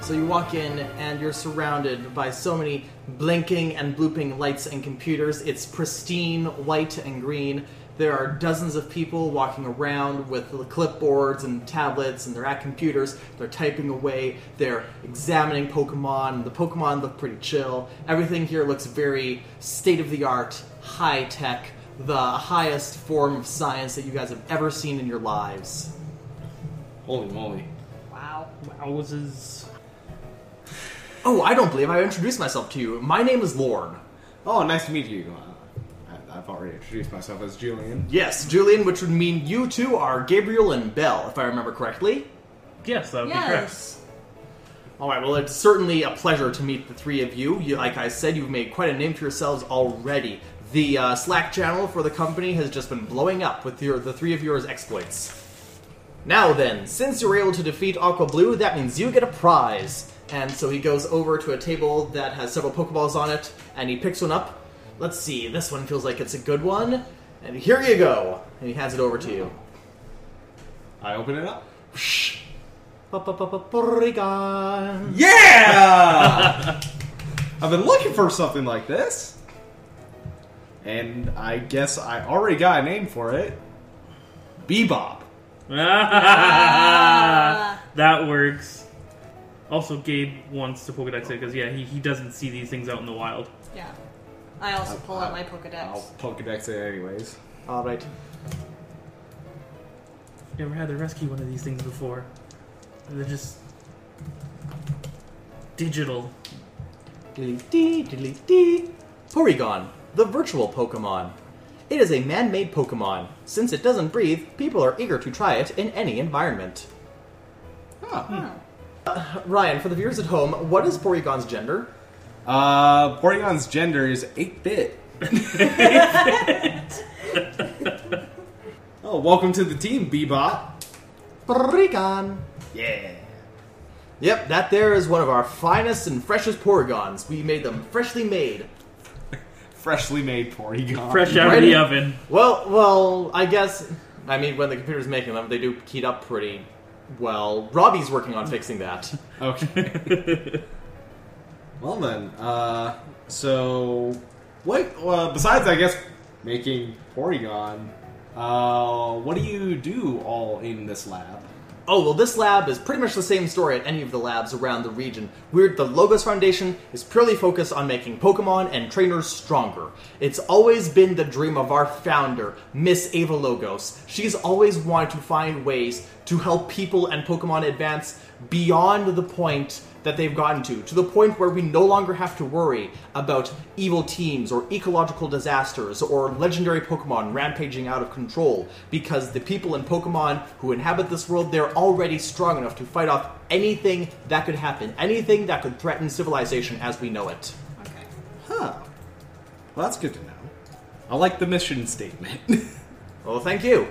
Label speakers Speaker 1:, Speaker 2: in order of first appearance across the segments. Speaker 1: So you walk in, and you're surrounded by so many blinking and blooping lights and computers. It's pristine white and green. There are dozens of people walking around with clipboards and tablets, and they're at computers. They're typing away. They're examining Pokemon. The Pokemon look pretty chill. Everything here looks very state of the art, high tech, the highest form of science that you guys have ever seen in your lives.
Speaker 2: Holy moly.
Speaker 3: Wow.
Speaker 4: Houses.
Speaker 1: Oh, I don't believe I introduced myself to you. My name is Lorne.
Speaker 2: Oh, nice to meet you. Uh, I- I've already introduced myself as Julian.
Speaker 1: Yes, Julian, which would mean you two are Gabriel and Bell, if I remember correctly.
Speaker 4: Yes, that would be correct.
Speaker 3: Yes.
Speaker 1: All right, well, it's certainly a pleasure to meet the three of you. you like I said, you've made quite a name for yourselves already. The uh, Slack channel for the company has just been blowing up with your, the three of yours exploits. Now then, since you were able to defeat Aqua Blue, that means you get a prize. And so he goes over to a table that has several Pokeballs on it, and he picks one up. Let's see, this one feels like it's a good one. And here you go! And he hands it over to you.
Speaker 2: I open it up.
Speaker 1: Ba-ba-ba-ba-borigan.
Speaker 2: Yeah! I've been looking for something like this. And I guess I already got a name for it Bebop.
Speaker 3: Ah.
Speaker 4: that works. Also, Gabe wants to Pokedex it because, yeah, he, he doesn't see these things out in the wild.
Speaker 3: Yeah. I also pull out my Pokedex.
Speaker 2: I'll Pokedex it anyways.
Speaker 1: All right.
Speaker 4: Never had to rescue one of these things before. They're just. digital.
Speaker 1: Diddly-dee, diddly-dee. Porygon, the virtual Pokemon. It is a man made Pokemon. Since it doesn't breathe, people are eager to try it in any environment. Uh,
Speaker 2: Huh.
Speaker 1: Ryan, for the viewers at home, what is Porygon's gender?
Speaker 2: Uh, Porygon's gender is 8 bit. oh, welcome to the team, Bebop.
Speaker 1: Porygon!
Speaker 2: Yeah.
Speaker 1: Yep, that there is one of our finest and freshest Porygons. We made them freshly made.
Speaker 2: Freshly made Porygon.
Speaker 4: Fresh out of
Speaker 1: Ready?
Speaker 4: the oven.
Speaker 1: Well, well, I guess. I mean, when the computer's making them, they do heat up pretty well. Robbie's working on fixing that.
Speaker 2: Okay. well then, uh, so what? Uh, besides, I guess making Porygon. Uh, what do you do all in this lab?
Speaker 1: Oh, well, this lab is pretty much the same story at any of the labs around the region. We're, the Logos Foundation is purely focused on making Pokemon and trainers stronger. It's always been the dream of our founder, Miss Ava Logos. She's always wanted to find ways to help people and Pokemon advance beyond the point that they've gotten to, to the point where we no longer have to worry about evil teams or ecological disasters or legendary Pokemon rampaging out of control, because the people in Pokemon who inhabit this world, they're already strong enough to fight off anything that could happen, anything that could threaten civilization as we know it.
Speaker 3: Okay.
Speaker 2: Huh. Well, that's good to know. I like the mission statement.
Speaker 1: Well, thank you.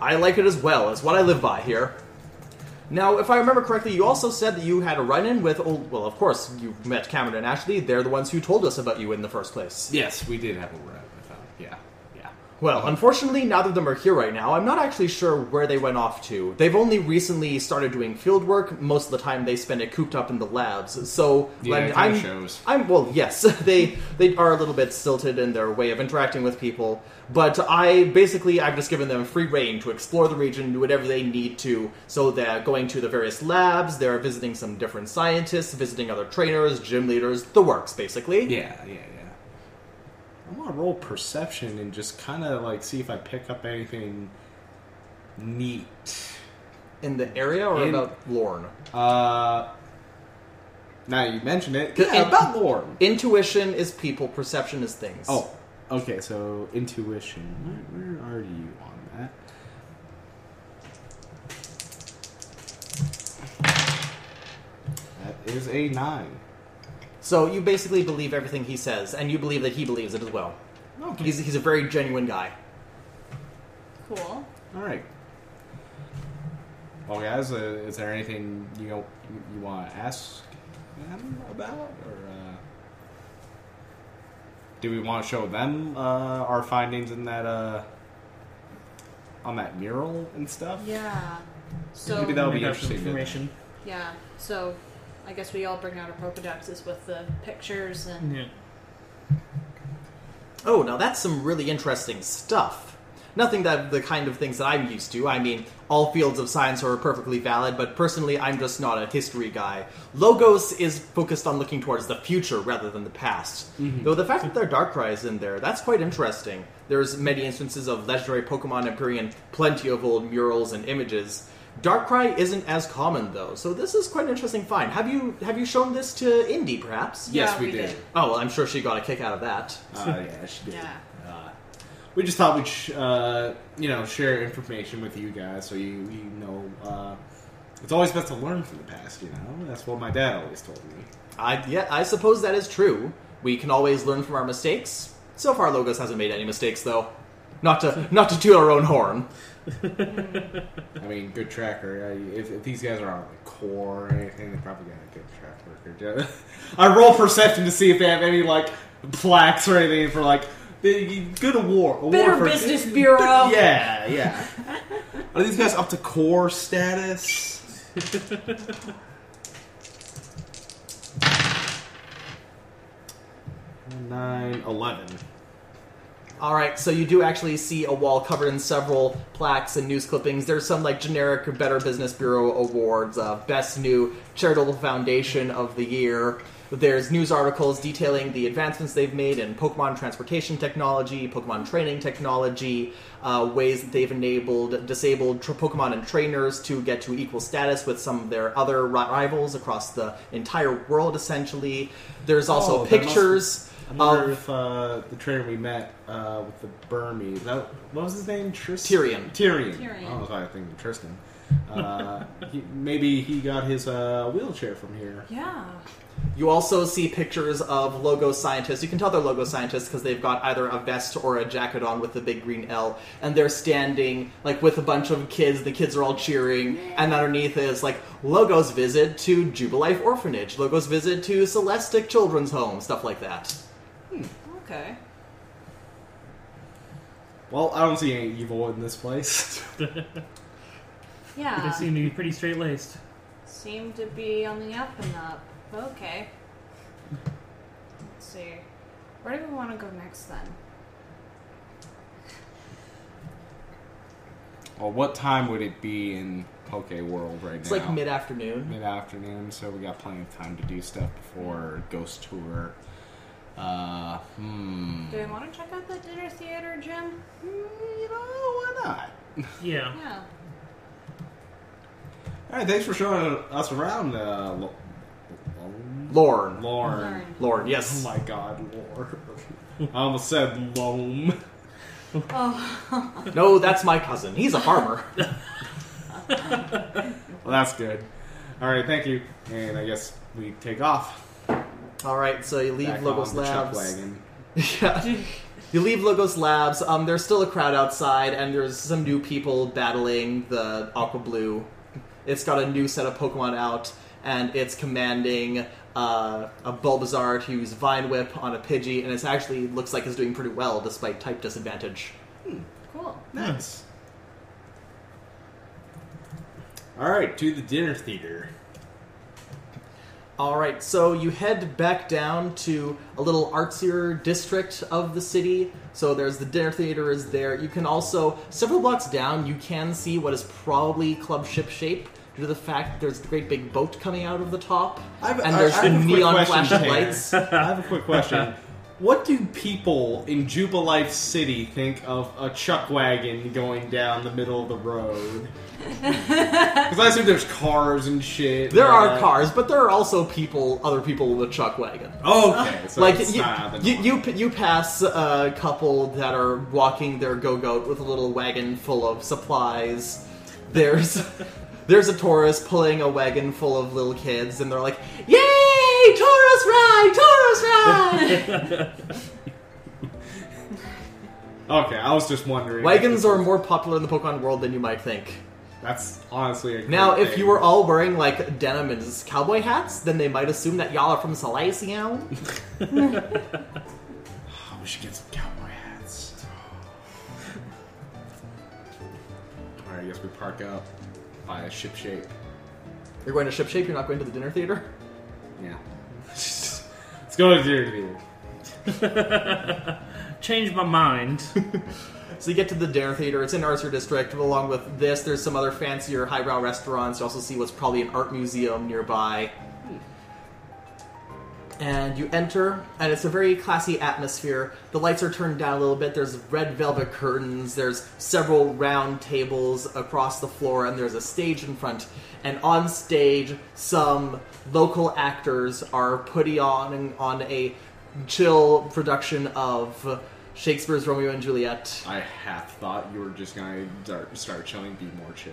Speaker 1: I like it as well. It's what I live by here. Now, if I remember correctly, you also said that you had a run-in with old. Well, of course, you met Cameron and Ashley. They're the ones who told us about you in the first place.
Speaker 2: yes, we did have a run with them. Yeah, yeah.
Speaker 1: Well, unfortunately, neither of them are here right now. I'm not actually sure where they went off to. They've only recently started doing field work. Most of the time, they spend it cooped up in the labs. So,
Speaker 2: Yeah,
Speaker 1: I
Speaker 2: it
Speaker 1: mean,
Speaker 2: kinda
Speaker 1: I'm,
Speaker 2: shows.
Speaker 1: I'm well, yes, they they are a little bit stilted in their way of interacting with people. But I basically, I've just given them free reign to explore the region, do whatever they need to. So they're going to the various labs. They're visiting some different scientists, visiting other trainers, gym leaders, the works, basically.
Speaker 2: Yeah, yeah, yeah. I'm gonna roll perception and just kind of like see if I pick up anything neat.
Speaker 1: In the area or
Speaker 2: In-
Speaker 1: about Lorne.
Speaker 2: Uh, now you mentioned it.
Speaker 1: Yeah, about
Speaker 2: Lorne.
Speaker 1: Intuition is people, perception is things.
Speaker 2: Oh, okay. So intuition. Where, where are you on that? That is a nine.
Speaker 1: So you basically believe everything he says, and you believe that he believes it as well.
Speaker 2: Okay.
Speaker 1: He's, he's a very genuine guy.
Speaker 3: Cool.
Speaker 2: All right. Well, guys, uh, is there anything you know, you want to ask them about, or uh, do we want to show them uh, our findings in that uh, on that mural and stuff?
Speaker 3: Yeah. So
Speaker 2: Maybe that would be
Speaker 4: Pick up some
Speaker 2: interesting.
Speaker 4: information.
Speaker 3: yeah. So I guess we all bring out our Pokedexes with the pictures and
Speaker 4: Yeah.
Speaker 1: Oh, now that's some really interesting stuff. Nothing that the kind of things that I'm used to. I mean, all fields of science are perfectly valid, but personally, I'm just not a history guy. Logos is focused on looking towards the future rather than the past. Though the fact that there are Darkrai is in there, that's quite interesting. There's many instances of legendary Pokemon appearing in plenty of old murals and images. Darkrai isn't as common though, so this is quite an interesting find. Have you have you shown this to Indy, perhaps?
Speaker 3: Yeah,
Speaker 2: yes, we,
Speaker 3: we
Speaker 2: did.
Speaker 3: did.
Speaker 1: Oh well, I'm sure she got a kick out of that.
Speaker 2: Uh, yeah, she did.
Speaker 3: Yeah.
Speaker 2: Uh, we just thought we'd, sh- uh, you know, share information with you guys so you, you know. Uh, it's always best to learn from the past, you know. That's what my dad always told me.
Speaker 1: I, yeah, I suppose that is true. We can always learn from our mistakes. So far, Logos hasn't made any mistakes, though. Not to not to toot our own horn.
Speaker 2: I mean, good tracker. I, if, if these guys are on the core or anything, they probably got a good track record. I roll perception to see if they have any like plaques or anything for like the- good award. award
Speaker 3: Better
Speaker 2: for-
Speaker 3: Business Bureau.
Speaker 2: Yeah, yeah. are these guys up to core status? Nine, eleven.
Speaker 1: All right, so you do actually see a wall covered in several plaques and news clippings. There's some like generic Better Business Bureau awards, uh, Best New Charitable Foundation of the Year. There's news articles detailing the advancements they've made in Pokemon transportation technology, Pokemon training technology, uh, ways that they've enabled disabled tr- Pokemon and trainers to get to equal status with some of their other ri- rivals across the entire world. Essentially, there's also
Speaker 2: Oh, there must be-
Speaker 1: pictures.
Speaker 2: I
Speaker 1: of
Speaker 2: wonder if uh, the trainer we met uh, with the Burmese, that, what was his name? Tris-
Speaker 1: Tyrion.
Speaker 2: Tyrion.
Speaker 3: Tyrion.
Speaker 2: Oh, I was like, thinking of Tristan. Uh, he, maybe he got his uh, wheelchair from here.
Speaker 3: Yeah.
Speaker 1: You also see pictures of logo scientists. You can tell they're logo scientists because they've got either a vest or a jacket on with the big green L, and they're standing like with a bunch of kids. The kids are all cheering, and underneath is like logos visit to Jubilife Orphanage, logos visit to Celestic Children's Home, stuff like that.
Speaker 3: Okay.
Speaker 2: Well, I don't see any evil in this place.
Speaker 3: Yeah. Ah.
Speaker 4: They seem to be pretty straight laced.
Speaker 3: Seem to be on the up and up. Okay. Let's see. Where do we want to go next then?
Speaker 2: well, what time would it be in Poke World right
Speaker 1: It's
Speaker 2: now?
Speaker 1: like mid afternoon.
Speaker 2: mid afternoon, so we got plenty of time to do stuff before Ghost Tour. Uh, hmm.
Speaker 3: Do we want to check out that dinner theater gym?
Speaker 2: Mm, You know, why not?
Speaker 4: Yeah.
Speaker 3: Yeah.
Speaker 2: All right, thanks for showing us around, uh, Lo- Lo-
Speaker 1: Lorne,
Speaker 2: Lorne.
Speaker 3: Lorne.
Speaker 1: Lorne,
Speaker 2: Oh
Speaker 1: yes.
Speaker 2: my God, Lorne! I almost said Loam.
Speaker 3: Oh.
Speaker 1: No, that's my cousin. He's a farmer.
Speaker 2: Well, that's good. All right, thank you, and I guess we take off.
Speaker 1: All right, so you leave
Speaker 2: Back
Speaker 1: Logos
Speaker 2: on the chuck
Speaker 1: Labs.
Speaker 2: wagon.
Speaker 1: Yeah. You leave Logos Labs. Um, there's still a crowd outside, and there's some new people battling the Aqua Blue. It's got a new set of Pokemon out, and it's commanding uh, a Bulbasaur to use Vine Whip on a Pidgey, and it's actually looks like it's doing pretty well despite type disadvantage.
Speaker 3: cool.
Speaker 2: Nice. All right, to the dinner theater.
Speaker 1: All right, so you head back down to a little artsier district of the city. So there's the dinner theater is there. You can also several blocks down, you can see what is probably Club Ship Shape due to the fact that there's the great big boat coming out of the top,
Speaker 2: I've-
Speaker 1: and
Speaker 2: I-
Speaker 1: there's
Speaker 2: I
Speaker 1: the
Speaker 2: have a quick
Speaker 1: neon
Speaker 2: question,
Speaker 1: flashing
Speaker 2: Tanner.
Speaker 1: lights.
Speaker 2: I have a quick question. What do people in Jubilife City think of a chuck wagon going down the middle of the road? Because I assume there's cars and shit.
Speaker 1: There are
Speaker 2: Uh,
Speaker 1: cars, but there are also people, other people with a chuck wagon.
Speaker 2: Okay, so
Speaker 1: like
Speaker 2: it's
Speaker 1: you,
Speaker 2: not the
Speaker 1: you,
Speaker 2: norm.
Speaker 1: you, you pass a couple that are walking their go goat with a little wagon full of supplies. There's there's a Taurus pulling a wagon full of little kids, and they're like, "Yay, Taurus ride, Taurus ride!"
Speaker 2: Okay, I was just wondering.
Speaker 1: Wagons are more popular in the Pokemon world than you might think.
Speaker 2: That's honestly a great
Speaker 1: Now, if
Speaker 2: thing.
Speaker 1: you were all wearing like denim and cowboy hats, then they might assume that y'all are from Silesia.
Speaker 2: Oh, we should get some cowboy hats. Alright, I guess we park up by a ship shape.
Speaker 1: You're going to Shipshape. You're not going to the dinner theater.
Speaker 2: Yeah. Let's go to Deer Field.
Speaker 4: Change my mind.
Speaker 1: So you get to the Dare Theater. It's in Arthur District. Along with this, there's some other fancier highbrow restaurants. You also see what's probably an art museum nearby. And you enter, and it's a very classy atmosphere. The lights are turned down a little bit. There's red velvet curtains. There's several round tables across the floor, and there's a stage in front. And on stage, some local actors are putting on on a chill production of Shakespeare's Romeo and Juliet.
Speaker 2: I half thought you were just gonna start, start showing Be More Chill.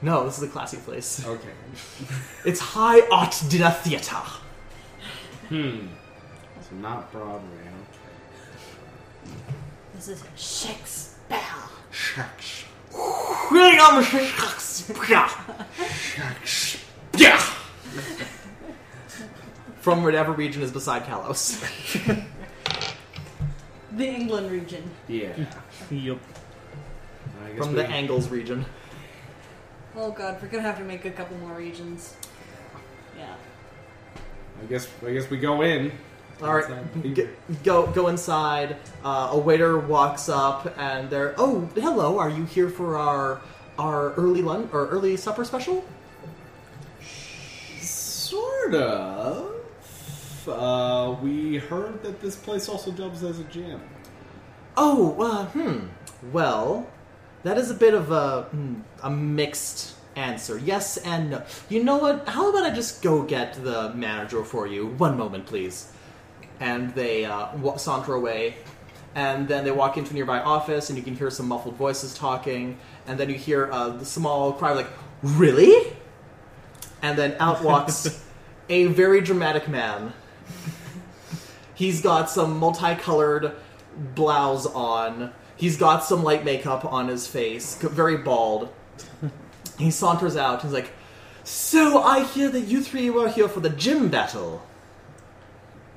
Speaker 1: No, this is a classy place.
Speaker 2: Okay.
Speaker 1: It's high art dinner theater.
Speaker 2: Hmm. So not Broadway, okay.
Speaker 3: This is Shakespeare.
Speaker 1: From whatever region is beside Kalos.
Speaker 3: The England region.
Speaker 2: Yeah.
Speaker 4: Yup.
Speaker 2: I guess
Speaker 1: From
Speaker 2: we-
Speaker 1: the Angles region.
Speaker 3: Oh god, we're gonna have to make a couple more regions. Yeah.
Speaker 2: I guess I guess we go in.
Speaker 1: All
Speaker 2: Outside
Speaker 1: right,
Speaker 2: the
Speaker 1: g- go go inside. Uh, a waiter walks up, and they're oh hello, are you here for our our early lunch or early supper special?
Speaker 2: Sort of. Uh, we heard that this place also doubles as a gym.
Speaker 1: Oh, uh, hmm. Well, that is a bit of a hmm, a mixed answer. Yes and no. You know what? How about I just go get the manager for you? One moment, please. And they uh, wa- saunter away, and then they walk into a nearby office, and you can hear some muffled voices talking, and then you hear uh, the small cry like, "Really?" And then out walks a very dramatic man. He's got some multicolored blouse on. He's got some light makeup on his face, g- very bald. He saunters out. He's like, "So I hear that you three were here for the gym battle."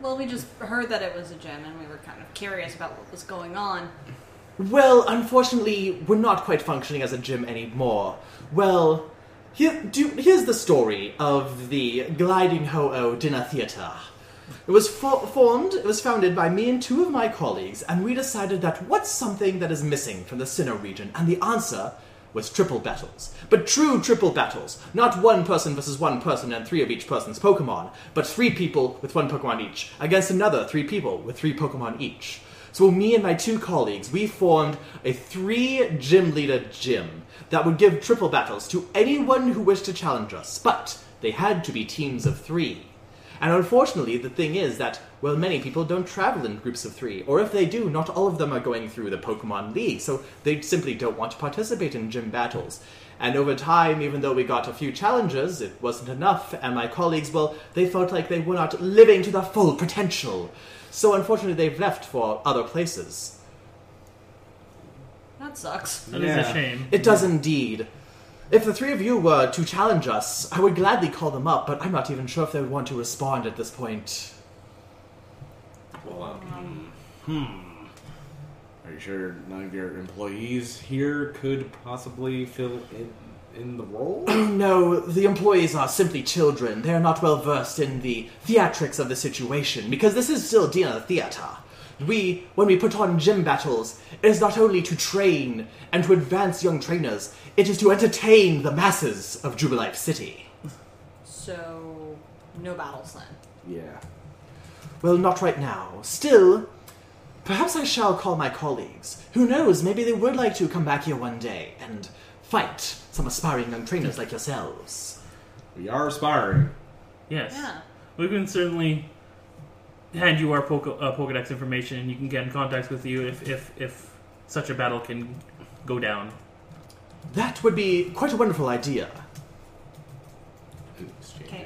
Speaker 3: Well, we just heard that it was a gym and we were kind of curious about what was going on.
Speaker 1: Well, unfortunately, we're not quite functioning as a gym anymore. Well, here, do, here's the story of the Gliding Ho-Oh Dinner Theater. It was fo- formed, it was founded by me and two of my colleagues, and we decided that what's something that is missing from the Sinnoh region? And the answer was triple battles. But true triple battles. Not one person versus one person and three of each person's Pokemon, but three people with one Pokemon each against another three people with three Pokemon each. So me and my two colleagues, we formed a three gym leader gym that would give triple battles to anyone who wished to challenge us, but they had to be teams of three. And unfortunately, the thing is that, well, many people don't travel in groups of three, or if they do, not all of them are going through the Pokemon League, so they simply don't want to participate in gym battles. And over time, even though we got a few challenges, it wasn't enough, and my colleagues, well, they felt like they were not living to their full potential. So unfortunately, they've left for other places.
Speaker 3: That sucks.
Speaker 4: That is
Speaker 2: Yeah.
Speaker 4: a shame.
Speaker 1: It does indeed. If the three of you were to challenge us, I would gladly call them up, but I'm not even sure if they would want to respond at this point.
Speaker 2: Hmm. Are you sure none of your employees here could possibly fill in in the role?
Speaker 1: No, the employees are simply children. They are not well versed in the theatrics of the situation, because this is still dinner theater. We, when we put on gym battles, it is not only to train and to advance young trainers, it is to entertain the masses of Jubilife City.
Speaker 3: So, no battles then.
Speaker 2: yeah.
Speaker 1: Well, not right now. Still, perhaps I shall call my colleagues. Who knows, maybe they would like to come back here one day and fight some aspiring young trainers like yourselves.
Speaker 2: We are aspiring.
Speaker 4: Yes.
Speaker 3: Yeah.
Speaker 4: We can certainly hand you our Poke, uh, Pokedex information, and you can get in contact with you if, if, if such a battle can go down.
Speaker 1: That would be quite a wonderful idea.
Speaker 3: Okay.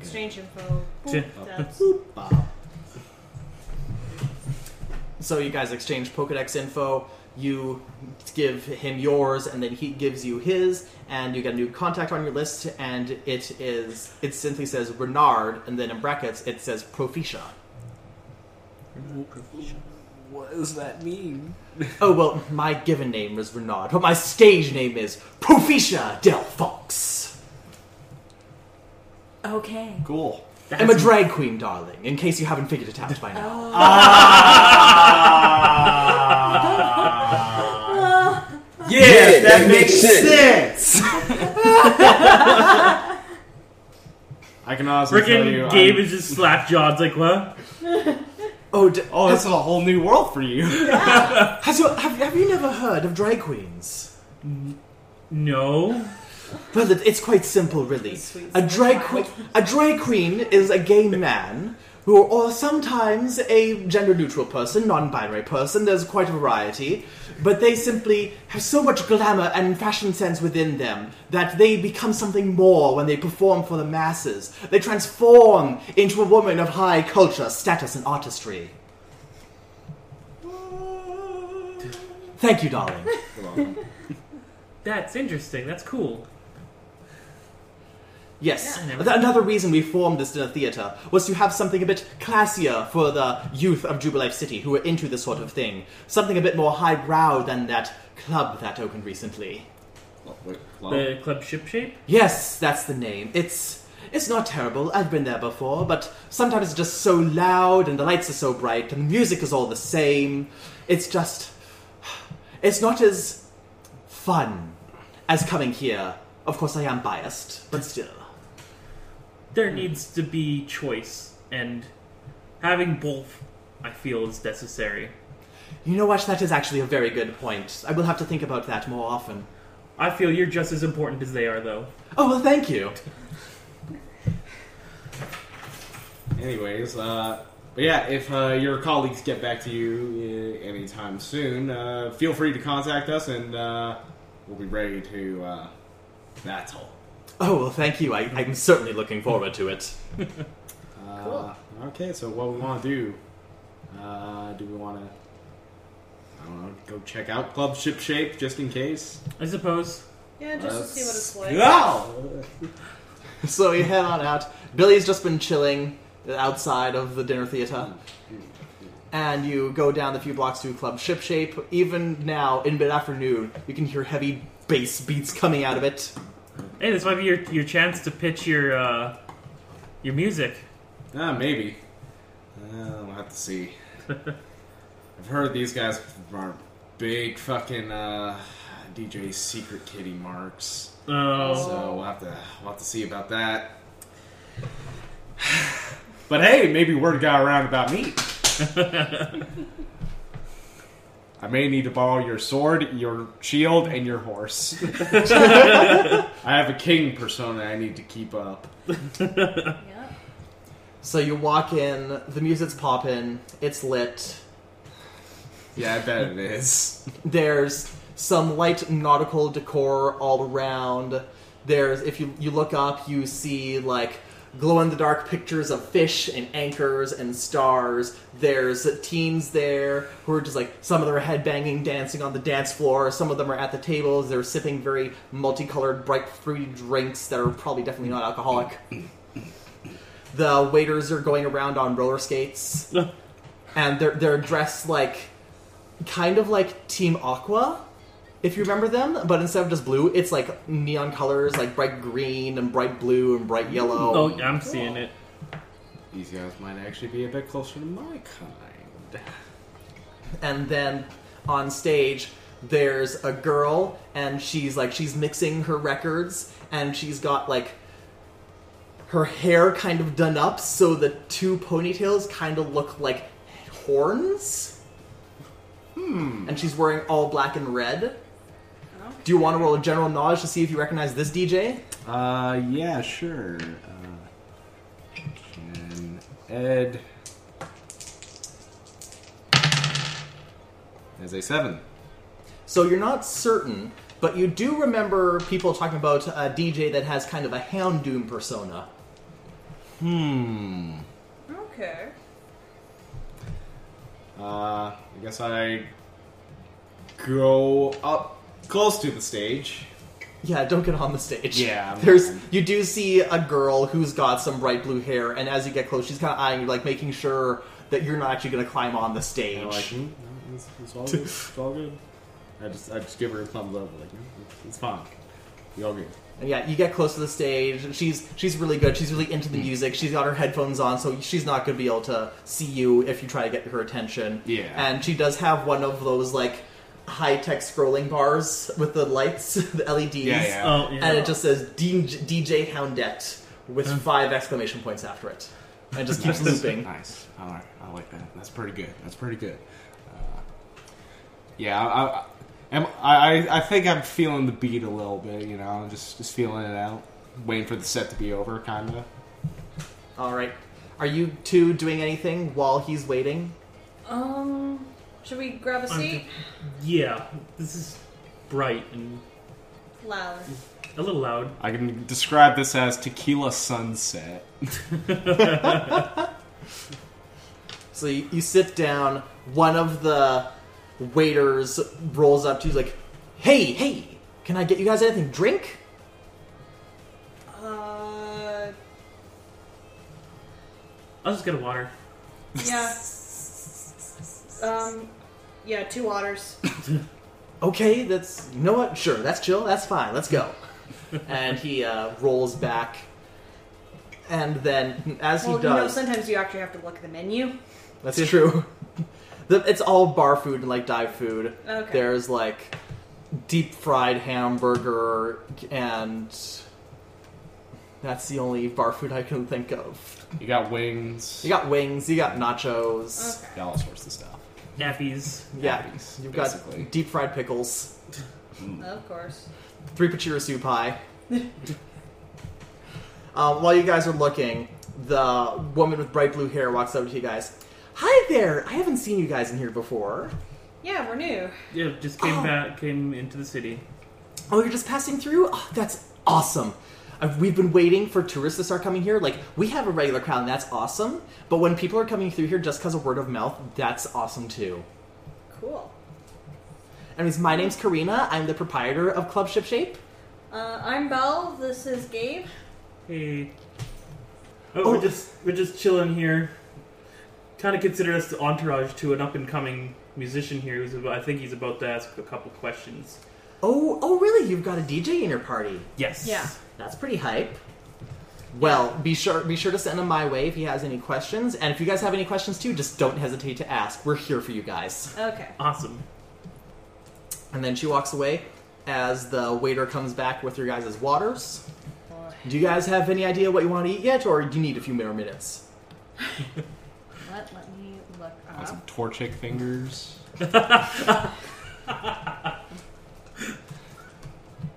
Speaker 3: Exchange info.
Speaker 4: Sure.
Speaker 3: Boop, that's-
Speaker 1: So you guys exchange Pokedex info. You give him yours, and then he gives you his, and you get a new contact on your list. And it is it simply says Renard, and then in brackets it says Proficia.
Speaker 2: What does that mean?
Speaker 1: Oh, well, my given name is Renard, but my stage name is Proficia Del Fox.
Speaker 3: Okay.
Speaker 2: Cool.
Speaker 1: I'm a drag queen, darling, in case you haven't figured it out by now.
Speaker 4: Ah.
Speaker 2: Yes,
Speaker 5: Yeah, that makes
Speaker 2: I can honestly tell you,
Speaker 4: Frickin' Gabe
Speaker 2: I'm-
Speaker 4: is just slap jawed. Like what?
Speaker 1: Oh, d-
Speaker 2: oh, this is a whole new world for you.
Speaker 1: has you, have, have you never heard of drag queens?
Speaker 4: No.
Speaker 1: Well, it, it's quite simple, really.
Speaker 3: Sweet
Speaker 1: A drag
Speaker 3: smile.
Speaker 1: queen, a drag queen is a gay man who, or sometimes a gender-neutral person, non-binary person. There's quite a variety, but they simply have so much glamour and fashion sense within them that they become something more when they perform for the masses. They transform into a woman of high culture, status, and artistry. Thank you, darling.
Speaker 4: That's interesting. That's cool.
Speaker 1: Yes.
Speaker 4: Yeah, I never-
Speaker 1: Th- Another reason we formed this dinner theater was to have something a bit classier for the youth of Jubilife City who were into this sort of thing. Something a bit more highbrow than that club that opened recently.
Speaker 2: Oh,
Speaker 4: The club ship shape.
Speaker 1: Yes, that's the name. It's it's not terrible. I've been there before, but sometimes it's just so loud and the lights are so bright and the music is all the same. It's just it's not as fun as coming here. Of course I am biased, but still.
Speaker 4: There
Speaker 2: Hmm.
Speaker 4: needs to be choice, and having both, I feel, is necessary.
Speaker 1: You know what? That is actually a very good point. I will have to think about that more often.
Speaker 4: I feel you're just as important as they are, though.
Speaker 1: Oh, well, thank you.
Speaker 2: Anyways, uh, but yeah, if uh, your colleagues get back to you uh, anytime soon, uh, feel free to contact us, and uh, we'll be ready to. Uh, that's all.
Speaker 1: Oh, well, thank you. I, I'm certainly looking forward to it.
Speaker 2: Uh,
Speaker 3: Cool.
Speaker 2: Okay, so what we want to do? Uh, do we want to? I don't know. Go check out Club Ship Shape just in case. Uh,
Speaker 4: I suppose.
Speaker 3: Yeah, just to see what it's like.
Speaker 2: Go!
Speaker 1: So we head on out. Billy's just been chilling outside of the dinner theater. And you go down the few blocks to Club Shipshape. Even now, in mid afternoon, you can hear heavy bass beats coming out of it.
Speaker 4: Hey, this might be your your chance to pitch your uh, your music.
Speaker 2: Ah, maybe. Uh, we'll have to see. I've heard these guys are big fucking uh, DJ Secret Kitty marks.
Speaker 4: Oh,
Speaker 2: So we'll have to we'll have to see about that. But hey, maybe word got around about me. I may need to borrow your sword, your shield, and your horse. I have a king persona I need to keep up.
Speaker 3: Yeah.
Speaker 1: So you walk in, the music's popping, it's lit.
Speaker 2: Yeah, I bet it is.
Speaker 1: There's some light nautical decor all around. There's if you you look up, you see like glow in the dark pictures of fish and anchors and stars. There's teens there who are just like some of them are headbanging, dancing on the dance floor. Some of them are at the tables. They're sipping very multicolored, bright, fruity drinks that are probably definitely not alcoholic. The waiters are going around on roller skates, and they're they're dressed like kind of like Team Aqua, if you remember them, but instead of just blue, it's like neon colors, like bright green and bright blue and bright yellow.
Speaker 4: oh, I'm seeing it.
Speaker 2: These guys might actually be a bit closer to my kind.
Speaker 1: And then on stage, there's a girl, and she's like, she's mixing her records, and she's got like her hair kind of done up, so the two ponytails kind of look like horns. Hmm. And she's wearing all black and red. Do you want to roll a general knowledge to see if you recognize this DJ?
Speaker 2: Uh, yeah, sure. Uh, can Ed as a seven.
Speaker 1: So you're not certain, but you do remember people talking about a DJ that has kind of a Hound Doom persona.
Speaker 2: Hmm.
Speaker 3: Okay.
Speaker 2: Uh, I guess I go up close to the stage.
Speaker 1: Yeah, don't get on the stage.
Speaker 2: Yeah, I'm
Speaker 1: There's
Speaker 2: not.
Speaker 1: you do see a girl who's got some bright blue hair, and as you get close, she's kind of eyeing you, like making sure that you're not actually going to climb on the stage.
Speaker 2: And I'm like, mm, no, it's, it's all good. It's all good. I just, I just give her a thumbs up. Like, mm, it's- it's fine. We all good.
Speaker 1: And yeah, you get close to the stage, and she's she's really good. She's really into the
Speaker 2: Mm.
Speaker 1: music. She's got her headphones on, so she's not going to be able to see you if you try to get her attention.
Speaker 2: Yeah.
Speaker 1: And she does have one of those like high tech scrolling bars with the lights, the E LEDs.
Speaker 2: Yeah,
Speaker 4: Oh, yeah.
Speaker 1: And it just says DJ, DJ Houndette with five exclamation points after it, and just keeps looping.
Speaker 2: Nice. I like, I like that. That's pretty good. That's pretty good. Uh, yeah, I, I, am, I, I- I think I'm feeling the beat a little bit. You know, I'm just, just feeling it out, waiting for the set to be over, kind of.
Speaker 1: All right. Are you two doing anything while he's waiting?
Speaker 3: Um, should we grab a
Speaker 4: I'm
Speaker 3: seat?
Speaker 4: Yeah, this is bright and
Speaker 3: Loud.
Speaker 4: a little loud.
Speaker 2: I can describe this as tequila sunset.
Speaker 1: So you, you sit down. One of the waiters rolls up to you, like, "Hey, hey, can I get you guys anything? Drink?"
Speaker 3: Uh,
Speaker 4: I'll just get a water.
Speaker 3: yeah. Um, yeah, two waters.
Speaker 1: Okay, that's you know what? Sure, that's chill. That's fine. Let's go. and he uh, rolls back, and then as
Speaker 3: well,
Speaker 1: he
Speaker 3: you know,
Speaker 1: does,
Speaker 3: sometimes you actually have to look at the menu.
Speaker 1: that's true. The- it's all bar food and like dive food.
Speaker 3: Okay.
Speaker 1: There's like deep fried hamburger and. That's the only bar food I can think of.
Speaker 2: You got wings.
Speaker 1: You got wings, you got nachos.
Speaker 3: Okay.
Speaker 2: got all sorts of stuff.
Speaker 4: Nappies.
Speaker 1: Yeah,
Speaker 2: nappies,
Speaker 1: you've
Speaker 2: basically.
Speaker 1: got deep fried pickles,
Speaker 3: Of course.
Speaker 1: three pachira soup pie. um, while you guys are looking, the woman with bright blue hair walks up to you guys. Hi there! I haven't seen you guys in here before.
Speaker 3: Yeah, we're new.
Speaker 4: Yeah, just came
Speaker 1: Oh.
Speaker 4: back, came into the city.
Speaker 1: Oh, you're just passing through? Oh, that's awesome. Uh, We've been waiting for tourists to start coming here. Like, we have a regular crowd, and that's awesome. But when people are coming through here just because of word of mouth, that's awesome too.
Speaker 3: Cool.
Speaker 1: Anyways, my name's Karina. I'm the proprietor of Club Ship Shape.
Speaker 3: Uh, I'm Belle. This is Gabe.
Speaker 4: Hey. Oh,
Speaker 1: Oh.
Speaker 4: we're just we're just chilling here. Kind of consider us the entourage to an up and coming musician here who's about, I think he's about to ask a couple questions.
Speaker 1: Oh, oh, really? You've got a DJ in your party.
Speaker 4: Yes.
Speaker 3: Yeah.
Speaker 1: That's pretty hype. Well, be sure be sure to send him my way if he has any questions, and if you guys have any questions too, just don't hesitate to ask. We're here for you guys.
Speaker 3: Okay.
Speaker 4: Awesome.
Speaker 1: And then she walks away as the waiter comes back with your guys' waters. Do you guys have any idea what you want to eat yet, or do you need a few more minutes?
Speaker 3: Let, let me look
Speaker 2: Got some
Speaker 3: up.
Speaker 2: torchic fingers.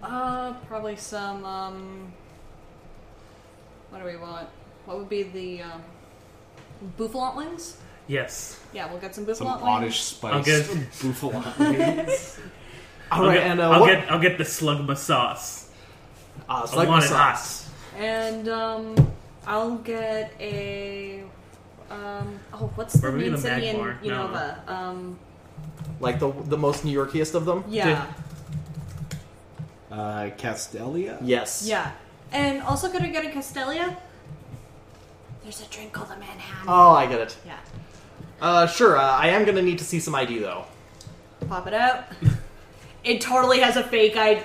Speaker 3: Uh, probably some, um, what do we want? What would be the, um, bouffalant wings?
Speaker 4: Yes.
Speaker 3: Yeah, we'll get some
Speaker 2: Some
Speaker 3: bouffalant wings.
Speaker 2: oddish
Speaker 4: I'll
Speaker 2: spice.
Speaker 4: get-
Speaker 2: Buffalo.
Speaker 1: All
Speaker 4: I'll,
Speaker 1: right,
Speaker 4: get,
Speaker 1: and uh,
Speaker 4: I'll
Speaker 1: what-
Speaker 4: get I'll get the slugma sauce.
Speaker 1: Ah,
Speaker 4: I
Speaker 1: slug
Speaker 4: want
Speaker 1: sauce.
Speaker 4: it
Speaker 3: And, um, I'll get a, um, oh, what's the
Speaker 4: Or maybe
Speaker 3: main
Speaker 4: the
Speaker 3: city in
Speaker 4: Magmar. No.
Speaker 3: Unova? Um,
Speaker 1: like the the most New Yorkiest of them.
Speaker 3: yeah,
Speaker 2: uh, Castelia.
Speaker 1: Yes.
Speaker 3: yeah. And also could I get a Castelia? There's a drink called a Manhattan.
Speaker 1: Oh, I get it.
Speaker 3: Yeah.
Speaker 1: Uh, sure. Uh, I am gonna need to see some ID though.
Speaker 3: Pop it out. It totally has a fake ID.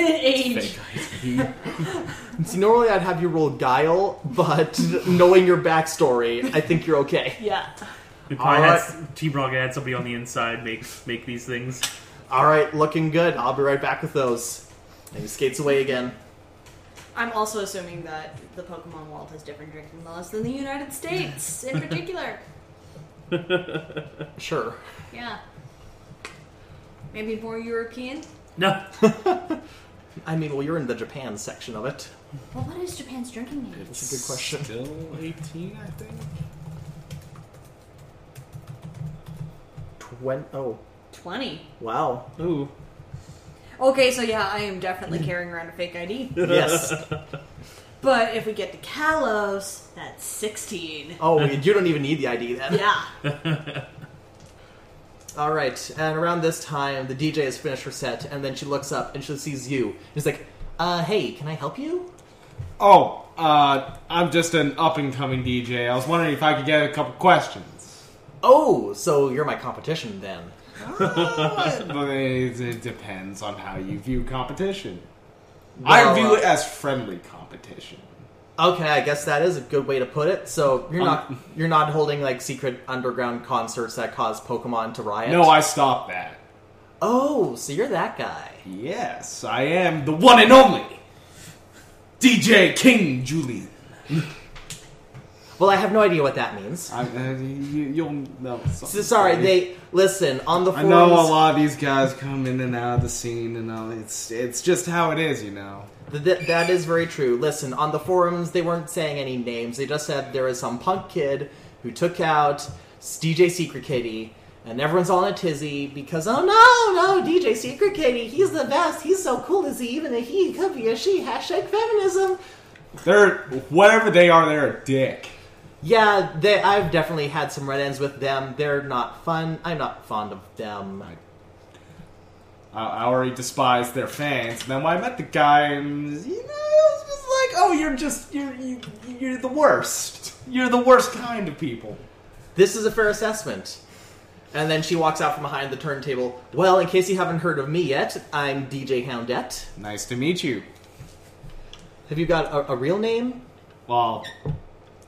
Speaker 3: age.
Speaker 2: Fake ID.
Speaker 1: See, normally I'd have you roll guile, but knowing your backstory, I think you're okay.
Speaker 3: Yeah.
Speaker 4: We probably
Speaker 1: All
Speaker 4: had Team Rocket had somebody on the inside make make these things.
Speaker 1: All right, looking good. I'll be right back with those. And he skates away again.
Speaker 3: I'm also assuming that the Pokemon world has different drinking laws than the United States in particular.
Speaker 1: Sure.
Speaker 3: Yeah. Maybe more European.
Speaker 4: No.
Speaker 1: I mean, well, you're in the Japan section of it.
Speaker 3: Well, what is Japan's drinking age?
Speaker 1: That's a good question.
Speaker 2: Still 18, I think.
Speaker 1: Twen- oh,
Speaker 3: 20.
Speaker 1: wow.
Speaker 4: Ooh.
Speaker 3: Okay, so yeah, I am definitely
Speaker 2: Mm.
Speaker 3: carrying around a fake ID.
Speaker 1: Yes.
Speaker 3: But if we get to Kalos, that's 16.
Speaker 1: Oh, you don't even need the ID
Speaker 2: Oh.
Speaker 1: then.
Speaker 3: Yeah.
Speaker 1: All right, and around this time, the DJ has finished her set, and then she looks up and she sees you. And she's like, uh, hey, can I help you?
Speaker 2: Oh, uh, I'm just an up and coming DJ. I was wondering if I could get a couple questions.
Speaker 1: Oh, so you're my competition then.
Speaker 2: but it, it depends on how you view competition.
Speaker 1: Well,
Speaker 2: I view
Speaker 1: uh,
Speaker 2: it as friendly competition.
Speaker 1: Okay, I guess that is a good way to put it. So
Speaker 2: Um,
Speaker 1: you're not you're not holding like secret underground concerts that cause Pokemon to riot.
Speaker 2: No, I stopped that.
Speaker 1: Oh, so you're that guy.
Speaker 2: Yes, I am the one and only DJ King Julian.
Speaker 1: Well, I have no idea what that means.
Speaker 2: I, uh, you, you'll know.
Speaker 1: So, sorry, they listen on the
Speaker 2: I
Speaker 1: forums.
Speaker 2: know a lot of these guys come in and out of the scene, and all. It's it's just how it is, you know.
Speaker 1: Th- th- that is very true. Listen, on the forums, they weren't saying any names. They just said there is some punk kid who took out DJ Secret Kitty, and everyone's all in a tizzy because, oh no, no, DJ Secret Kitty, he's the best. He's so cool. Is he even a he? He Could be a she. Hashtag feminism.
Speaker 2: They're whatever they are, they're a dick.
Speaker 1: Yeah, they, I've definitely had some red ends with them. They're not fun. I'm not fond of them.
Speaker 2: I, I already despise their fans. And then when I met the guy, and you know, it was just like, oh, you're just you're you, you're the worst. You're the worst kind of people.
Speaker 1: This is a fair assessment. And then she walks out from behind the turntable. Well, in case you haven't heard of me yet, I'm DJ Houndette.
Speaker 2: Nice to meet you.
Speaker 1: Have you got a, a real name?
Speaker 2: Well,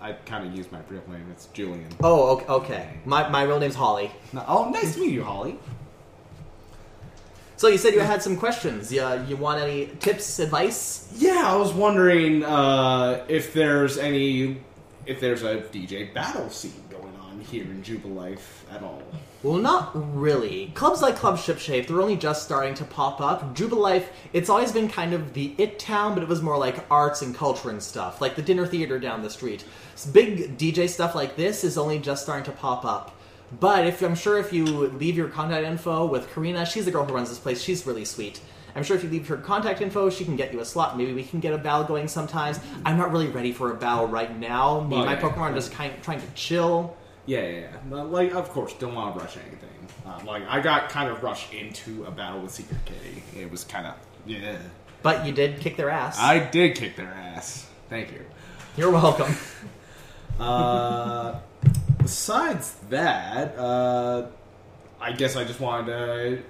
Speaker 2: I kind of used my real name. It's Julian.
Speaker 1: Oh, okay. okay. My, my real name's Holly.
Speaker 2: No- Oh, nice to meet you, Holly.
Speaker 1: So you said you had some questions. Yeah, you want any tips, advice?
Speaker 2: Yeah, I was wondering uh, if there's any if there's a DJ battle scene going on here in Jubilife at all.
Speaker 1: Well, not really. Clubs like Club Shipshape, they're only just starting to pop up. Jubilife, it's always been kind of the it town, but it was more like arts and culture and stuff, like the dinner theater down the street. S- Big DJ stuff like this is only just starting to pop up. But if I'm sure if you leave your contact info with Karina, she's the girl who runs this place, she's really sweet. I'm sure if you leave her contact info, she can get you a slot. Maybe we can get a battle going sometimes. I'm not really ready for a battle right now. Me and my
Speaker 2: Okay.
Speaker 1: Pokemon are just kind trying to chill.
Speaker 2: Yeah, yeah, yeah. But, Like, of course, don't want to rush anything. Uh, like, I got kind of rushed into a battle with Secret Kitty. It was kind of yeah.
Speaker 1: But you did kick their ass.
Speaker 2: I did kick their ass. Thank you.
Speaker 1: You're welcome.
Speaker 2: Uh, besides that, uh, I guess I just wanted to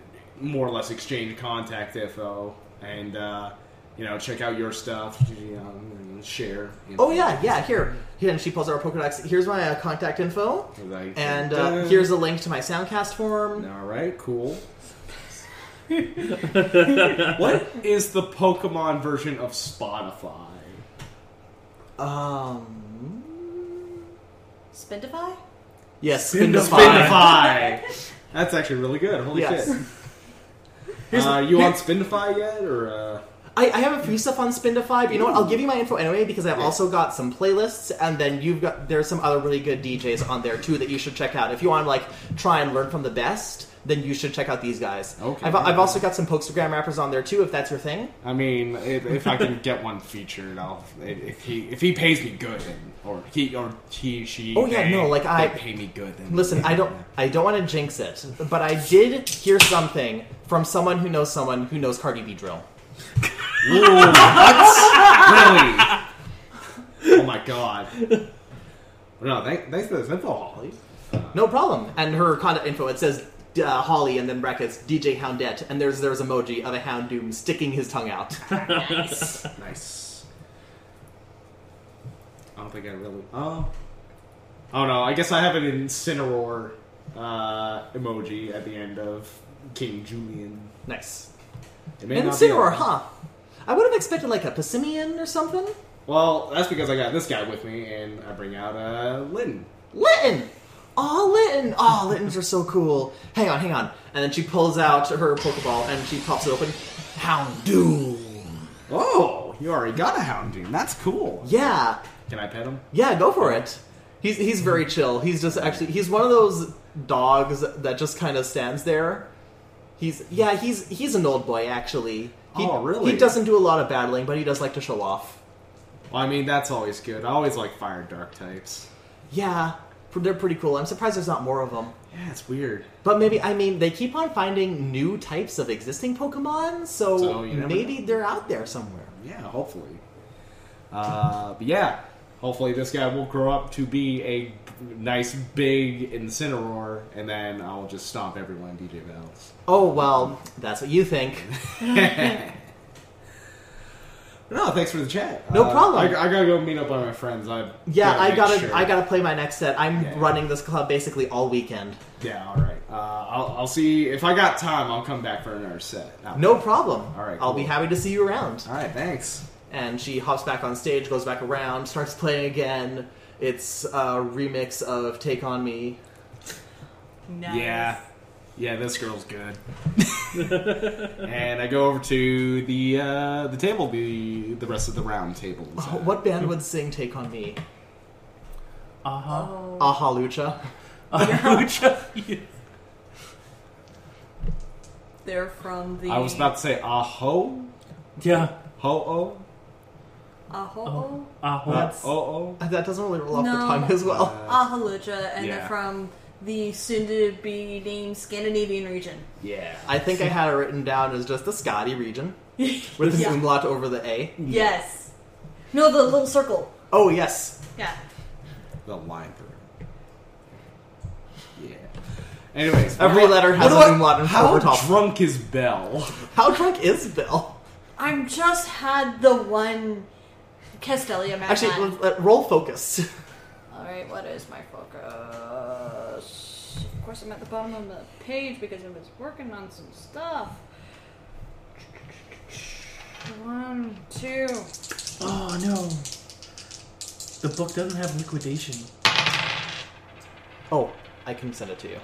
Speaker 2: more or less exchange contact info and uh, you know check out your stuff, you know, and share. you know.
Speaker 1: Oh yeah, yeah. Here, here, and she pulls out her Pokedex. Here's my uh, contact info,
Speaker 2: Like,
Speaker 1: and
Speaker 2: dun.
Speaker 1: uh, here's a link to my Soundcast form.
Speaker 2: All right, cool. what is the Pokemon version of Spotify?
Speaker 1: Um,
Speaker 3: Spendify?
Speaker 1: yes,
Speaker 4: Spindify.
Speaker 1: Spindify.
Speaker 2: Spindify. That's actually really good. Holy
Speaker 1: Yes.
Speaker 2: shit! Uh, you on Spindify yet, or uh,
Speaker 1: I, I have a free stuff on Spindify, but you know what? I'll give you my info anyway because I've also got some playlists, and then you've got there's some other really good DJs on there too that you should check out if you want to like try and learn from the best. Then you should check out these guys.
Speaker 2: Okay.
Speaker 1: I've, I've also got some Pokestagram rappers on there too, if that's your thing.
Speaker 2: I mean, if, if I can get one featured, I'll if he if he pays me good, then, or he or he she.
Speaker 1: Oh, yeah,
Speaker 2: they-
Speaker 1: no, like,
Speaker 2: they
Speaker 1: I-
Speaker 2: pay me good. Then
Speaker 1: Listen, I don't I don't want to jinx it, but I did hear something from someone who knows someone who knows Cardi B drill.
Speaker 2: Ooh, what? really? Oh my god! No, thank, thanks for this info, Holly.
Speaker 1: No problem. And her contact info it says uh, Holly and then brackets DJ Houndette and there's there's emoji of a houndoom sticking his tongue out.
Speaker 3: nice.
Speaker 2: Nice. I don't think I really. Oh. Oh no! I guess I have an Incineroar uh, emoji at the end of King Julian.
Speaker 1: nice.
Speaker 2: It may
Speaker 1: And
Speaker 2: not be
Speaker 1: Incineroar,
Speaker 2: a-
Speaker 1: huh? I would have expected like a Pissimian or something.
Speaker 2: Well, that's because I got this guy with me, and I bring out uh, Lynn.
Speaker 1: Litton! Aw, Litton! Aw, Littons are so cool. Hang on, hang on. And then she pulls out her Pokeball and she pops it open. Houndoom!
Speaker 2: Oh, you already got a Houndoom. That's cool.
Speaker 1: Yeah,
Speaker 2: Can I pet him?
Speaker 1: Yeah, go for it. He's he's very chill. He's just actually he's one of those dogs that just kind of stands there. He's yeah, he's he's an old boy actually. He,
Speaker 2: Oh, really?
Speaker 1: He doesn't do a lot of battling, but he does like to show off.
Speaker 2: Well, I mean, that's always good. I always like fire and dark types.
Speaker 1: Yeah, pr- they're pretty cool. I'm surprised there's not more of them.
Speaker 2: Yeah, it's weird.
Speaker 1: But maybe I mean they keep on finding new types of existing Pokemon, so,
Speaker 2: So, you never
Speaker 1: maybe they're out there somewhere.
Speaker 2: Yeah, hopefully. Uh, but yeah, Hopefully, this guy will grow up to be a nice big Incineroar, and then I'll just stomp everyone DJ Valves.
Speaker 1: Oh, well, that's what you think.
Speaker 2: No, thanks for the chat. Uh,
Speaker 1: No problem.
Speaker 2: I, I gotta go meet up with my friends. I
Speaker 1: Yeah, I
Speaker 2: make
Speaker 1: gotta
Speaker 2: sure.
Speaker 1: I gotta play my next set. I'm
Speaker 2: Yeah.
Speaker 1: running this club basically all weekend.
Speaker 2: Yeah, all right. Uh, I'll, I'll see if I got time. I'll come back for another set.
Speaker 1: No problem.
Speaker 2: All right,
Speaker 1: I'll be
Speaker 2: cool.
Speaker 1: happy to see you around.
Speaker 2: All right, thanks.
Speaker 1: And she hops back on stage, goes back around, starts playing again. It's a remix of "Take on Me."
Speaker 3: Nice.
Speaker 2: Yeah. Yeah, this girl's good. and I go over to the uh, the table, the the rest of the round table.
Speaker 1: What band would sing "Take on Me"?
Speaker 4: Uh huh.
Speaker 3: Oh.
Speaker 1: Aha Lucha.
Speaker 4: Uh-huh.
Speaker 3: They're from the.
Speaker 2: I was about to say aho,
Speaker 4: yeah.
Speaker 2: ho oh, o, Oh.
Speaker 3: Aho.
Speaker 4: Uh huh.
Speaker 1: That's-
Speaker 2: o o.
Speaker 1: That doesn't really roll off the
Speaker 3: No.
Speaker 1: tongue as
Speaker 2: Uh,
Speaker 1: well. Uh.
Speaker 3: Ahalucha, and
Speaker 2: Yeah.
Speaker 3: they're from the soon to be named Scandinavian region.
Speaker 2: Yeah.
Speaker 1: I think I had it written down as just the Scotty region with an
Speaker 3: Yeah.
Speaker 1: umlaut over the A.
Speaker 3: Yes. No, the little circle.
Speaker 1: Oh yes,
Speaker 3: Yeah.
Speaker 2: The line through. Yeah. Anyways,
Speaker 1: Every
Speaker 2: what-
Speaker 1: letter has
Speaker 2: what do
Speaker 1: an
Speaker 2: I-
Speaker 1: umlaut and
Speaker 2: How
Speaker 1: over top.
Speaker 2: drunk is Bell?
Speaker 1: how drunk is Bill?
Speaker 3: I'm just had the one Castelia map.
Speaker 1: Actually, let- let- roll focus.
Speaker 3: Alright, what is my focus? Of course, I'm at the bottom of the page because I was working on some stuff. One, two.
Speaker 4: Oh no. The book doesn't have liquidation.
Speaker 1: Oh, I can send it to you.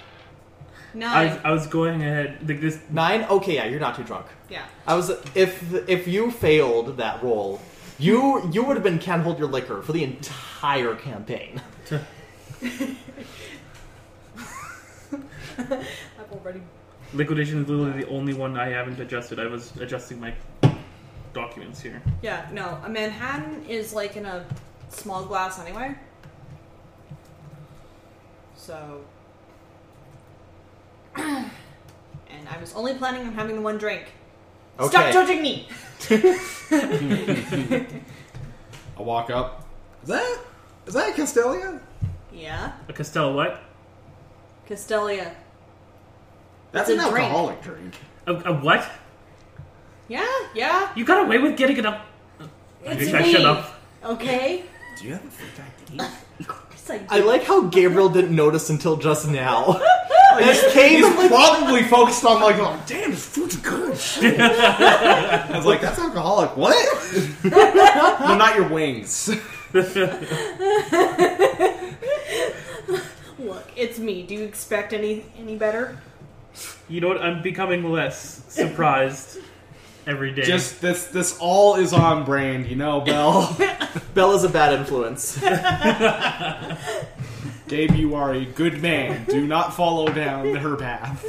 Speaker 4: I,
Speaker 3: Nine.
Speaker 4: I was going ahead like this.
Speaker 1: Nine. Okay, yeah, you're not too drunk.
Speaker 3: Yeah.
Speaker 1: I was if if you failed that roll, you you would have been can't hold your liquor for the entire campaign.
Speaker 3: I've already.
Speaker 4: Liquidation is literally the only one I haven't adjusted. I was adjusting my documents here.
Speaker 3: Yeah, no. A Manhattan is like in a small glass anyway. So. and I was only planning on having the one drink. Stop
Speaker 1: Okay.
Speaker 3: judging me!
Speaker 2: I walk up. Is that is that Castelia?
Speaker 3: Yeah.
Speaker 4: A Costello Uh, what?
Speaker 3: Castelia.
Speaker 2: That's
Speaker 3: It's
Speaker 2: an
Speaker 3: a drink.
Speaker 2: alcoholic drink.
Speaker 4: A, a Uh, what?
Speaker 3: Yeah, yeah.
Speaker 4: You got away with getting it up.
Speaker 3: It's
Speaker 4: think I
Speaker 3: me.
Speaker 4: shut up.
Speaker 3: Okay.
Speaker 2: Do you have a fake ID?
Speaker 3: Of course I do.
Speaker 1: I like how Gabriel didn't notice until just now. This came
Speaker 2: He's
Speaker 1: like,
Speaker 2: probably focused on like, oh, damn, this food's good. Shit. I was like, that's alcoholic. What? no, not your wings.
Speaker 3: Look, it's me. Do you expect any any better?
Speaker 4: You know what? I'm becoming less surprised every day.
Speaker 2: Just this, this all is on brand, you know, Bell.
Speaker 1: Bella's a bad influence.
Speaker 2: Gabe, you are a good man. Do not follow down her path.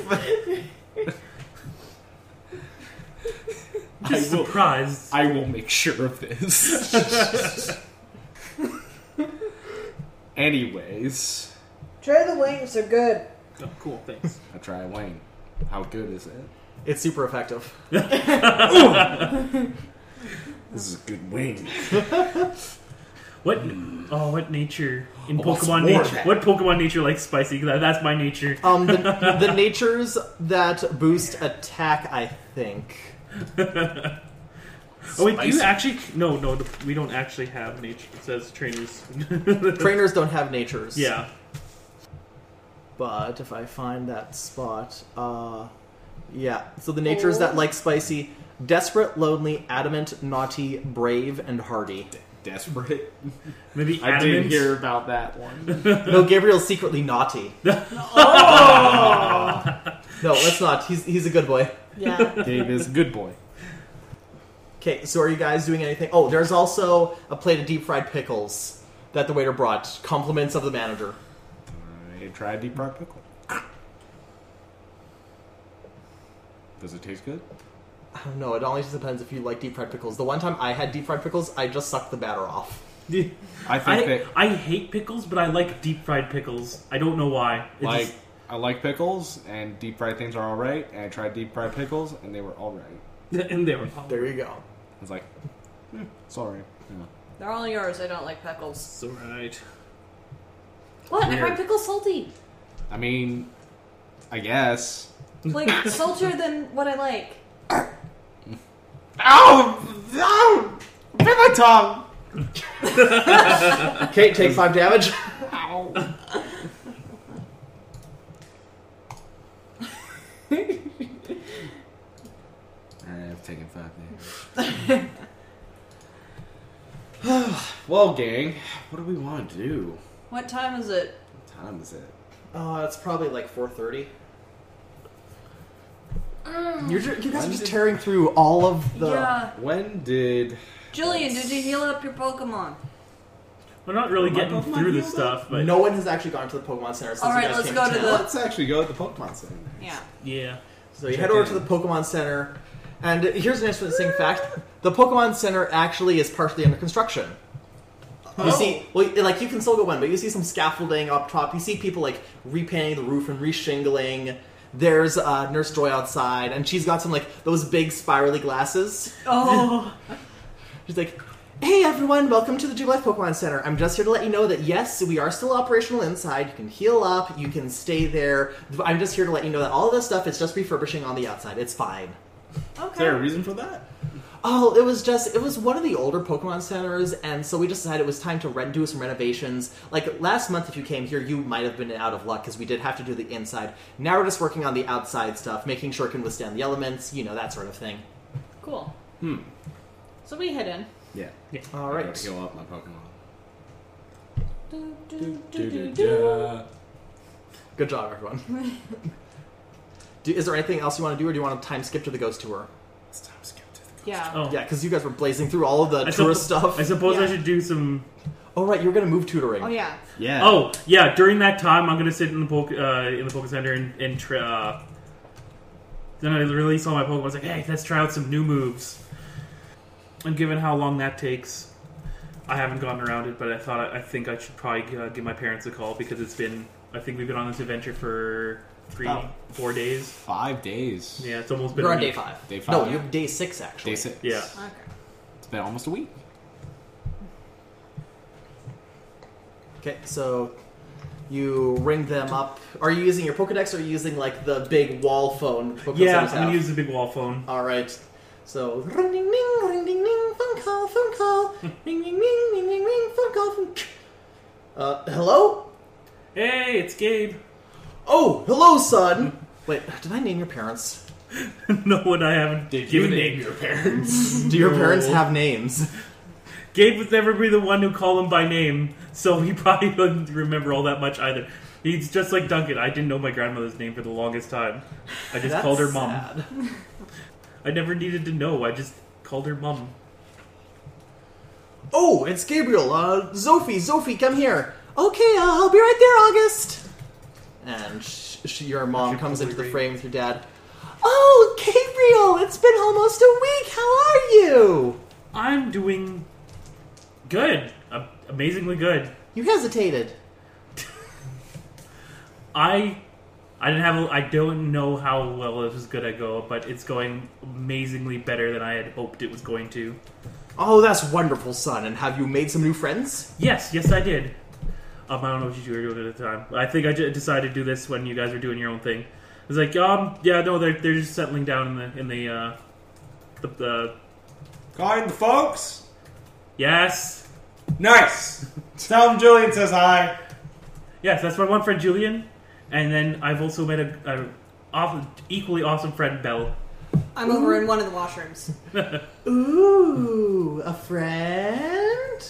Speaker 4: Just
Speaker 2: I will-
Speaker 4: surprised.
Speaker 2: I will make sure of this. Anyways,
Speaker 3: Try the wings. They're good.
Speaker 4: Oh, cool, thanks.
Speaker 2: I try Wayne. How good is it?
Speaker 1: It's super effective.
Speaker 2: This is a good wing.
Speaker 4: What? Oh, what nature in
Speaker 2: Hmm. Oh, what's
Speaker 4: Pokemon
Speaker 2: more
Speaker 4: nature?
Speaker 2: than-
Speaker 4: What Pokemon nature likes spicy? 'Cause that- that's my nature.
Speaker 1: Um, the, the natures that boost attack, I think.
Speaker 4: oh wait, do you
Speaker 2: spicy.
Speaker 4: actually? No, no, the, we don't actually have nature. It says trainers.
Speaker 1: Trainers don't have natures.
Speaker 4: yeah.
Speaker 1: But if I find that spot, uh, yeah. So the natures that like spicy, desperate, lonely, adamant, naughty, brave, and hardy.
Speaker 2: Desperate.
Speaker 4: Maybe
Speaker 2: I did
Speaker 4: adamant.
Speaker 2: hear about that one.
Speaker 1: No, Gabriel's secretly naughty. No, let's not. He's he's a good boy.
Speaker 3: Yeah.
Speaker 2: Gabe is a good boy.
Speaker 1: Okay, so are you guys doing anything? Oh, there's also a plate of deep fried pickles that the waiter brought. Compliments of the manager.
Speaker 2: I tried deep fried pickle. Does it taste good?
Speaker 1: I don't know. It only just depends if you like deep fried pickles. The one time I had deep fried pickles, I just sucked the batter off.
Speaker 2: I think
Speaker 4: I,
Speaker 2: that
Speaker 4: I hate pickles, but I like deep fried pickles. I don't know why. It
Speaker 2: like
Speaker 4: just-
Speaker 2: I like pickles and deep fried things are all right. And I tried deep fried pickles and they were all right.
Speaker 4: and they were
Speaker 1: There you go.
Speaker 2: I was like, "Hmm, sorry. Yeah.
Speaker 3: They're all yours. I don't like pickles.
Speaker 4: It's alright.
Speaker 3: What? I
Speaker 2: Weird.
Speaker 3: find pickles salty.
Speaker 2: I mean, I guess.
Speaker 3: Like saltier than what I like.
Speaker 2: Ow! Ow! Bit my tongue!
Speaker 1: Kate takes five damage.
Speaker 2: Ow! I've taken five damage. well, gang, what do we want to do?
Speaker 3: What time is it?
Speaker 2: What time is it?
Speaker 1: Uh, it's probably like four thirty. You're ju- you guys are
Speaker 2: When
Speaker 1: just
Speaker 2: did-
Speaker 1: tearing through all of the.
Speaker 3: Mm. yeah.
Speaker 2: When did.
Speaker 3: Julian, did you heal up your Pokemon?
Speaker 4: We're not really
Speaker 2: My
Speaker 4: getting
Speaker 2: Pokemon
Speaker 4: through this
Speaker 2: healed
Speaker 4: stuff, but
Speaker 1: No one has actually gone to the Pokemon Center since
Speaker 3: All right,
Speaker 1: you guys
Speaker 3: let's
Speaker 1: came
Speaker 3: go
Speaker 1: to
Speaker 3: to
Speaker 1: town.
Speaker 3: the-
Speaker 2: Let's actually go to the Pokemon Center.
Speaker 3: Yeah.
Speaker 4: yeah.
Speaker 1: So you
Speaker 2: Check
Speaker 1: head over
Speaker 2: in.
Speaker 1: to the Pokemon Center, and here's an interesting fact: the Pokemon Center actually is partially under construction.
Speaker 2: Oh.
Speaker 1: You see, well, like you can still go in, but you see some scaffolding up top. You see people like repainting the roof and reshingling. There's uh, Nurse Joy outside, and she's got some like those big spirally glasses.
Speaker 3: Oh.
Speaker 1: She's like, "Hey everyone, welcome to the Jubilife Pokemon Center. I'm just here to let you know that yes, we are still operational inside. You can heal up, you can stay there. I'm just here to let you know that all of this stuff is just refurbishing on the outside. It's fine."
Speaker 3: Okay.
Speaker 2: Is there a reason for that?
Speaker 1: Oh, it was just it was one of the older Pokemon centers, and so we just decided it was time to rent, do some renovations. Like last month, if you came here, you might have been out of luck because we did have to do the inside. Now we're just working on the outside stuff, making sure it can withstand the elements, you know that sort of thing.
Speaker 3: Cool.
Speaker 2: Hmm.
Speaker 3: So we head in.
Speaker 2: Yeah.
Speaker 1: All
Speaker 2: I gotta
Speaker 1: right.
Speaker 2: heal up my Pokemon.
Speaker 3: Do, do, do, do, do.
Speaker 2: Du-du-du.
Speaker 1: Good job, everyone. do, is there anything else you want to do, or do you want to time skip to the ghost tour?
Speaker 2: It's time to skip to the ghost.
Speaker 3: Yeah.
Speaker 4: Oh,
Speaker 1: Yeah, because you guys were blazing through all of the
Speaker 4: I
Speaker 1: tourist
Speaker 4: suppo-
Speaker 1: stuff.
Speaker 4: Oh, I suppose
Speaker 3: Yeah.
Speaker 4: I should do some.
Speaker 1: oh, right, you're gonna move tutoring.
Speaker 3: Oh yeah.
Speaker 2: Yeah.
Speaker 4: Oh yeah, during that time I'm gonna sit in the poke uh, in the poke center and, and try. Uh, then I release all my Pokemon. Like, hey, let's try out some new moves. And given how long that takes, I haven't gotten around it. But I thought I think I should probably uh, give my parents a call because it's been. I think we've been on this adventure for three,
Speaker 2: Oh.
Speaker 4: four days.
Speaker 2: Five days.
Speaker 4: Yeah, it's almost been.
Speaker 1: You're
Speaker 4: a
Speaker 1: on day
Speaker 4: week.
Speaker 1: five.
Speaker 2: Day
Speaker 1: No,
Speaker 2: five.
Speaker 1: you have day six actually.
Speaker 2: Day six.
Speaker 4: Yeah.
Speaker 3: Okay.
Speaker 2: It's been almost a week.
Speaker 1: Okay, so you ring them up. Are you using your Pokedex or are you using like the big wall phone? Pokemon
Speaker 4: Yeah, I'm
Speaker 1: centers
Speaker 4: gonna
Speaker 1: have?
Speaker 4: use the big wall phone.
Speaker 1: All right. So ring ding ding ring ding ding phone call phone call ring ding ding ring ding ring phone call phone. Uh, hello?
Speaker 4: Hey, it's Gabe.
Speaker 1: Oh, hello, son. Wait, did I name your parents?
Speaker 4: no one I haven't given name.
Speaker 2: your parents?
Speaker 1: Do your parents
Speaker 4: No.
Speaker 1: have names?
Speaker 4: Gabe would never be the one who called him by name, so he probably wouldn't remember all that much either. He's just like Duncan. I didn't know my grandmother's name for the longest time. I just
Speaker 1: That's
Speaker 4: called her mom.
Speaker 1: sad.
Speaker 4: I never needed to know. I just called her mom.
Speaker 1: Oh, it's Gabriel. Uh, Sophie, Sophie, come here. Okay, uh, I'll be right there, August. And sh- sh- your mom
Speaker 4: She
Speaker 1: comes into the
Speaker 4: probably-
Speaker 1: frame with your dad. Oh, Gabriel, it's been almost a week. How are you?
Speaker 4: I'm doing good. i amazingly good.
Speaker 1: You hesitated.
Speaker 4: I I didn't have a, I don't know how well this is gonna go, but it's going amazingly better than I had hoped it was going to.
Speaker 1: Oh, that's wonderful, son. And have you made some new friends?
Speaker 4: Yes, yes, I did. Um, I don't know what you two were doing at the time. I think I ju- decided to do this when you guys were doing your own thing. It's like, um, yeah, no, they're, they're just settling down in the in the uh, the, the
Speaker 2: Calling the folks?
Speaker 4: yes,
Speaker 2: Nice! Tell them Julian says hi.
Speaker 4: yes. That's my one friend Julian, and then I've also met a, a awful, equally awesome friend Belle.
Speaker 3: I'm over in one of the washrooms.
Speaker 1: Ooh, a friend?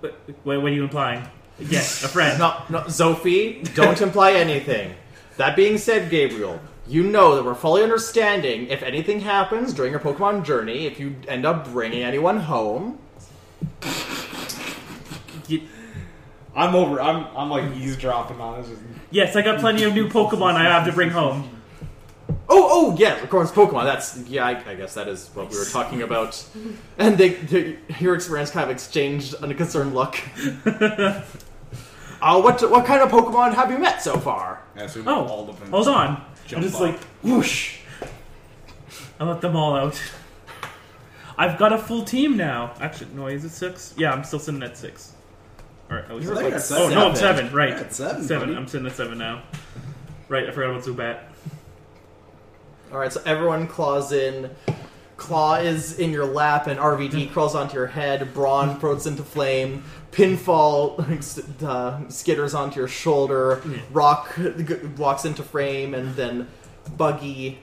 Speaker 4: What, what are you implying? Yes, a friend.
Speaker 1: No, no, Sophie, don't imply anything. That being said, Gabriel, you know that we're fully understanding if anything happens during your Pokemon journey, if you end up bringing anyone home.
Speaker 4: Y-
Speaker 2: I'm over. I'm, I'm like eavesdropping on this.
Speaker 4: Yes, I got plenty of new Pokemon I have to bring home.
Speaker 1: Oh, oh, yeah, of course, Pokemon. That's yeah. I, I guess that is what we were talking about. And they, they your experience kind of exchanged a concerned look. uh, what what kind of Pokemon have you met so far?
Speaker 4: Oh, hold on. I'm
Speaker 2: Jump
Speaker 4: just
Speaker 2: up.
Speaker 4: like whoosh. I let them all out. I've got a full team now. Actually, no, is it six? Yeah, I'm still sitting at six. All right, I was
Speaker 2: You're
Speaker 1: like
Speaker 2: like at
Speaker 4: Oh no, I'm
Speaker 1: seven.
Speaker 4: seven. Right,
Speaker 2: You're at seven, buddy.
Speaker 4: I'm sitting at seven now. Right, I forgot about Zubat.
Speaker 1: All right, so everyone claws in. Claw is in your lap, and RVD crawls onto your head. Brawn floats into flame. Pinfall uh, skitters onto your shoulder. Rock g- walks into frame, and then Buggy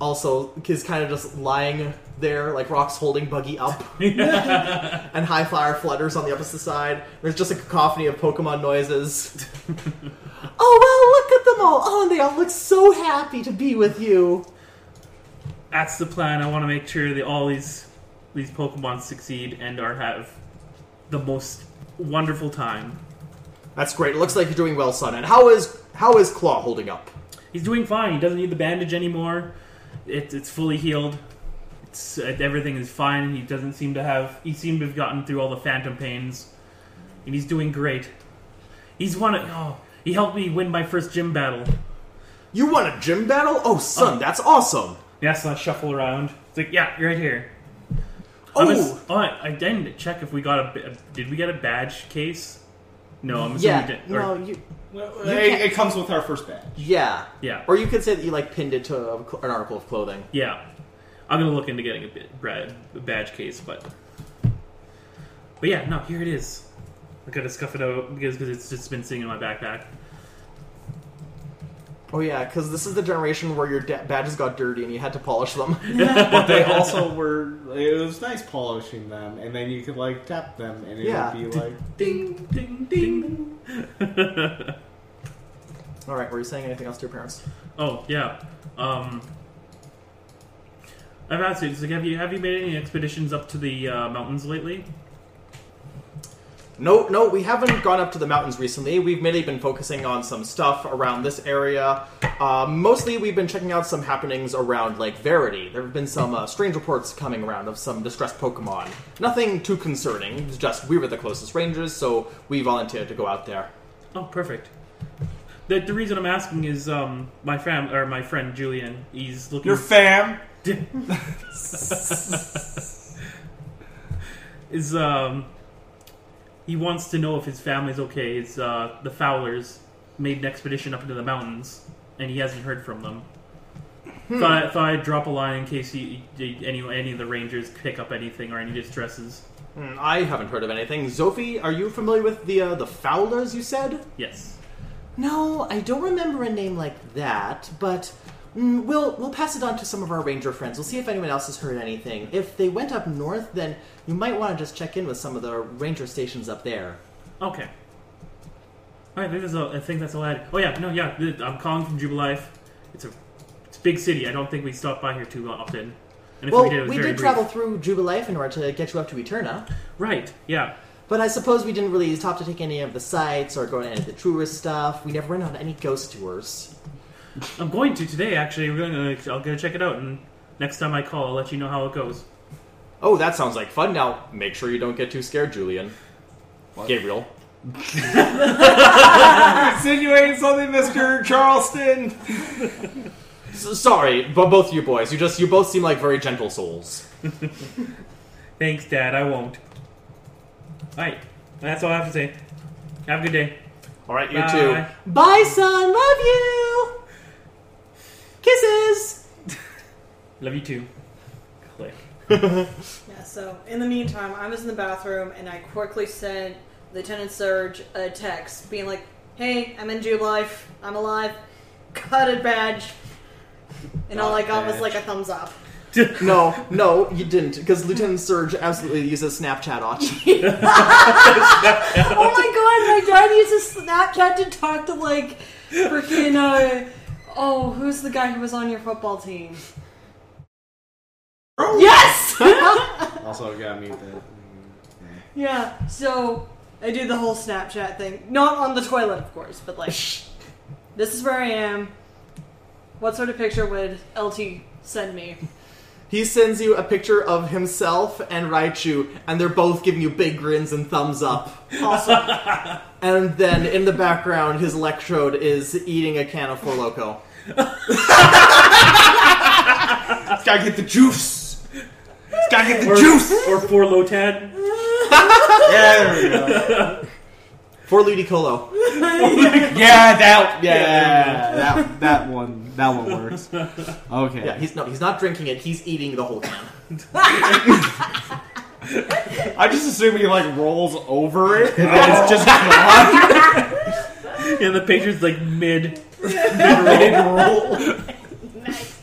Speaker 1: also is kind of just lying there, like Rock's holding Buggy up. and High Flyer flutters on the opposite side. There's just a cacophony of Pokemon noises. oh, well, look at them all. Oh, and they all look so happy to be with you.
Speaker 4: That's the plan. I want to make sure that all these these Pokemon succeed and are have the most wonderful time.
Speaker 1: That's great. It looks like you're doing well, son. And how is how is Claw holding up?
Speaker 4: He's doing fine. He doesn't need the bandage anymore. It, it's fully healed. It's, uh, everything is fine. He doesn't seem to have. He seemed to have gotten through all the phantom pains, and he's doing great. He's one. Of, oh, he helped me win my first gym battle.
Speaker 1: You won a gym battle? Oh, son,
Speaker 4: Um,
Speaker 1: that's awesome.
Speaker 4: Yes, I shuffle around. It's like, yeah, you're right here. I'm ass-
Speaker 1: Oh,
Speaker 4: oh, I I didn't check if we got a. ba- Did we get a badge case? No, I'm assuming we
Speaker 1: yeah.
Speaker 4: did. or-
Speaker 1: No, you.
Speaker 2: Well,
Speaker 1: You
Speaker 2: it,
Speaker 1: can't-
Speaker 2: it comes with our first badge.
Speaker 1: Yeah.
Speaker 4: Yeah.
Speaker 1: Or you could say that you like pinned it to a, an article of clothing.
Speaker 4: Yeah, I'm gonna look into getting a bit brad a badge case, but but yeah, no, here it is. I gotta scuff it out because because it's just been sitting in my backpack.
Speaker 1: Oh yeah, because this is the generation where your da- badges got dirty and you had to polish them.
Speaker 2: but they also were. It was nice polishing them, and then you could like tap them, and it
Speaker 1: Yeah.
Speaker 2: would be like.
Speaker 4: Ding ding ding.
Speaker 1: All right, were you saying anything else to your parents?
Speaker 4: oh yeah. Um, I've asked you. it's Like, have you have you made any expeditions up to the uh, mountains lately?
Speaker 1: No, no, we haven't gone up to the mountains recently. We've mainly been focusing on some stuff around this area. Uh, mostly, we've been checking out some happenings around Lake Verity. There have been some uh, strange reports coming around of some distressed Pokemon. Nothing too concerning. It's just we were the closest rangers, so we volunteered to go out there.
Speaker 4: Oh, perfect. The, the reason I'm asking is um, my fam or my friend Julian. He's looking.
Speaker 2: Your fam.
Speaker 4: is um he wants to know if his family's okay. It's uh the Fowlers made an expedition up into the mountains and he hasn't heard from them.
Speaker 1: Hmm.
Speaker 4: Thought, I, thought I'd drop a line in case he, he- any any of the rangers pick up anything or any distresses.
Speaker 1: Hmm, I haven't heard of anything. Zophie, are you familiar with the uh, the Fowlers? You said.
Speaker 4: Yes.
Speaker 1: No, I don't remember a name like that, but mm, we'll we'll pass it on to some of our ranger friends. We'll see if anyone else has heard anything. If they went up north, then you might want to just check in with some of the ranger stations up there.
Speaker 4: Okay. All right, I think that's all. I think that's all I had. Oh yeah, no, yeah. th- I'm calling from Jubilife. It's a it's a big city. I don't think we stop by here too often. And if
Speaker 1: well,
Speaker 4: we did, it was very
Speaker 1: did
Speaker 4: brief.
Speaker 1: travel through Jubilife in order to get you up to Eterna,
Speaker 4: Right. Yeah.
Speaker 1: but I suppose we didn't really stop to take any of the sights or go to any of the tourist stuff. We never went on any ghost tours.
Speaker 4: I'm going to today. Actually, we're gonna. I'll go check it out, and next time I call, I'll let you know how it goes.
Speaker 1: Oh, that sounds like fun. Now, make sure you don't get too scared, Julian. Gabriel.
Speaker 2: Insinuating something, Mister Charleston.
Speaker 1: S- sorry, but both you boys, you just you both seem like very gentle souls.
Speaker 4: Thanks, Dad. I won't. All right. That's all I have to say. Have a good day.
Speaker 1: All right, you
Speaker 4: Bye.
Speaker 1: too. Bye, son. Love you. Kisses.
Speaker 4: Love you too. Click.
Speaker 3: Yeah, so in the meantime, I was in the bathroom and I quickly sent Lieutenant Surge a text being like, hey, I'm in Jubilife, I'm alive, cut a badge. And all I got was like a thumbs up.
Speaker 1: No, no, you didn't, because Lieutenant Surge absolutely uses Snapchat option.
Speaker 3: oh my god, my dad uses Snapchat to talk to like freaking, uh, oh, who's the guy who was on your football team? Yes!
Speaker 2: Also got me the.
Speaker 3: yeah, so I do the whole Snapchat thing. Not on the toilet, of course, but like, this is where I am. What sort of picture would LT send me?
Speaker 1: he sends you a picture of himself and Raichu, and they're both giving you big grins and thumbs up.
Speaker 3: Awesome.
Speaker 1: And then in the background, his electrode is eating a can of Four Loco.
Speaker 2: Gotta get the juice.
Speaker 1: Gotta get the
Speaker 4: Or,
Speaker 1: juice!
Speaker 4: or for Lotad.
Speaker 2: Yeah, there we go.
Speaker 1: For Ludicolo.
Speaker 2: Yeah, that yeah, that that one that one works. Okay.
Speaker 1: Yeah, he's no, he's not drinking it. He's eating the whole can.
Speaker 2: I just assume he like rolls over it and then it's just gone.
Speaker 4: And the patron's like mid.
Speaker 2: Big roll.
Speaker 3: Nice.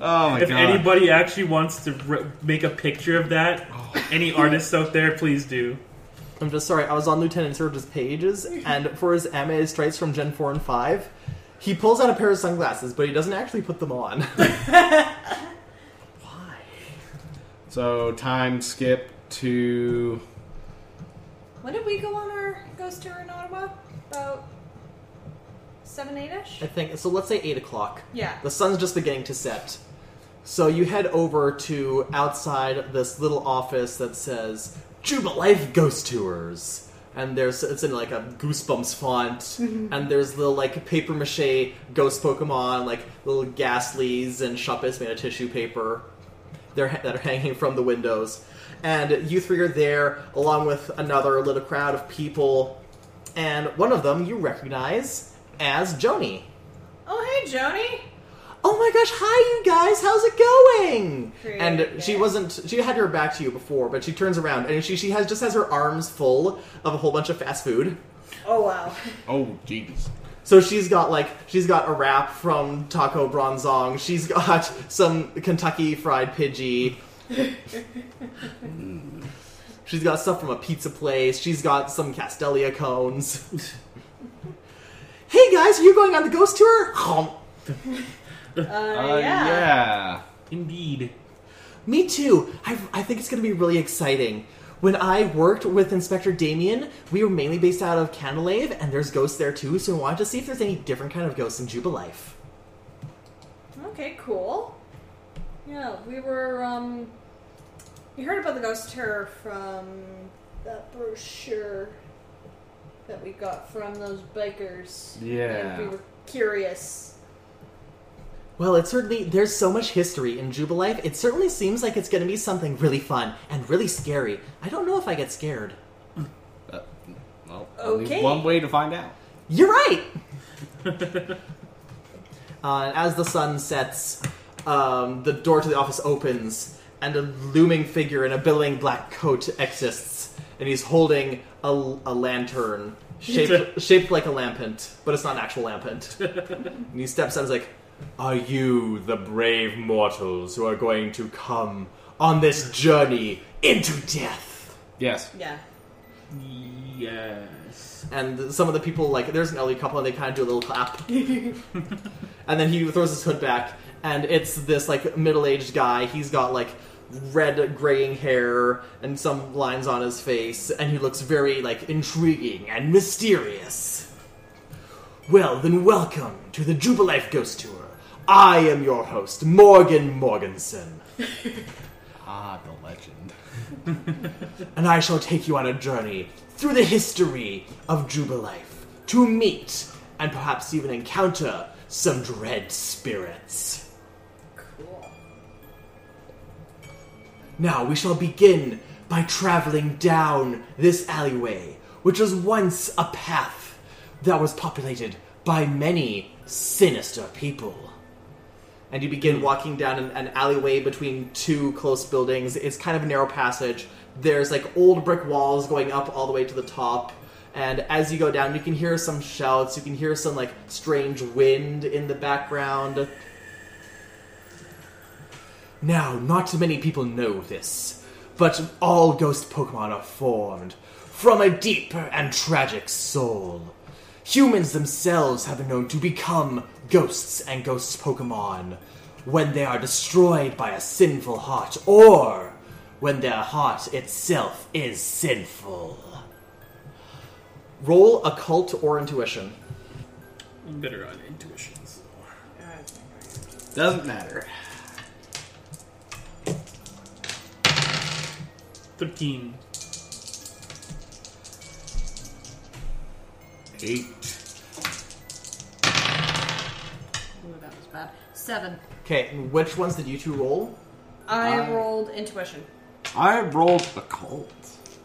Speaker 2: Oh my
Speaker 4: If
Speaker 2: god.
Speaker 4: anybody actually wants to re- make a picture of that,
Speaker 2: Oh.
Speaker 4: any artists out there, please do.
Speaker 1: I'm just sorry. I was on Lieutenant Surge's pages, and for his MA strikes from Gen 4 and 5, he pulls out a pair of sunglasses, but he doesn't actually put them on. Why?
Speaker 2: So time skip to
Speaker 3: When did we go on our ghost tour in Ottawa? About seven, eight ish.
Speaker 1: I think so. Let's say eight o'clock.
Speaker 3: Yeah.
Speaker 1: The sun's just beginning to set. So you head over to outside this little office that says Jubilife Ghost Tours. And there's it's in like a goosebumps font, and there's little like paper mache ghost Pokemon, like little ghastlies and Shuppets made of tissue paper, they're, that are hanging from the windows. And you three are there along with another little crowd of people, and one of them you recognize as Joni.
Speaker 3: Oh, hey, Joni.
Speaker 1: Oh my gosh, hi you guys, how's it going?
Speaker 3: Pretty
Speaker 1: And she
Speaker 3: good.
Speaker 1: wasn't she had her back to you before, but she turns around and she she has just has her arms full of a whole bunch of fast food.
Speaker 3: Oh wow.
Speaker 2: oh jeez.
Speaker 1: So she's got like she's got a wrap from Taco Bronzong, she's got some Kentucky fried pidgey. she's got stuff from a pizza place, she's got some Castelia cones. hey guys, are you going on the ghost tour? Honk.
Speaker 3: Uh,
Speaker 2: Uh,
Speaker 3: yeah.
Speaker 2: yeah.
Speaker 4: Indeed.
Speaker 1: Me too. I, I think it's going to be really exciting. When I worked with Inspector Damien, we were mainly based out of Canalave, and there's ghosts there too, so we wanted to see if there's any different kind of ghosts in Jubilife.
Speaker 3: Okay, cool. Yeah, we were. um... You heard about the ghost terror from that brochure that we got from those bikers.
Speaker 2: Yeah.
Speaker 3: And we were curious.
Speaker 1: Well, it certainly there's so much history in Jubilife. It certainly seems like it's going to be something really fun and really scary. I don't know if I get scared.
Speaker 2: Uh, well, only
Speaker 3: Okay.
Speaker 2: one way to find out.
Speaker 1: You're right. uh, as the sun sets, um, the door to the office opens, and a looming figure in a billowing black coat exists, and he's holding a, a lantern shaped shaped like a lampant, but it's not an actual lampant. and he steps out and is like, "Are you the brave mortals who are going to come on this journey into death?"
Speaker 2: Yes.
Speaker 3: Yeah.
Speaker 4: Yes.
Speaker 1: and some of the people like there's an elderly couple and they kind of do a little clap and then he throws his hood back and it's this like middle-aged guy he's got like red graying hair and some lines on his face and he looks very like intriguing and mysterious well then welcome to the jubilife ghost tour i am your host morgan morganson
Speaker 2: Ah, the legend.
Speaker 1: and I shall take you on a journey through the history of Jubilife to meet and perhaps even encounter some dread spirits.
Speaker 3: Cool.
Speaker 1: Now we shall begin by traveling down this alleyway, which was once a path that was populated by many sinister people. and you begin walking down an, an alleyway between two close buildings. It's kind of a narrow passage. There's like old brick walls going up all the way to the top. And as you go down, you can hear some shouts. You can hear some like strange wind in the background. Now, not many people know this, but all ghost Pokemon are formed from a deep and tragic soul. Humans themselves have been known to become ghosts and ghost Pokemon when they are destroyed by a sinful heart or when their heart itself is sinful. Roll occult or intuition.
Speaker 4: I'm better on intuitions.
Speaker 2: Doesn't matter.
Speaker 4: 13.
Speaker 2: Eight.
Speaker 3: Ooh, that was bad. Seven.
Speaker 1: Okay, and which ones did you two roll?
Speaker 3: I
Speaker 2: I-
Speaker 3: rolled intuition.
Speaker 2: I rolled a cult.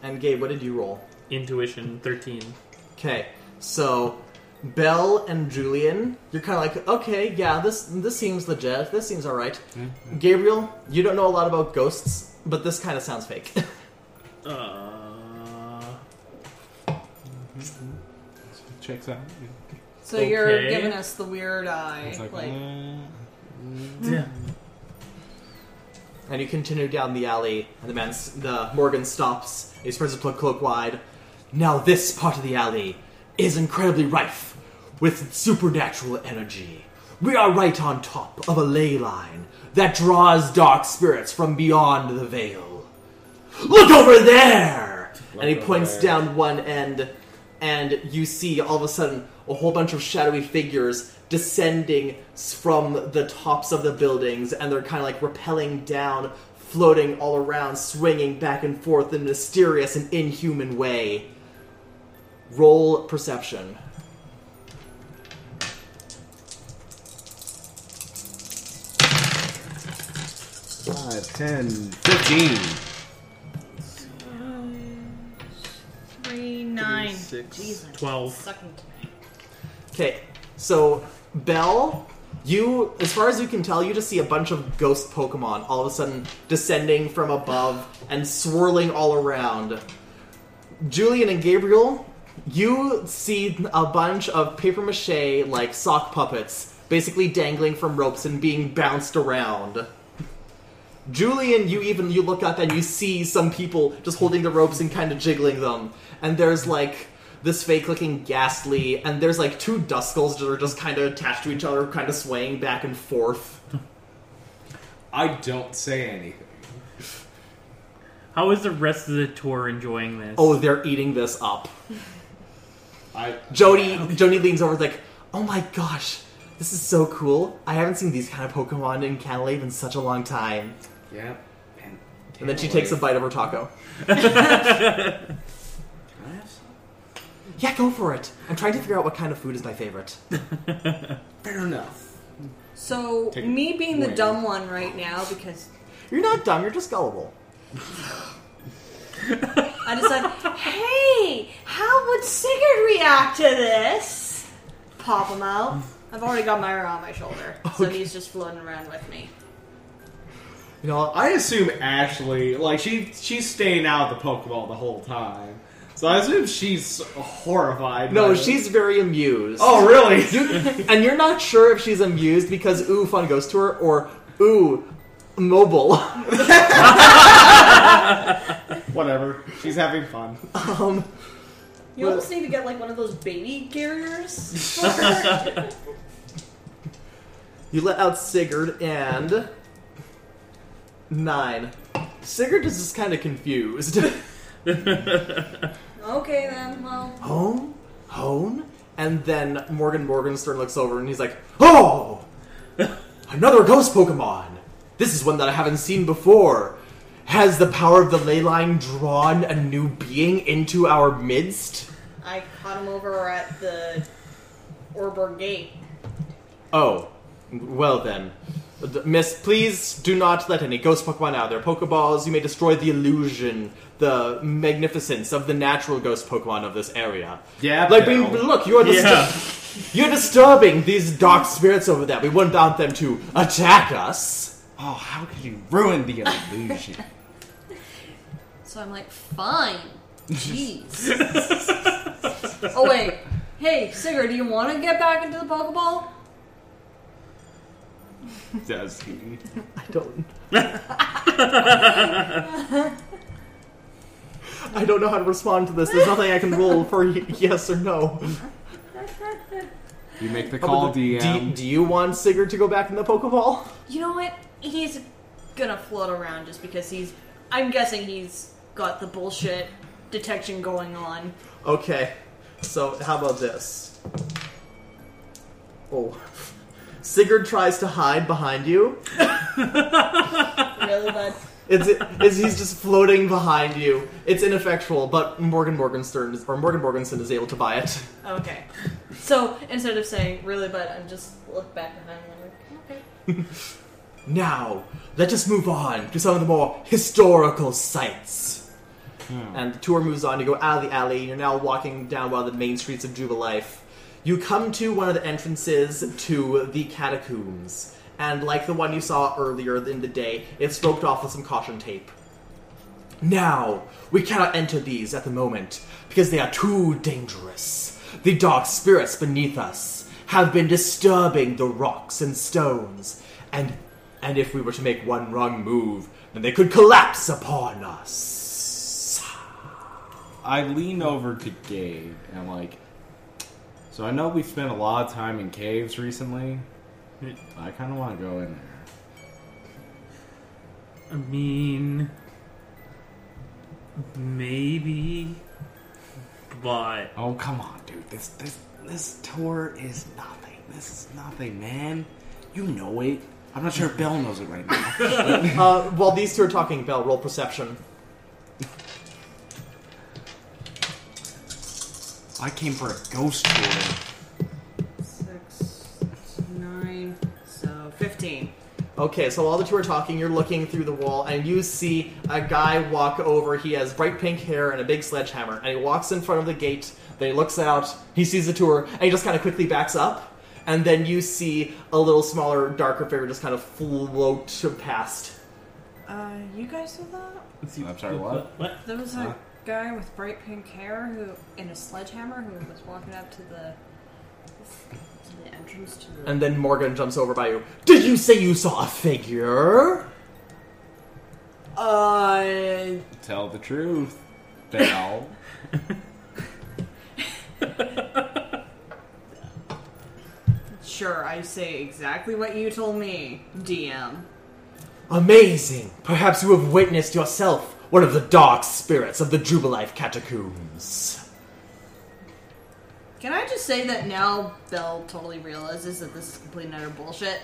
Speaker 1: And Gabe, what did you roll?
Speaker 4: Intuition, 13.
Speaker 1: Okay, so Belle and Julian, you're kind of like, okay, yeah, this this seems legit. This seems all right. Gabriel, you don't know a lot about ghosts, but this kind of sounds fake.
Speaker 4: Uh,
Speaker 2: Checks out.
Speaker 3: So you're
Speaker 4: Okay.
Speaker 3: giving us the weird eye. Like,
Speaker 2: mm. eh,
Speaker 4: yeah.
Speaker 1: and you continue down the alley, and the man, s- the Morgan stops. He spreads his clo- cloak wide. Now this part of the alley is incredibly rife with supernatural energy. We are right on top of a ley line that draws dark spirits from beyond the veil. Look over there! and he
Speaker 2: over
Speaker 1: points
Speaker 2: there.
Speaker 1: down one end, and you see all of a sudden a whole bunch of shadowy figures descending s- from the tops of the buildings, and they're kind of like rappelling down, floating all around, swinging back and forth in a mysterious and inhuman way. Roll perception.
Speaker 2: Five, 10, 15.
Speaker 3: three, nine.
Speaker 4: six,
Speaker 3: Jesus, I'm
Speaker 4: 12.
Speaker 3: Sucking tonight.
Speaker 1: Okay, so Bell, you, as far as you can tell, you just see a bunch of ghost Pokemon all of a sudden descending from above and swirling all around. Julian and Gabriel, you see a bunch of paper mache like sock puppets basically dangling from ropes and being bounced around. Julian, you even you look up and you see some people just holding the ropes and kind of jiggling them. And there's like this fake looking ghastly, and there's like two duskulls that are just kind of attached to each other, kind of swaying back and forth.
Speaker 2: I don't say anything.
Speaker 4: How is the rest of the tour enjoying this?
Speaker 1: Oh, they're eating this up.
Speaker 2: I
Speaker 1: Jody Jody leans over like, oh my gosh, this is so cool. I haven't seen these kind of Pokemon in Canalave in such a long time.
Speaker 2: Yeah.
Speaker 1: And then she takes a bite of her taco. Yeah, go for it. I'm trying to figure out what kind of food is my favorite.
Speaker 2: Fair enough.
Speaker 3: So
Speaker 2: Take
Speaker 3: me being the
Speaker 2: away.
Speaker 3: dumb one right now because
Speaker 1: You're not dumb, you're just gullible.
Speaker 3: I decided, hey, how would Sigurd react to this? Pop him out. I've already got Myra on my shoulder, so
Speaker 1: Okay.
Speaker 3: he's just floating around with me.
Speaker 1: You know,
Speaker 2: I assume Ashley, like she, she's staying out of the Pokeball the whole time, so I assume she's horrified. by
Speaker 1: No,
Speaker 2: this.
Speaker 1: she's very amused.
Speaker 2: Oh, really?
Speaker 1: and you're not sure if she's amused because ooh, fun ghost tour or ooh, mobile.
Speaker 2: Whatever. She's having fun.
Speaker 1: um,
Speaker 3: You
Speaker 1: Well-
Speaker 3: almost need to get like one of those baby carriers. for her.
Speaker 1: you let out Sigurd and nine. Sigurd is just kind of confused.
Speaker 3: okay then. Well,
Speaker 1: home, home, and then Morgan Morgenstern looks over and he's like, "Oh, another ghost Pokemon. This is one that I haven't seen before. Has the power of the ley line drawn a new being into our midst?"
Speaker 3: I caught him over at the Orberg Gate.
Speaker 1: Oh, well then. Th- Miss, please do not let any ghost Pokemon out of their Pokeballs. You may destroy the illusion, the magnificence of the natural ghost Pokemon of this area.
Speaker 2: Yeah,
Speaker 1: like,
Speaker 2: pal.
Speaker 1: we- look, you are distur-
Speaker 4: Yeah.
Speaker 1: you're disturbing these dark spirits over there. We wouldn't want them to attack us.
Speaker 2: Oh, how could you ruin the illusion?
Speaker 3: So I'm like, fine. Jeez. oh wait. Hey, Sigurd, do you want to get back into the Pokeball?
Speaker 2: Does he?
Speaker 1: I don't. I don't know how to respond to this. There's nothing I can roll for y- yes or no.
Speaker 2: You make the
Speaker 1: How
Speaker 2: call,
Speaker 1: about the-
Speaker 2: DM.
Speaker 1: Do, do you want Sigurd to go back in the Pokeball?
Speaker 3: You know what? He's gonna float around just because he's. I'm guessing he's got the bullshit detection going on.
Speaker 1: Okay, so how about this? Oh. Sigurd tries to hide behind you.
Speaker 3: Really, bud?
Speaker 1: It's, it's he's just floating behind you. It's ineffectual, but Morgan Morgenstern is- or Morgan Morgenson is able to buy it.
Speaker 3: Okay. So instead of saying really, bud, I'm just look back behind me. and I'm like, Okay.
Speaker 1: Now, let us move on to some of the more historical sites. And the tour moves on. You go out of the alley. You're now walking down one of the main streets of Jubilife. You come to one of the entrances to the catacombs. And like the one you saw earlier in the day, it's roped off with some caution tape. Now, we cannot enter these at the moment because they are too dangerous. The dark spirits beneath us have been disturbing the rocks and stones, and and if we were to make one wrong move, then they could collapse upon us.
Speaker 2: I lean over to Gabe and I'm like, so I know we've spent a lot of time in caves recently. I kind of want to go in there.
Speaker 4: I mean, maybe, but
Speaker 2: Oh come on, dude! This this this tour is nothing. This is nothing, man. You know it. I'm not sure if Bell knows it right now.
Speaker 1: Uh, while these two are talking, Bell, roll perception.
Speaker 2: I came for a ghost tour.
Speaker 3: Six, nine, so 15.
Speaker 1: Okay, so while the two are talking, you're looking through the wall, and you see a guy walk over. He has bright pink hair and a big sledgehammer, and he walks in front of the gate. Then he looks out, he sees the tour, and he just kind of quickly backs up. And then you see a little smaller, darker figure just kind of float past.
Speaker 3: Uh, you guys saw that?
Speaker 2: I'm sorry, what?
Speaker 4: What?
Speaker 3: There was a
Speaker 2: Huh?
Speaker 3: guy with bright pink hair who, in a sledgehammer, who was walking up to the to the entrance to the.
Speaker 1: And then Morgan jumps over by you. Did you say you saw a figure?
Speaker 3: uh,
Speaker 2: Tell the truth, Bell.
Speaker 3: sure. I say exactly what you told me, DM.
Speaker 1: Amazing! Perhaps you have witnessed yourself one of the dark spirits of the Jubilife catacombs.
Speaker 3: Can I just say that now Belle totally realizes that this is complete and utter bullshit?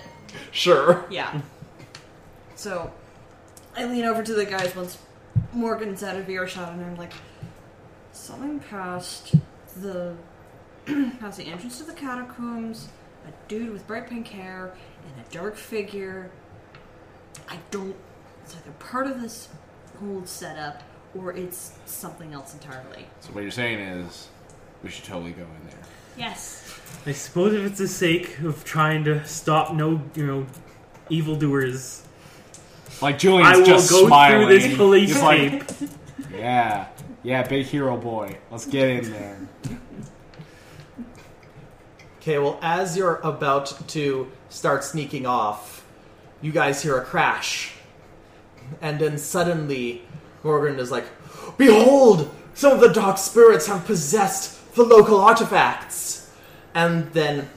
Speaker 1: Sure.
Speaker 3: Yeah. so, I lean over to the guys once Morgan's out of earshot, and I'm like, something past the past the entrance to the catacombs, a dude with bright pink hair and a dark figure. I don't. It's either part of this whole setup or it's something else entirely.
Speaker 2: so what you're saying is, we should totally go in there.
Speaker 3: Yes.
Speaker 4: I suppose if it's the sake of trying to stop no, you know, evildoers,
Speaker 2: Like Julian's
Speaker 4: I will
Speaker 2: just
Speaker 4: go
Speaker 2: smiling.
Speaker 4: through this police
Speaker 2: He's
Speaker 4: tape.
Speaker 2: like, yeah, yeah, big hero boy. Let's get in there.
Speaker 1: Okay, well, as you're about to start sneaking off, you guys hear a crash. And then suddenly, Morgan is like, Behold! Some of the dark spirits have possessed the local artifacts! And then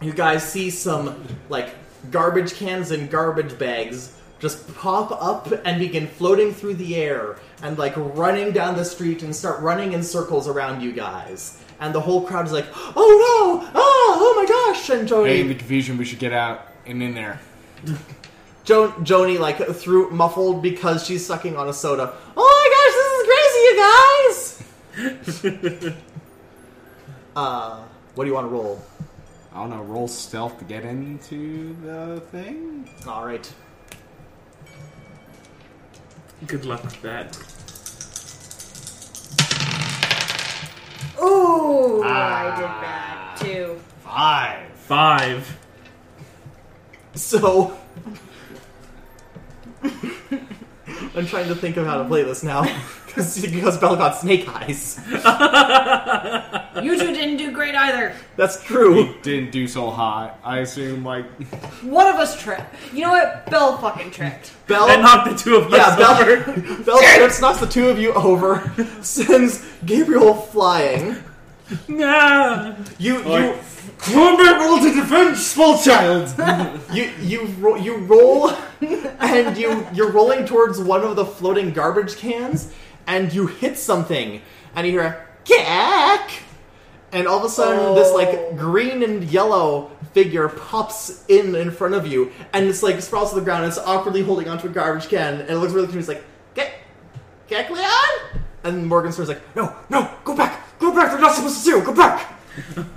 Speaker 1: you guys see some, like, garbage cans and garbage bags just pop up and begin floating through the air and, like, running down the street and start running in circles around you guys. And the whole crowd is like, Oh no! Ah! Oh my gosh! And Joey.
Speaker 2: Hey, in the confusion, we should get out and in there.
Speaker 1: Jo- Joni like through muffled because she's sucking on a soda. Oh my gosh, this is crazy, you guys! uh, what do you want to roll?
Speaker 2: I don't know. Roll stealth to get into the thing.
Speaker 1: All right,
Speaker 4: Good luck with that.
Speaker 3: Ooh, I did that too.
Speaker 2: Five.
Speaker 4: Five.
Speaker 1: so I'm trying to think of how to play this now 'Cause- because Belle got snake eyes.
Speaker 3: You two didn't do great either.
Speaker 1: That's true.
Speaker 2: We didn't do so hot. I assume like
Speaker 3: One of us tripped. You know what? Belle fucking tripped.
Speaker 1: Belle
Speaker 4: That knocked the two of
Speaker 1: Yeah,
Speaker 4: us
Speaker 1: Bell,
Speaker 4: over.
Speaker 1: Bell trips, knocks the two of you over, sends Gabriel flying.
Speaker 4: Nah.
Speaker 1: You you
Speaker 2: Like, combat roll to defense, small child.
Speaker 1: You you ro- you roll, and you you're rolling towards one of the floating garbage cans, and you hit something, and you hear a "cack," and all of a sudden this like green and yellow figure pops in in front of you, and it's like sprawls to the ground, and it's awkwardly holding onto a garbage can, and it looks really confused, like "Cack, cack, Leon," and Morgan Spur's like, "No, no, go back, go back! They're not supposed to see you. Go back."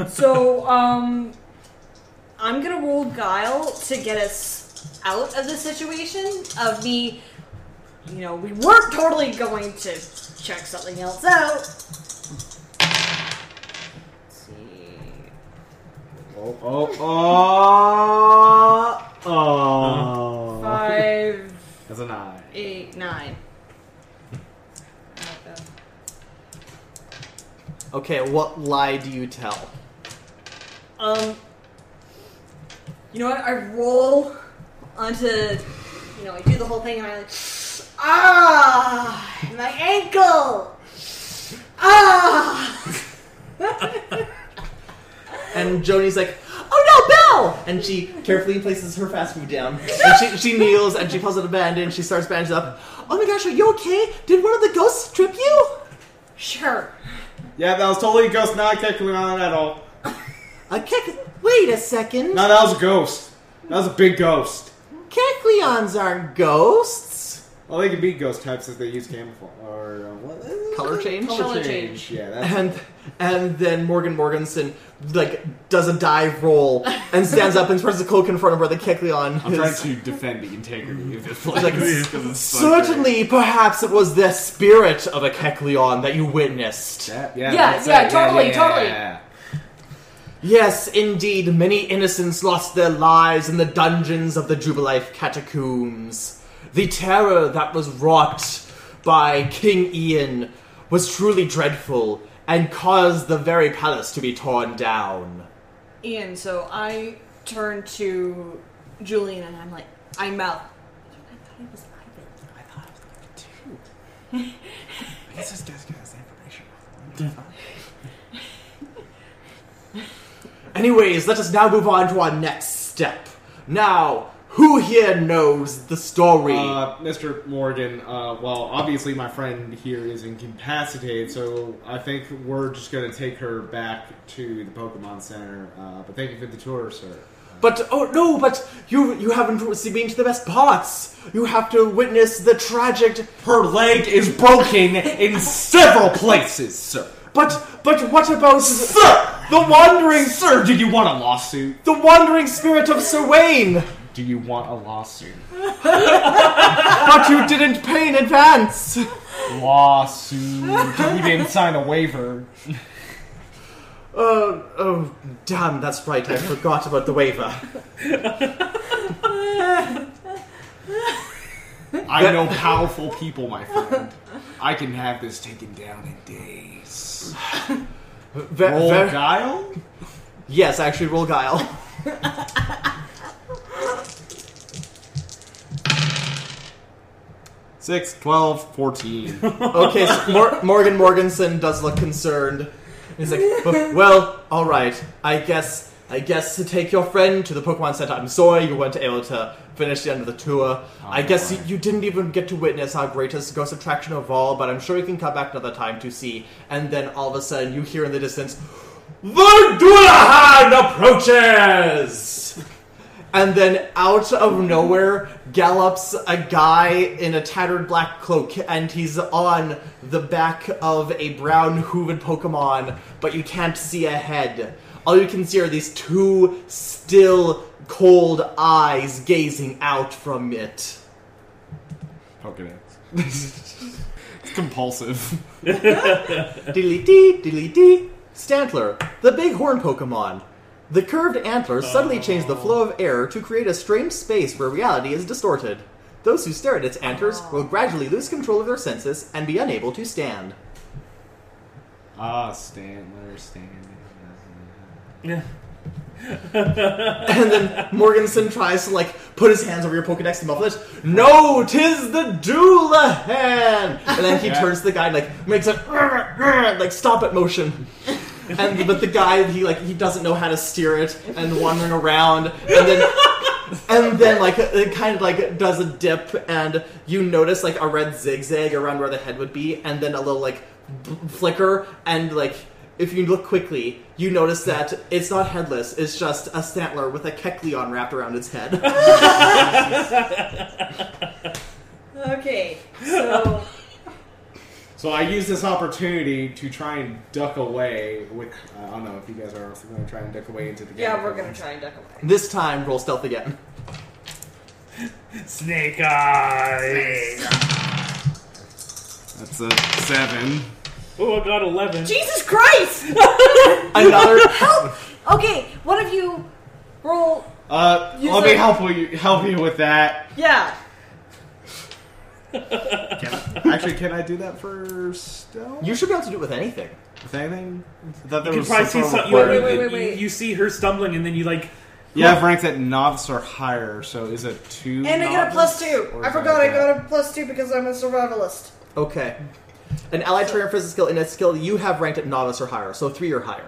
Speaker 3: So, um, I'm gonna roll guile to get us out of the situation of me. You know, we weren't totally going to check something else out. Let's see.
Speaker 2: Oh, oh, oh, oh.
Speaker 3: Five,
Speaker 2: That's a nine.
Speaker 3: eight, nine. Okay.
Speaker 1: Okay, what lie do you tell?
Speaker 3: Um, you know what? I roll onto, you know, I do the whole thing, and I like, ah, my ankle, ah.
Speaker 1: And Joni's like, "Oh no, Belle!" And she carefully places her fast food down. And she, she kneels and she pulls out a bandage and she starts bandaging up. Oh my gosh, are you okay? Did one of the ghosts trip you?
Speaker 3: Sure.
Speaker 2: Yeah, that was totally a ghost, not technically not at all.
Speaker 1: A kek? Wait a second.
Speaker 2: No, that was a ghost. That was a big ghost.
Speaker 1: Kekleons aren't ghosts.
Speaker 2: Well, they can be ghost types if they use camouflage or uh, what is it?
Speaker 1: Color change?
Speaker 3: Color change.
Speaker 2: Yeah, that's
Speaker 1: And and then Morgan Morganson like does a dive roll and stands up and spreads the cloak in front of where the Kekleon
Speaker 5: I'm
Speaker 1: is.
Speaker 5: trying to defend the integrity of this place.
Speaker 1: Like,
Speaker 5: 'cause it's so great.
Speaker 1: Certainly, perhaps it was the spirit of a Kekleon that you witnessed.
Speaker 2: that, yeah,
Speaker 3: Yeah,
Speaker 2: that's
Speaker 3: yeah,
Speaker 2: it.
Speaker 3: totally,
Speaker 2: yeah,
Speaker 3: totally.
Speaker 2: yeah.
Speaker 1: Yes, indeed, many innocents lost their lives in the dungeons of the Jubilife catacombs. The terror that was wrought by King Ian was truly dreadful and caused the very palace to be torn down.
Speaker 3: Ian, so I turn to Julian, and I'm like, I mouth. I thought it was Ivan.
Speaker 5: I thought I was looking at two. I guess this guy's got his information.
Speaker 1: Anyways, let us now move on to our next step. Now, who here knows the story?
Speaker 2: Uh, Mr. Morgan, uh, well, obviously my friend here is incapacitated, so I think we're just going to take her back to the Pokemon Center. Uh, but thank you for the tour, sir.
Speaker 1: But oh no! But you you haven't been to the best parts. You have to witness the tragic.
Speaker 2: Her leg is broken in several places, sir.
Speaker 1: But but what about
Speaker 2: Sir!
Speaker 1: the wandering
Speaker 2: Sir, did you want a lawsuit?
Speaker 1: the wandering spirit of Sir Wayne?
Speaker 2: Do you want a lawsuit?
Speaker 1: But you didn't pay in advance.
Speaker 2: Lawsuit. you didn't sign a waiver.
Speaker 1: Uh, oh damn! That's right. I forgot about the waiver.
Speaker 2: I know powerful people, my friend. I can have this taken down in days.
Speaker 1: Ve-
Speaker 2: Roll
Speaker 1: ver-
Speaker 2: guile?
Speaker 1: yes, actually, roll guile.
Speaker 2: Six, twelve, fourteen.
Speaker 1: Okay, so Mor- Morgan Morganson does look concerned. He's like, "But- "Well, all right. I guess, I guess to take your friend to the Pokemon Center. I'm sorry you weren't able to finish the end of the tour. I
Speaker 2: no
Speaker 1: guess you,
Speaker 2: worries.
Speaker 1: you didn't even get to witness our greatest ghost attraction of all. But I'm sure you can come back another time to see." And then all of a sudden, you hear in the distance, "The Dullahan approaches." And then out of nowhere gallops a guy in a tattered black cloak, and he's on the back of a brown hooved Pokemon, but you can't see ahead. All you can see are these two still cold eyes gazing out from it.
Speaker 2: Pokedex. it's compulsive.
Speaker 1: Diddly dee, diddly dee. Stantler, the big horn Pokemon. The curved antlers suddenly change the flow of air to create a strange space where reality is distorted. Those who stare at its antlers will gradually lose control of their senses and be unable to stand.
Speaker 2: Ah, Stantler, Stan.
Speaker 4: Yeah.
Speaker 1: And then Morganson tries to like put his hands over your Pokedex to muffle it. No, tis the Doulahan! And then he
Speaker 2: Yeah.
Speaker 1: turns to the guy and like makes a like stop it motion. And but the guy he like he doesn't know how to steer it and wandering around and then and then like it kind of like does a dip and you notice like a red zigzag around where the head would be and then a little like b- flicker and like if you look quickly you notice that it's not headless it's just a stantler with a kekleon wrapped around its head
Speaker 3: Okay, so
Speaker 2: So I use this opportunity to try and duck away with. I don't know if you guys are also going to try and duck away into the game.
Speaker 3: Yeah, we're gonna try and duck away.
Speaker 1: This time, roll stealth again.
Speaker 4: Snake eyes.
Speaker 5: That's a seven.
Speaker 4: Oh, I got eleven.
Speaker 3: Jesus Christ!
Speaker 1: Another.
Speaker 3: okay, one of you roll.
Speaker 2: Uh,
Speaker 3: Use
Speaker 2: let me
Speaker 3: it.
Speaker 2: help you help you with that.
Speaker 3: Yeah.
Speaker 2: Actually, can I do that for stealth?
Speaker 1: you should be able to do it with anything.
Speaker 2: With anything? I thought there
Speaker 4: You
Speaker 2: was
Speaker 4: probably
Speaker 2: some
Speaker 4: see
Speaker 2: sort
Speaker 4: some,
Speaker 2: of
Speaker 4: you,
Speaker 2: word.
Speaker 3: wait, wait,
Speaker 4: you-
Speaker 3: wait, wait.
Speaker 4: you- you see her stumbling, and then you like.
Speaker 2: Yeah, I've ranked at novice or higher, so is it two?
Speaker 3: And I get a plus two. I forgot I
Speaker 2: it.
Speaker 3: got a plus two because I'm a survivalist.
Speaker 1: Okay. An allied trainer for a skill in a skill you have ranked at novice or higher, so three or higher.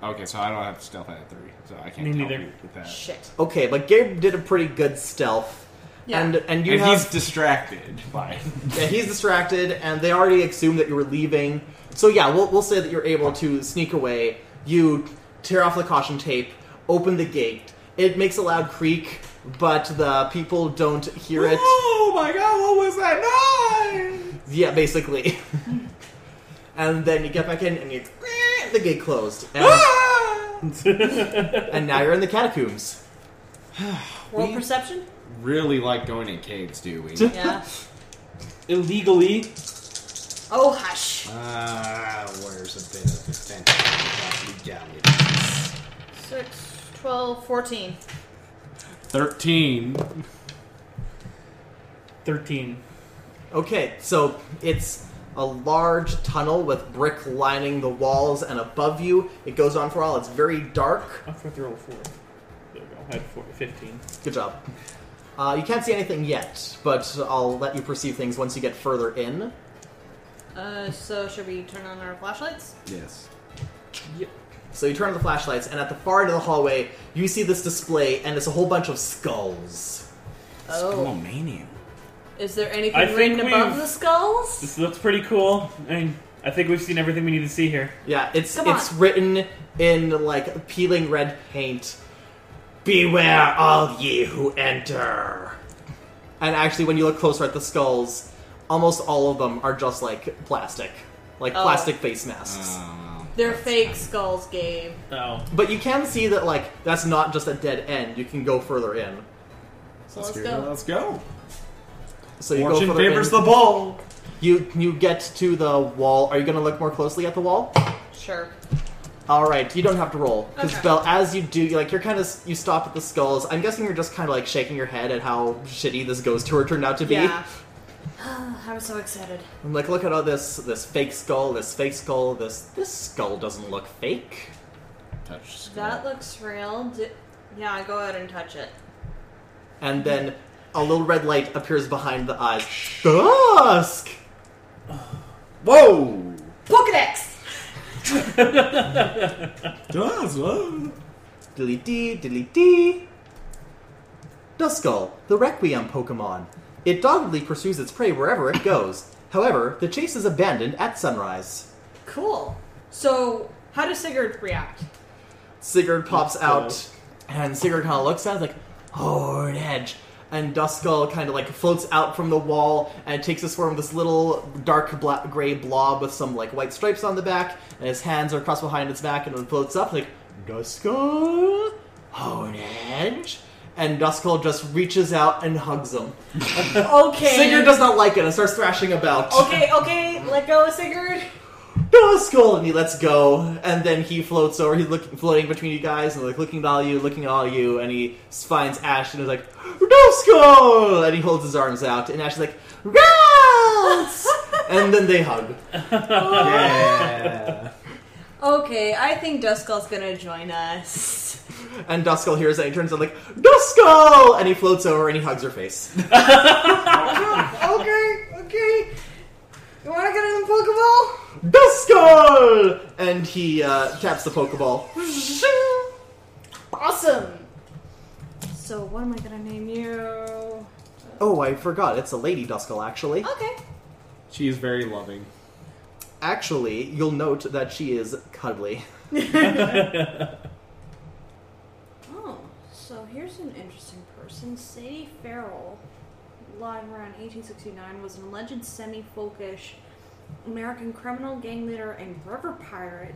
Speaker 2: Okay, so I don't have stealth at three, so I can't
Speaker 4: Me
Speaker 2: help
Speaker 4: neither.
Speaker 2: you with that.
Speaker 3: Shit.
Speaker 1: Okay, but Gabe did a pretty good stealth.
Speaker 3: Yeah.
Speaker 1: And and you
Speaker 2: and
Speaker 1: have,
Speaker 2: he's distracted by it.
Speaker 1: yeah, he's distracted, and they already assumed that you were leaving. So yeah, we'll, we'll say that you're able to sneak away. You tear off the caution tape, open the gate. It makes a loud creak, but the people don't hear it.
Speaker 2: Oh my god, what was that noise?
Speaker 1: Yeah, basically. and then you get back in, and you the gate closed, and,
Speaker 2: Ah!
Speaker 1: and now you're in the catacombs.
Speaker 3: World perception?
Speaker 2: Really like going in caves, do we?
Speaker 3: Yeah.
Speaker 4: illegally.
Speaker 3: Oh, hush.
Speaker 2: Ah, where's a bit of defense? legalities?
Speaker 3: Six, twelve, fourteen.
Speaker 2: Thirteen.
Speaker 4: 13.
Speaker 1: Okay, so it's a large tunnel with brick lining the walls and above you. It goes on for a while. It's very dark.
Speaker 4: I forgot to roll 4. There we go. I had four, 15.
Speaker 1: Good job. Uh, you can't see anything yet, but I'll let you perceive things once you get further in.
Speaker 3: Uh, so should we turn on our flashlights?
Speaker 2: Yes.
Speaker 1: So you turn on the flashlights, and at the far end of the hallway, you see this display, and it's a whole bunch of skulls.
Speaker 5: Oh,
Speaker 3: Oh.
Speaker 5: mania.
Speaker 3: Is there
Speaker 4: I
Speaker 3: anything
Speaker 4: think
Speaker 3: written above
Speaker 4: we've-
Speaker 3: the skulls?
Speaker 4: This looks pretty cool. I mean, I think we've seen everything we need to see here.
Speaker 1: Yeah, it's
Speaker 3: Come on.
Speaker 1: it's written in like peeling red paint. Beware all ye who enter. And actually, when you look closer at the skulls, almost all of them are just like plastic, like
Speaker 3: Oh.
Speaker 1: plastic face masks.
Speaker 2: Ah. Um,
Speaker 3: They're fake skulls, Gabe.
Speaker 4: Oh.
Speaker 1: But you can see that like that's not just a dead end. You can go further in.
Speaker 3: So let's go.
Speaker 2: Let's go.
Speaker 1: So you
Speaker 2: Fortune
Speaker 1: go further
Speaker 2: favors
Speaker 1: in.
Speaker 2: the ball.
Speaker 1: you you get to the wall. Are you going to look more closely at the wall?
Speaker 3: Sure.
Speaker 1: All right, you don't have to roll because
Speaker 3: Okay.
Speaker 1: Bell. As you do, you like you're kind of you stop at the skulls. I'm guessing you're just kind of like shaking your head at how shitty this ghost tour turned out to be.
Speaker 3: Yeah. I was so excited.
Speaker 1: I'm like, look at all this this fake skull, this fake skull, this this skull doesn't look fake.
Speaker 2: Touch. skull.
Speaker 3: That looks real. D- yeah, I go out and touch it.
Speaker 1: And then a little red light appears behind the eyes. Dusk.
Speaker 2: Whoa.
Speaker 3: Pokedex!
Speaker 2: Does whoa.
Speaker 1: Dilly dee, dilly dee. Duskull, the Requiem Pokemon. It doggedly pursues its prey wherever it goes. However, the chase is abandoned at sunrise.
Speaker 3: Cool. So, how does Sigurd react?
Speaker 1: Sigurd pops out, and Sigurd kind of looks at it like, Horde Edge. And Duskull kind of like floats out from the wall and takes this form of this little dark black gray blob with some like white stripes on the back, and his hands are crossed behind its back, and it floats up like Duskull, Horde Edge. And Duskull just reaches out and hugs him.
Speaker 3: Okay.
Speaker 1: Sigurd does not like it and starts thrashing about.
Speaker 3: Okay, okay, let go, Sigurd.
Speaker 1: Duskull, and he lets go, and then he floats over. He's looking, floating between you guys, and like looking at all you, looking at all you, and he s- finds Ash and is like, Duskull, and he holds his arms out, and Ash is like, Rats, and then they hug.
Speaker 2: Yeah.
Speaker 3: Okay, I think Duskull's gonna join us.
Speaker 1: And Duskull hears that, and he turns out like, Duskull, and he floats over and he hugs her face.
Speaker 3: okay, okay. You wanna get in the Pokeball?
Speaker 1: Duskull, and he uh, taps the Pokeball.
Speaker 3: Awesome. So, what am I gonna name you?
Speaker 1: Oh, I forgot, it's a lady Duskull actually.
Speaker 3: Okay.
Speaker 2: she is very loving.
Speaker 1: Actually, you'll note that she is cuddly.
Speaker 3: Oh, so here's an interesting person. Sadie Farrell, live around 1869, was an alleged semi-folkish
Speaker 6: American criminal, gang leader, and river pirate,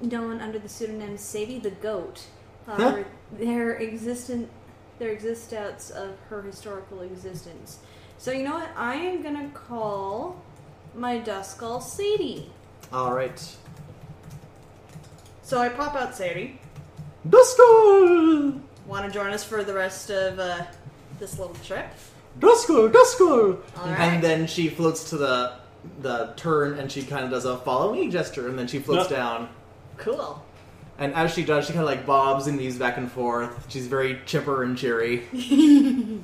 Speaker 6: known under the pseudonym Sadie the Goat, however, their existent their existence of her historical existence. So you know what? I am gonna call my Duskull Sadie.
Speaker 1: All right.
Speaker 3: So I pop out Sadie.
Speaker 1: Duskull!
Speaker 3: Want to join us for the rest of uh, this little trip?
Speaker 1: Duskull! Duskull!
Speaker 3: All right.
Speaker 1: And uh, then she floats to the the turn and she kind of does a follow me gesture and then she floats
Speaker 4: No.
Speaker 1: down.
Speaker 3: Cool.
Speaker 1: And as she does, she kind of like bobs and weaves back and forth. She's very chipper and cheery. uh,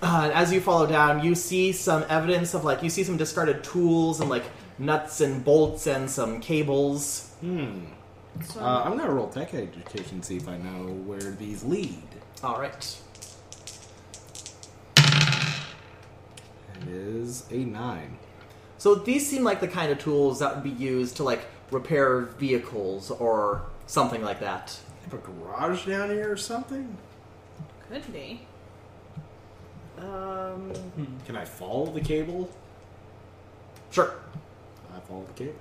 Speaker 1: and as you follow down, you see some evidence of like you see some discarded tools and like nuts and bolts and some cables.
Speaker 2: Hmm.
Speaker 6: So
Speaker 2: Uh, I'm gonna roll tech education see if I know where these lead.
Speaker 1: All right.
Speaker 2: It is a nine.
Speaker 1: So these seem like the kind of tools that would be used to like repair vehicles or something like that.
Speaker 2: They have a garage down here or something?
Speaker 3: Could be. Um.
Speaker 2: Can I follow the cable?
Speaker 1: Sure.
Speaker 2: I follow the cable.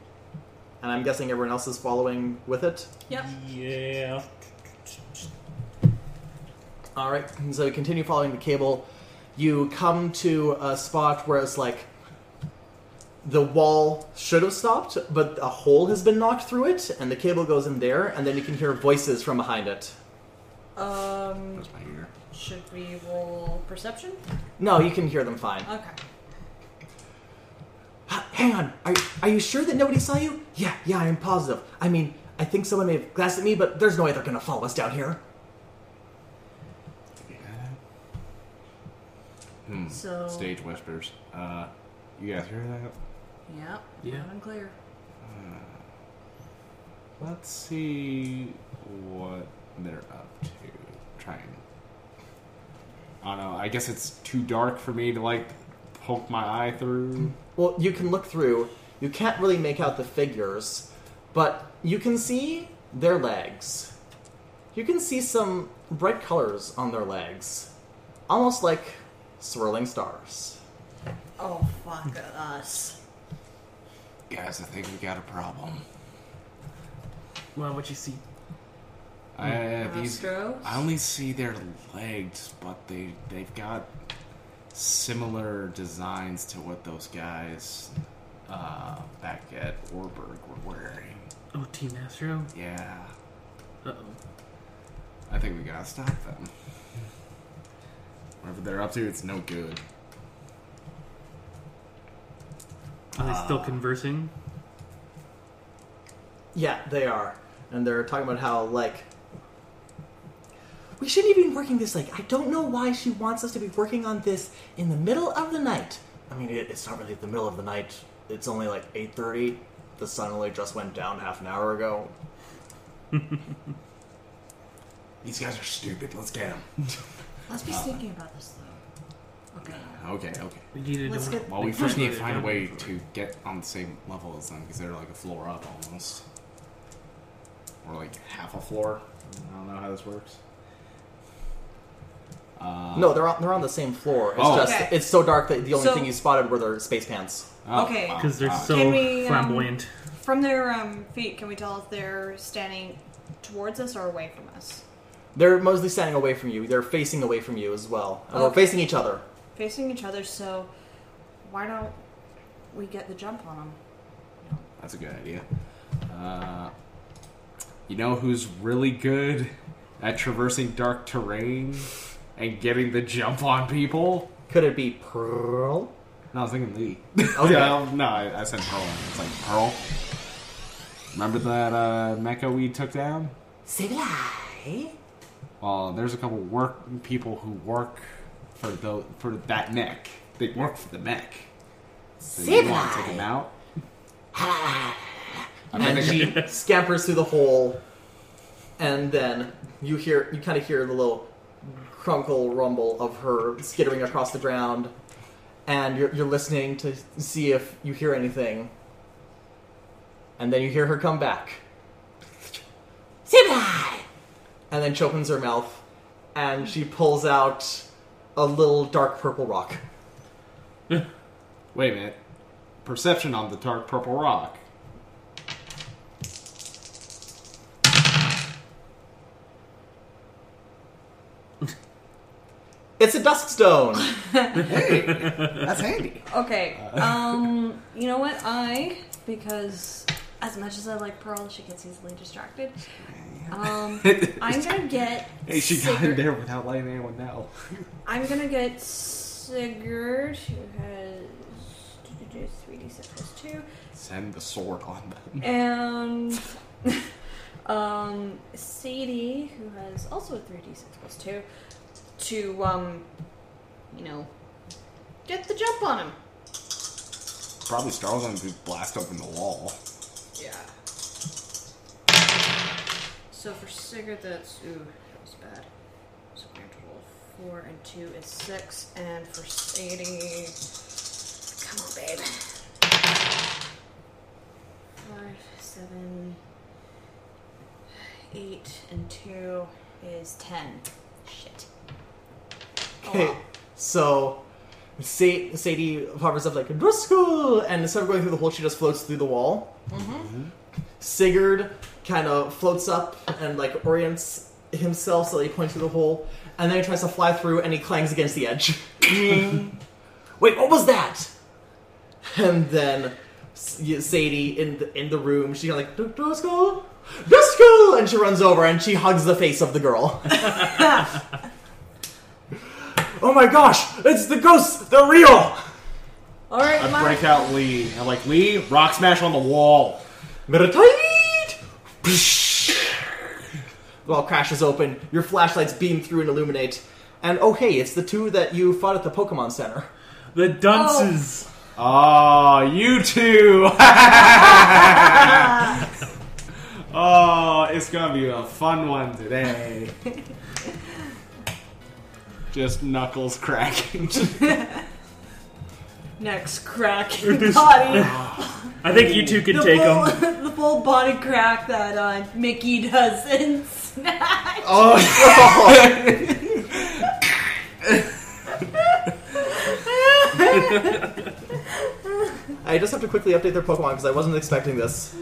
Speaker 1: And I'm guessing everyone else is following with it.
Speaker 3: Yep.
Speaker 4: Yeah.
Speaker 1: All right. and So you continue following the cable. You come to a spot where it's like the wall should have stopped, but a hole has been knocked through it, and the cable goes in there, and then you can hear voices from behind it.
Speaker 3: Um.
Speaker 2: That's my ear.
Speaker 3: Should we roll perception?
Speaker 1: No, you can hear them fine.
Speaker 3: Okay.
Speaker 1: "H- Hang on. Are, are you sure that nobody saw you? Yeah, yeah, I am positive. I mean, I think someone may have glanced at me, but there's no way they're going to follow us down here.
Speaker 2: Hmm.
Speaker 3: So.
Speaker 2: Stage whispers. Uh, you guys hear that?
Speaker 3: Yep.
Speaker 4: Yeah.
Speaker 3: Loud and clear.
Speaker 2: Hmm. Let's see what they're up to. Try and. I don't know. I guess it's too dark for me to like poke my eye through.
Speaker 1: Well, you can look through. You can't really make out the figures, but you can see their legs. You can see some bright colors on their legs, almost like swirling stars.
Speaker 3: Oh fuck us.
Speaker 2: Guys, I think we got a problem.
Speaker 4: Well, what you see?
Speaker 2: I, uh,
Speaker 3: Hmm.
Speaker 2: these,
Speaker 3: Astros?
Speaker 2: I only see their legs, but they they've got similar designs to what those guys uh, back at Orberg were wearing.
Speaker 4: Oh, Team Astro.
Speaker 2: Yeah,
Speaker 4: Uh oh.
Speaker 2: I think we gotta stop them. Whatever they're up to, it's no good.
Speaker 4: Are they still conversing?
Speaker 1: Yeah, they are. And they're talking about how, like, we shouldn't even be working this late. I don't know why she wants us to be working on this in the middle of the night. I mean, it, it's not really the middle of the night. It's only like 8.30. The sun only just went down half an hour ago.
Speaker 2: These guys are stupid. Let's get them.
Speaker 3: Let's
Speaker 2: uh,
Speaker 3: be thinking about this though. Okay.
Speaker 2: Okay, okay.
Speaker 4: We need to
Speaker 3: Let's
Speaker 4: know-
Speaker 3: get-
Speaker 2: Well, we first need to find a way to get on the same level as them because they're like a floor up almost, or like half a floor. I don't know how this works. Uh,
Speaker 1: No, they're on, they're on the same floor. It's
Speaker 2: Oh.
Speaker 1: just
Speaker 3: Okay.
Speaker 1: it's so dark that the only
Speaker 3: So-
Speaker 1: thing you spotted were their space pants.
Speaker 2: oh,
Speaker 3: Okay.
Speaker 2: wow,
Speaker 4: Because they're
Speaker 2: wow.
Speaker 4: so
Speaker 3: Can we, um,
Speaker 4: flamboyant.
Speaker 3: From their um, feet, can we tell if they're standing towards us or away from us?
Speaker 1: They're mostly standing away from you. They're facing away from you as well. And We're
Speaker 3: Okay.
Speaker 1: facing each other.
Speaker 3: Facing each other, so why don't we get the jump on them?
Speaker 2: That's a good idea. Uh, you know who's really good at traversing dark terrain and getting the jump on people?
Speaker 1: Could it be Pearl?
Speaker 2: No, I was thinking Lee.
Speaker 5: Oh,
Speaker 1: Okay.
Speaker 2: no, no, I, I said Pearl. It's like Pearl. Remember that uh, mecha we took down?
Speaker 1: Sableye?
Speaker 2: Well, there's a couple work people who work for the for that mech. They work for the mech. So you want to take them out? I mean,
Speaker 1: And
Speaker 2: they-
Speaker 1: she scampers through the hole, and then you hear you kind of hear the little crunkle rumble of her skittering across the ground, and you're, you're listening to see if you hear anything, and then you hear her come back. Sableye! And then she opens her mouth, and she pulls out a little dark purple rock.
Speaker 2: Wait a minute. perception on the dark purple rock.
Speaker 1: It's a dusk stone.
Speaker 5: Hey, that's handy.
Speaker 6: Okay. Um, you know what? I because as much as I like Pearl, she gets easily distracted. Um, I'm gonna get.
Speaker 2: Hey, she got in
Speaker 6: Sigurd-
Speaker 2: there without letting anyone know.
Speaker 6: I'm gonna get Sigurd, who has three d six plus two,
Speaker 2: Send the sword on them.
Speaker 6: and um, Sadie, who has also a three d six plus two, to um, you know, get the jump on him.
Speaker 2: Probably Star's going to blast open the wall.
Speaker 3: Yeah. So for Sigurd, that's ooh, that was bad. Square total of four and two is six, and for Sadie, come on, babe. Five, seven, eight, and two is ten. Shit. Oh,
Speaker 1: Okay,
Speaker 3: wow.
Speaker 1: so Sa- Sadie hovers up like Driscoll, and instead of going through the hole, she just floats through the wall.
Speaker 3: Mm-hmm.
Speaker 1: Sigurd kind of floats up and like orients himself so that he points through the hole, and then he tries to fly through, and he clangs against the edge. Wait, what was that? And then S- y- Sadie in the, in the room, she kind of like Driscoll, Driscoll, and she runs over and she hugs the face of the girl. oh my gosh, it's the ghosts! They're real.
Speaker 6: All right,
Speaker 2: I
Speaker 6: my-
Speaker 2: break out Lee. I'm like, Lee, rock smash on the wall.
Speaker 1: Meritite! The wall crashes open. Your flashlights beam through and illuminate. And oh hey, it's the two that you fought at the Pokemon Center.
Speaker 4: The
Speaker 3: oh.
Speaker 4: dunces.
Speaker 2: Ah, you two! oh, it's gonna be a fun one today. Just knuckles cracking.
Speaker 3: Next crack in the body.
Speaker 4: I think you two can
Speaker 3: the
Speaker 4: take
Speaker 3: full,
Speaker 4: them.
Speaker 3: the full body crack that uh, Mickey does in Snatch.
Speaker 2: Oh.
Speaker 1: I just have to quickly update their Pokemon because I wasn't expecting this.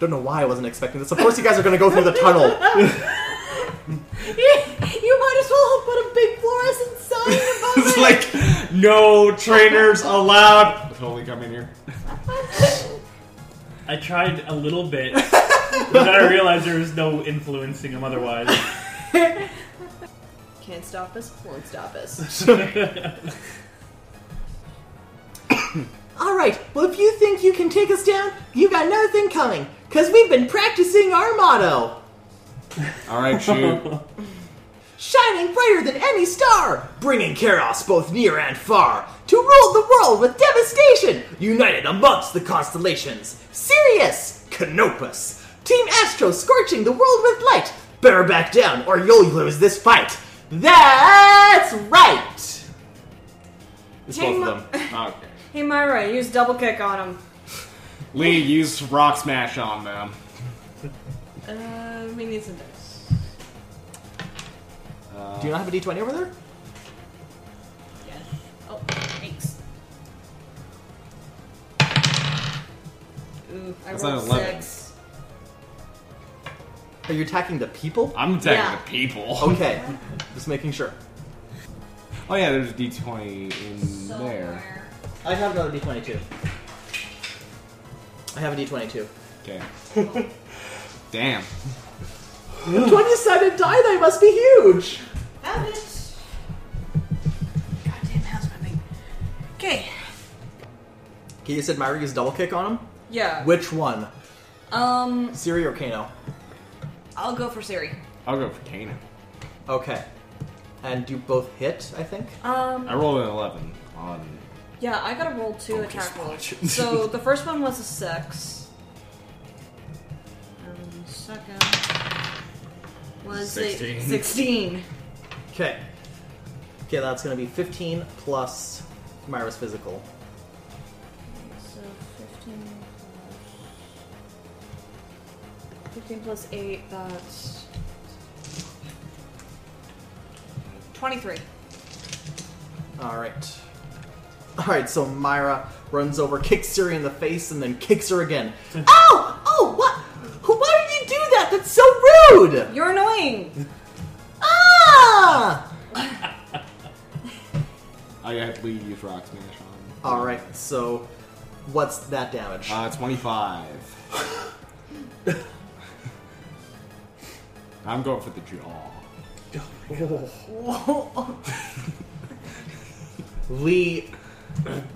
Speaker 1: Don't know why I wasn't expecting this. Of course, you guys are going to go through the tunnel.
Speaker 3: you might as well have put a big fluorescent sign above
Speaker 2: it's like, no trainers allowed. Totally come in here.
Speaker 4: I tried a little bit, but then I realized there was no influencing them otherwise.
Speaker 3: Can't stop us, won't stop us.
Speaker 1: All right. Well, if you think you can take us down, you got another thing coming. Cause we've been practicing our motto:
Speaker 2: Alright, shoot.
Speaker 1: shining brighter than any star, bringing Karos both near and far, to rule the world with devastation, united amongst the constellations. Sirius, Canopus, Team Astro scorching the world with light. Better back down, or you'll lose this fight. That's right. It's
Speaker 3: Hang
Speaker 1: both
Speaker 3: on.
Speaker 1: of them.
Speaker 2: okay.
Speaker 3: hey Myra, use double kick on him.
Speaker 2: Lee, use rock smash on them.
Speaker 3: Uh, we need some dice.
Speaker 1: Do you not have a D20 over there?
Speaker 3: Yeah. Oh, thanks. Ooh, I
Speaker 2: That's
Speaker 3: rolled
Speaker 2: not 11.
Speaker 3: six.
Speaker 1: Are you attacking the people?
Speaker 2: I'm attacking
Speaker 3: Yeah.
Speaker 2: the people.
Speaker 1: Okay, just making sure.
Speaker 2: Oh yeah, there's a D20 in there.
Speaker 3: Somewhere.
Speaker 1: I have another D20 too. I have a D20 too.
Speaker 2: Okay. Damn.
Speaker 1: 20 sided die, they must be huge!
Speaker 3: Found it. Goddamn house moving. Okay.
Speaker 1: Okay, you said Myra used double kick on him?
Speaker 3: Yeah.
Speaker 1: Which one?
Speaker 3: Um,
Speaker 1: Siri or Kano?
Speaker 3: I'll go for Siri.
Speaker 2: I'll go for Kanan.
Speaker 1: Okay. And you both hit, I think?
Speaker 6: um,
Speaker 2: I rolled an 11 on.
Speaker 3: Yeah, I gotta roll two
Speaker 2: Focus
Speaker 3: attack rolls.
Speaker 2: watch.
Speaker 3: So the first one was a six. And the second was a
Speaker 2: Sixteen.
Speaker 3: sixteen.
Speaker 1: Okay. Okay, that's gonna be 15 plus Myra's physical.
Speaker 6: So 15 plus, 15 plus 8, that's
Speaker 3: Twenty-three.
Speaker 1: Alright. All right, so Myra runs over, kicks Siri in the face, and then kicks her again. Ow! Oh, what? Who- Why did you do that? That's so rude!
Speaker 3: You're annoying.
Speaker 1: Ah!
Speaker 2: I had to use rock smash on.
Speaker 1: All right, so what's that damage?
Speaker 2: Uh, 25. I'm going for the jaw.
Speaker 1: Lee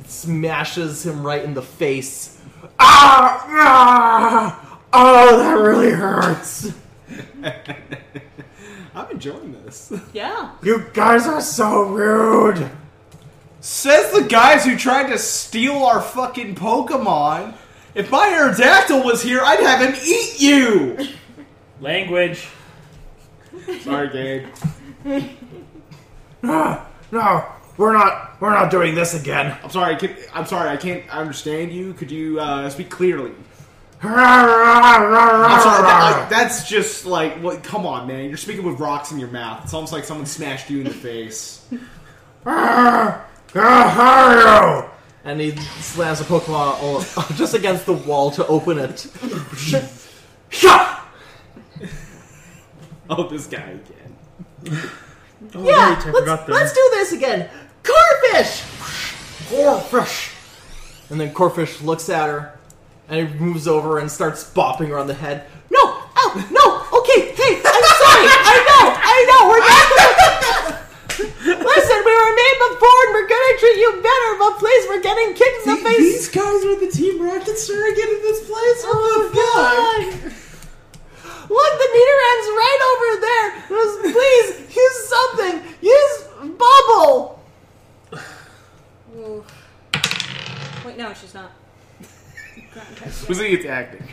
Speaker 1: smashes him right in the face. Ah! ah! Oh, that really hurts.
Speaker 2: I'm enjoying this.
Speaker 3: Yeah.
Speaker 1: You guys are so rude.
Speaker 2: Says the guys who tried to steal our fucking Pokemon. If my Aerodactyl was here, I'd have him eat you!
Speaker 4: Language.
Speaker 2: Sorry, Gabe.
Speaker 1: No, we're not. We're not doing this again.
Speaker 2: I'm sorry. I can, I'm sorry. I can't understand you. Could you uh, speak clearly? I'm sorry. That, like, that's just like what? Come on, man. You're speaking with rocks in your mouth. It's almost like someone smashed you in the face.
Speaker 1: And he slams a Pokemon all, just against the wall to open it.
Speaker 2: Oh, this guy again.
Speaker 4: Oh,
Speaker 1: Yeah,
Speaker 4: right, I forgot
Speaker 1: let's,
Speaker 4: them.
Speaker 1: let's do this again. Corfish! Corfish! And then Corfish looks at her and he moves over and starts bopping her on the head. No! Ow! No! Okay, hey, I'm sorry! I know! I know! We're not Listen, we were made before and we're gonna treat you better, but please, we're getting kicked in the face!
Speaker 2: These guys are the Team Rocket surrogate in this place. What the fuck?
Speaker 1: Oh God. Look, the Nidoran's right over there. Just please use something. Use bubble.
Speaker 3: Ooh. Wait, no, she's not.
Speaker 2: Was he attacking?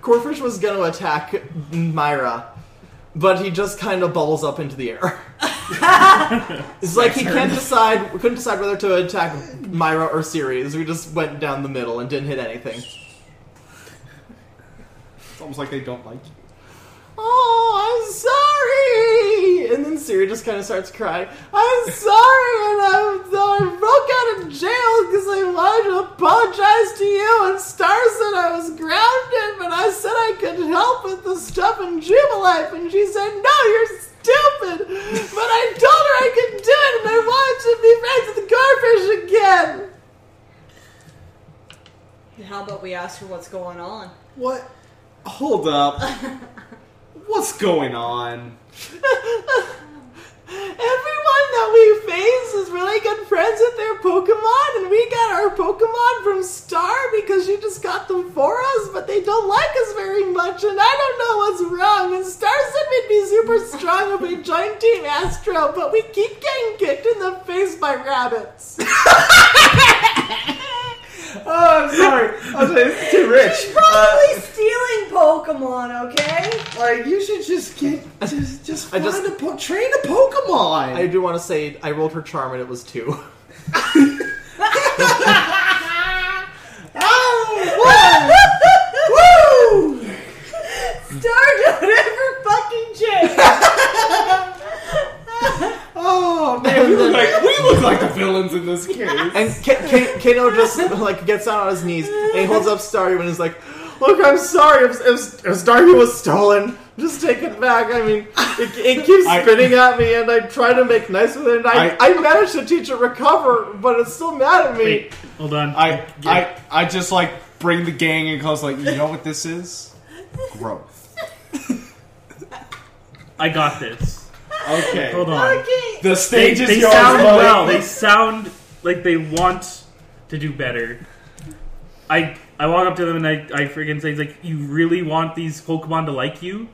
Speaker 1: Corfish was going to attack Myra, but he just kind of bubbles up into the air. it's like he can't decide. We couldn't decide whether to attack Myra or Ceres. We just went down the middle and didn't hit anything.
Speaker 2: It's almost like they don't like you.
Speaker 1: Oh, I'm sorry! And then Siri just kind of starts crying. I'm sorry, and I'm, I broke out of jail because I wanted to apologize to you. And Star said I was grounded, but I said I could help with the stuff in Jubilife, and she said, No, you're stupid! but I told her I could do it, and I wanted to be friends with Garfish again!
Speaker 3: How about we ask her what's going on?
Speaker 2: What? Hold up. What's going on?
Speaker 1: Everyone that we face is really good friends with their Pokemon, and we got our Pokemon from Star because she just got them for us, but they don't like us very much, and I don't know what's wrong. And Star said we'd be super strong if we joined Team Astro, but we keep getting kicked in the face by rabbits.
Speaker 2: Oh, I'm sorry. I'm sorry. It's too rich. Uh,
Speaker 3: Probably stealing Pokemon, okay?
Speaker 2: Like you should just get just just
Speaker 1: I
Speaker 2: find
Speaker 1: just-
Speaker 2: a po- train a Pokemon.
Speaker 1: do want to say I rolled her charm and it was two.
Speaker 2: oh, Ah, woo, woo!
Speaker 3: Star don't ever fucking change.
Speaker 2: Oh man, we look like we look like the villains in this case.
Speaker 1: And K- K- Kano just like gets down on his knees and he holds up Staryu and is like, "Look, I'm sorry. If, if, if Staryu was stolen, just take it back. I mean, it, it keeps
Speaker 2: I-
Speaker 1: spitting at me, and I try to make nice with it. And I,
Speaker 2: I-
Speaker 1: I, managed to teach it recover, but it's still mad at me.
Speaker 4: Wait, hold on.
Speaker 2: I I I just like bring the gang in close. Like you know what this is? Growth.
Speaker 4: I got this.
Speaker 2: Okay.
Speaker 4: Hold on.
Speaker 2: The
Speaker 4: They,
Speaker 2: stage is
Speaker 4: they
Speaker 2: yours.
Speaker 4: sound
Speaker 2: buddy.
Speaker 4: well. They sound like they want to do better. I I walk up to them and I, I freaking say, like, you really want these Pokemon to like you?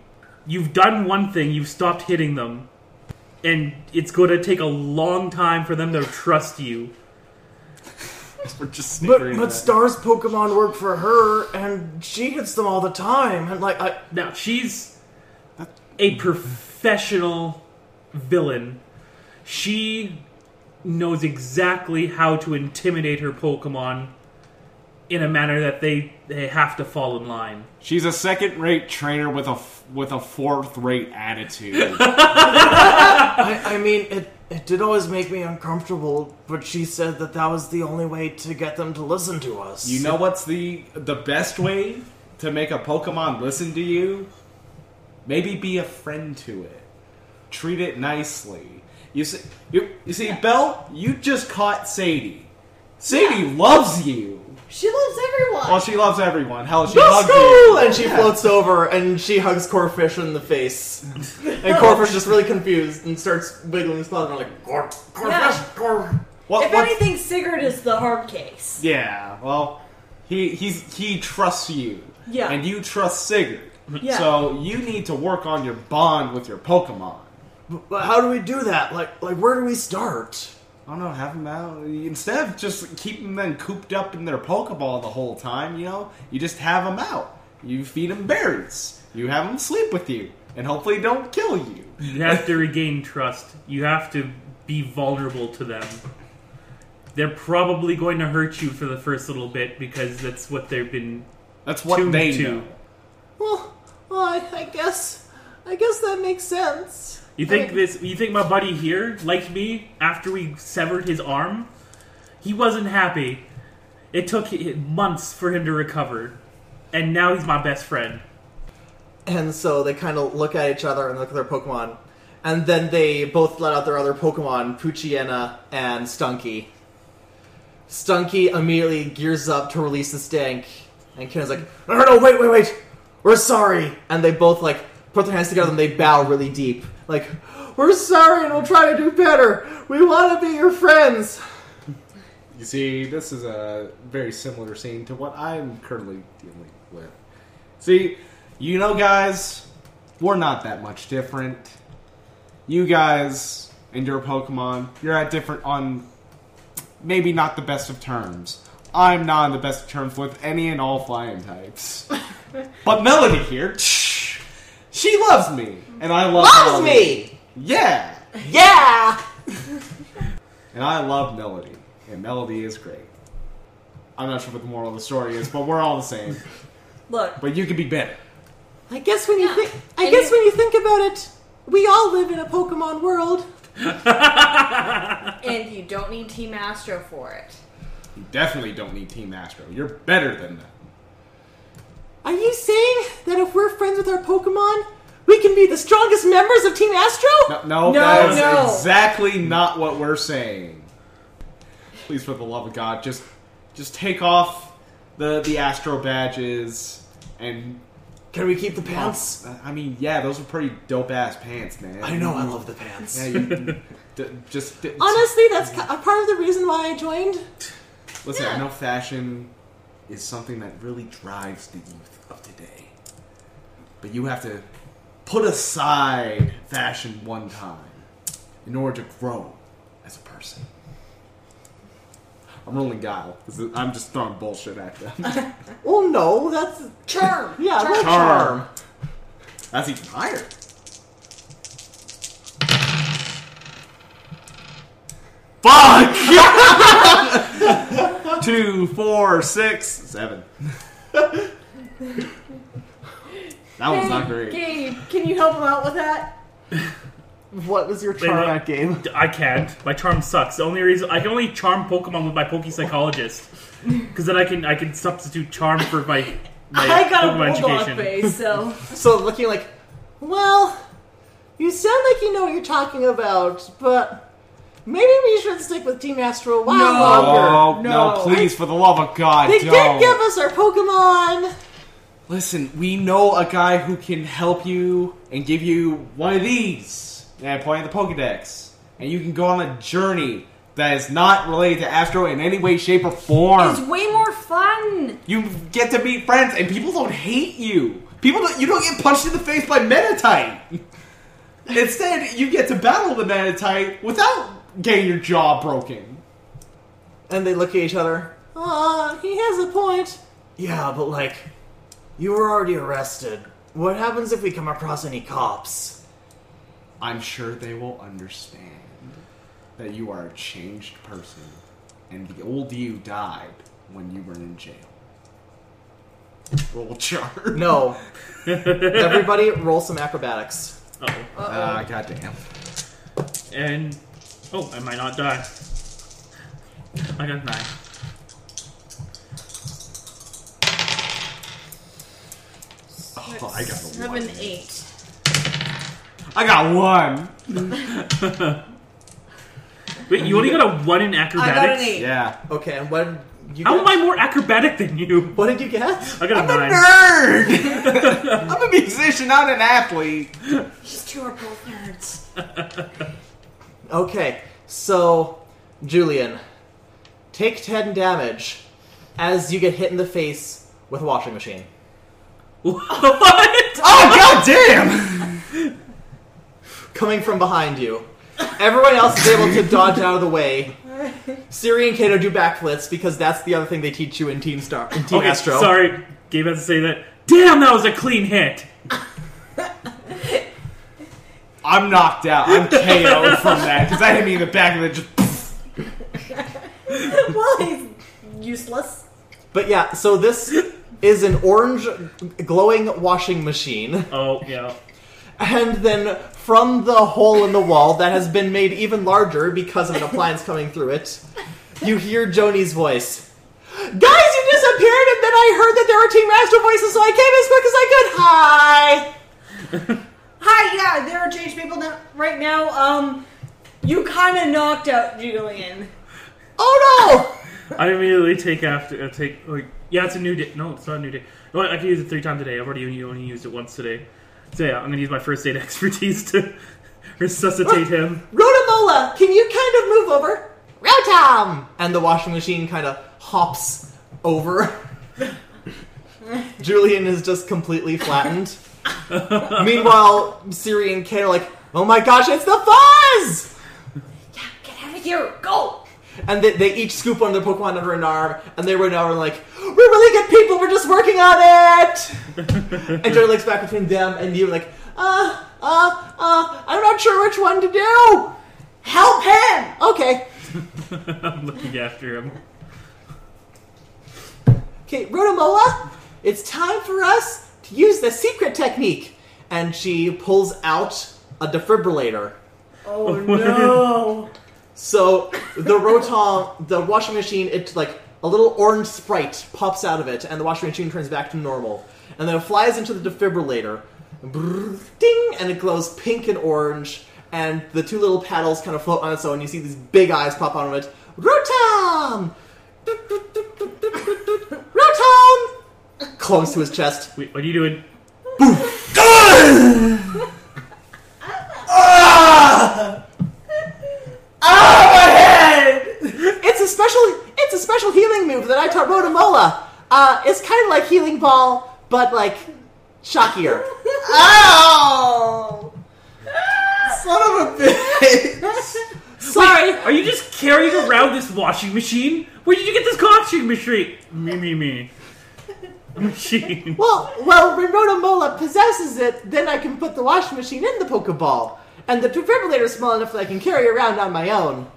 Speaker 4: You've done one thing, you've stopped hitting them. And it's going to take a long time for them to trust you.
Speaker 2: We're just
Speaker 1: But
Speaker 2: snickering
Speaker 1: but
Speaker 2: at
Speaker 1: Star's Pokemon work for her, and she hits them all the time. And like, I,
Speaker 4: Now, she's a professional villain. She knows exactly how to intimidate her Pokemon in a manner that they they have to fall in line.
Speaker 2: She's a second-rate trainer with a f- with a fourth-rate attitude.
Speaker 5: I, I mean, it, it did always make me uncomfortable, but she said that that was the only way to get them to listen to us.
Speaker 2: you know what's the the best way to make a Pokemon listen to you? Maybe be a friend to it. Treat it nicely. You see, you, you see, Belle, you just caught Sadie. Sadie loves you.
Speaker 3: She loves everyone.
Speaker 2: Well, she loves everyone. Hell, she
Speaker 1: Let's
Speaker 2: loves
Speaker 1: go!
Speaker 2: you.
Speaker 1: And she floats over and she hugs Corfish in the face. and Corfish is really confused and starts wiggling his claws and like, Cor- Corfish,
Speaker 3: Yeah.
Speaker 1: Cor.
Speaker 2: What-
Speaker 3: if
Speaker 2: what-
Speaker 3: anything, Sigurd is the hard case.
Speaker 2: Yeah, well, he he's he trusts you.
Speaker 3: Yeah.
Speaker 2: And you trust Sigurd.
Speaker 3: Yeah.
Speaker 2: So you need to work on your bond with your Pokemon.
Speaker 1: But how do we do that? Like, like where do we start?
Speaker 2: I don't know, have them out. Instead of just keeping them cooped up in their Pokeball the whole time, you know, you just have them out. You feed them berries. You have them sleep with you. And hopefully don't kill you.
Speaker 4: You have to regain trust. You have to be vulnerable to them. They're probably going to hurt you for the first little bit because that's what they've been.
Speaker 2: That's what
Speaker 4: Tuned
Speaker 2: they
Speaker 4: to.
Speaker 2: do.
Speaker 1: Well, well I, I guess, I guess that makes sense.
Speaker 4: You think this? You think my buddy here liked me after we severed his arm? He wasn't happy. It took i- months for him to recover, and now he's my best friend.
Speaker 1: And so they kind of look at each other and look at their Pokemon, and then they both let out their other Pokemon, Puchiena and Stunky. Stunky immediately gears up to release the stank, and Ken's like, "No, no, no, wait, wait, wait, we're sorry." And they both like put their hands together and they bow really deep, like, "We're sorry, and we'll try to do better. We want to be your friends."
Speaker 2: You see, this is a very similar scene to what I'm currently dealing with. See, you know, guys, we're not that much different. You guys and your Pokemon, you're at different on maybe not the best of terms. I'm not on the best of terms with any and all flying types. but Melody here, she loves me, and I love
Speaker 1: Loves
Speaker 2: Melody.
Speaker 1: me,
Speaker 2: Yeah,
Speaker 1: yeah.
Speaker 2: and I love Melody, and Melody is great. I'm not sure what the moral of the story is, but we're all the same.
Speaker 3: Look,
Speaker 2: But you could be better.
Speaker 1: I guess when you
Speaker 6: Yeah.
Speaker 1: think, I
Speaker 6: And
Speaker 1: guess
Speaker 6: you-
Speaker 1: when you think about it, we all live in a Pokemon world.
Speaker 6: And you don't need Team Astro for it.
Speaker 2: You definitely don't need Team Astro. You're better than them.
Speaker 1: Are you saying that if we're friends with our Pokemon, we can be the strongest members of Team Astro?
Speaker 2: No, no,
Speaker 3: No,
Speaker 2: that is
Speaker 3: no.
Speaker 2: exactly not what we're saying. Please, for the love of God, just just take off the the Astro badges and.
Speaker 1: Can we keep the pants?
Speaker 2: I mean, yeah, those are pretty dope ass pants, man.
Speaker 1: I know I love the pants.
Speaker 2: Yeah, you, d- just d-
Speaker 1: Honestly, that's ki- a part of the reason why I joined.
Speaker 2: Listen, I know fashion is something that really drives the youth of today. But you have to put aside fashion one time in order to grow as a person. I'm rolling guile. 'cause I'm just throwing bullshit at them.
Speaker 1: Well, no, that's
Speaker 3: charm.
Speaker 1: yeah, charm.
Speaker 2: Charm.
Speaker 1: charm.
Speaker 2: That's even higher. Fuck! Two, four, six, seven. that one's not great.
Speaker 3: Gabe, can you help him out with that?
Speaker 1: What was your
Speaker 4: Wait,
Speaker 1: charm
Speaker 4: what?
Speaker 1: at game?
Speaker 4: I can't. My charm sucks. The only reason I can only charm Pokemon with my Poke Psychologist, because then I can I can substitute charm for my my
Speaker 3: I got a
Speaker 4: Pokemon
Speaker 3: bulldog
Speaker 4: education.
Speaker 3: face, so
Speaker 1: So looking like, well, you sound like you know what you're talking about, but maybe we should stick with Team Astro a while
Speaker 3: No.
Speaker 1: longer.
Speaker 2: Oh, no,
Speaker 3: No.
Speaker 2: please, for the love of God,
Speaker 1: They
Speaker 2: don't.
Speaker 1: did give us our Pokemon.
Speaker 2: Listen, we know a guy who can help you and give you one of these. And I point at the Pokedex. And you can go on a journey that is not related to Astro in any way, shape, or form.
Speaker 6: It's way more fun.
Speaker 2: You get to meet friends, and people don't hate you. People, don't, you don't get punched in the face by Metatite. Instead, you get to battle the Metatite without getting your jaw broken.
Speaker 1: And they look at each other. Ah, he has a point. Yeah, but like, you were already arrested. What happens if we come across any cops?
Speaker 2: I'm sure they will understand that you are a changed person, and the old you died when you were in jail. roll chart.
Speaker 1: No. Everybody roll some acrobatics.
Speaker 4: Oh,
Speaker 2: Ah, goddamn.
Speaker 4: and oh, I might not die. I got nine.
Speaker 2: Oh, I got a
Speaker 3: Seven,
Speaker 2: one.
Speaker 3: eight.
Speaker 2: I got one.
Speaker 4: Wait, you only got a one in
Speaker 3: I
Speaker 4: acrobatics.
Speaker 3: got an eight.
Speaker 2: Yeah.
Speaker 1: Okay, and what did you
Speaker 4: How
Speaker 1: get?
Speaker 4: am I more acrobatic than you?
Speaker 1: What did you get?
Speaker 4: I got a nine.
Speaker 2: nerd. I'm a musician, not an athlete.
Speaker 6: These two are both nerds.
Speaker 1: Okay, so Julian, take ten damage as you get hit in the face with a washing machine.
Speaker 4: what?
Speaker 2: Oh goddamn!
Speaker 1: coming from behind you. Everyone else is able to dodge out of the way. Siri and Kato do backflips because that's the other thing they teach you in Team Star in Team
Speaker 4: okay,
Speaker 1: Astro.
Speaker 4: sorry. Gabe has to say that. Damn, that was a clean hit.
Speaker 2: I'm knocked out. I'm KO'd from that because I hit me in the back of the. Just,
Speaker 3: well, he's useless.
Speaker 1: But yeah, so this is an orange glowing washing machine.
Speaker 4: Oh yeah.
Speaker 1: And then from the hole in the wall that has been made even larger because of an appliance coming through it, you hear Joni's voice. Guys, you disappeared, and then I heard that there were Team Astro voices, so I came as quick as I could. Hi!
Speaker 3: Hi, yeah, there are change people now, right now. Um, you kind of knocked out Julian.
Speaker 1: Oh no!
Speaker 4: I immediately take after uh, take like yeah, it's a new day. No, it's not a new day. No, I can use it three times today. I've already only- only used it once today. So yeah, I'm gonna use my first aid expertise to resuscitate him.
Speaker 1: Rotomola, can you kind of move over? Rotom! And the washing machine kind of hops over. Julian is just completely flattened. Meanwhile, Siri and Kate are like, oh my gosh, it's the fuzz!
Speaker 6: Get out of here! Go!
Speaker 1: And they, they each scoop one of their Pokemon under an arm, and they run over and like, we're really good people, we're just working on it! and Joy looks back between them and you, like, uh, uh, uh, I'm not sure which one to do!
Speaker 3: Help him!
Speaker 1: Okay.
Speaker 4: I'm looking after him.
Speaker 1: Okay, Rotomola, it's time for us to use the secret technique. And she pulls out a defibrillator.
Speaker 3: Oh no!
Speaker 1: So the Rotom, the washing machine, it's like a little orange sprite pops out of it, and the washing machine turns back to normal. And then it flies into the defibrillator. Brrr, ding! And it glows pink and orange, and the two little paddles kind of float on its own. You see these big eyes pop out of it. Rotom! Rotom! Close to his chest.
Speaker 4: Wait, what are you doing?
Speaker 1: It's a special it's a special healing move that I taught Rotomola. Uh, it's kind of like healing ball, but like shockier.
Speaker 2: Ow! Son of a bitch!
Speaker 1: Sorry.
Speaker 4: Are you just carrying around this washing machine? Where did you get this washing machine? Me me me. Machine.
Speaker 1: Well, well, when Rotomola possesses it, then I can put the washing machine in the Pokeball. And the defibrillator is small enough that I can carry around on my own.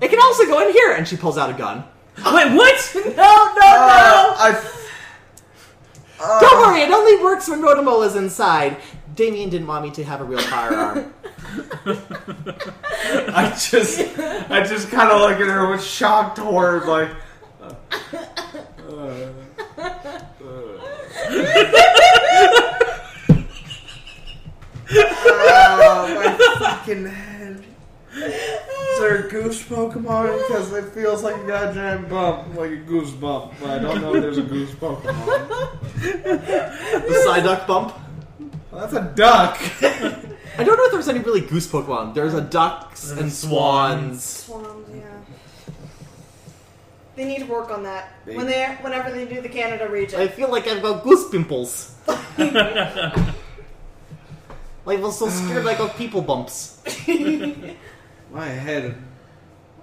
Speaker 1: It can also go in here, and she pulls out a gun.
Speaker 4: Wait, what?
Speaker 3: No, no, no!
Speaker 2: I,
Speaker 1: Don't worry, it only works when Rotomola's inside. Damien didn't want me to have a real firearm.
Speaker 2: I just, I just kind of look at her with shocked horror, like. oh, my fucking head. Is there a goose Pokemon? Because it feels like a goddamn bump, like a goose bump, but I don't know if there's a goose Pokemon.
Speaker 1: the Psyduck bump.
Speaker 2: Well, that's a duck.
Speaker 1: I don't know if there's any really goose Pokemon. There's a ducks and swans.
Speaker 3: Swans, yeah. They need to work on that when they, whenever they do the Canada region.
Speaker 1: I feel like I've got goose pimples. like, I was so scared I got people bumps.
Speaker 2: My head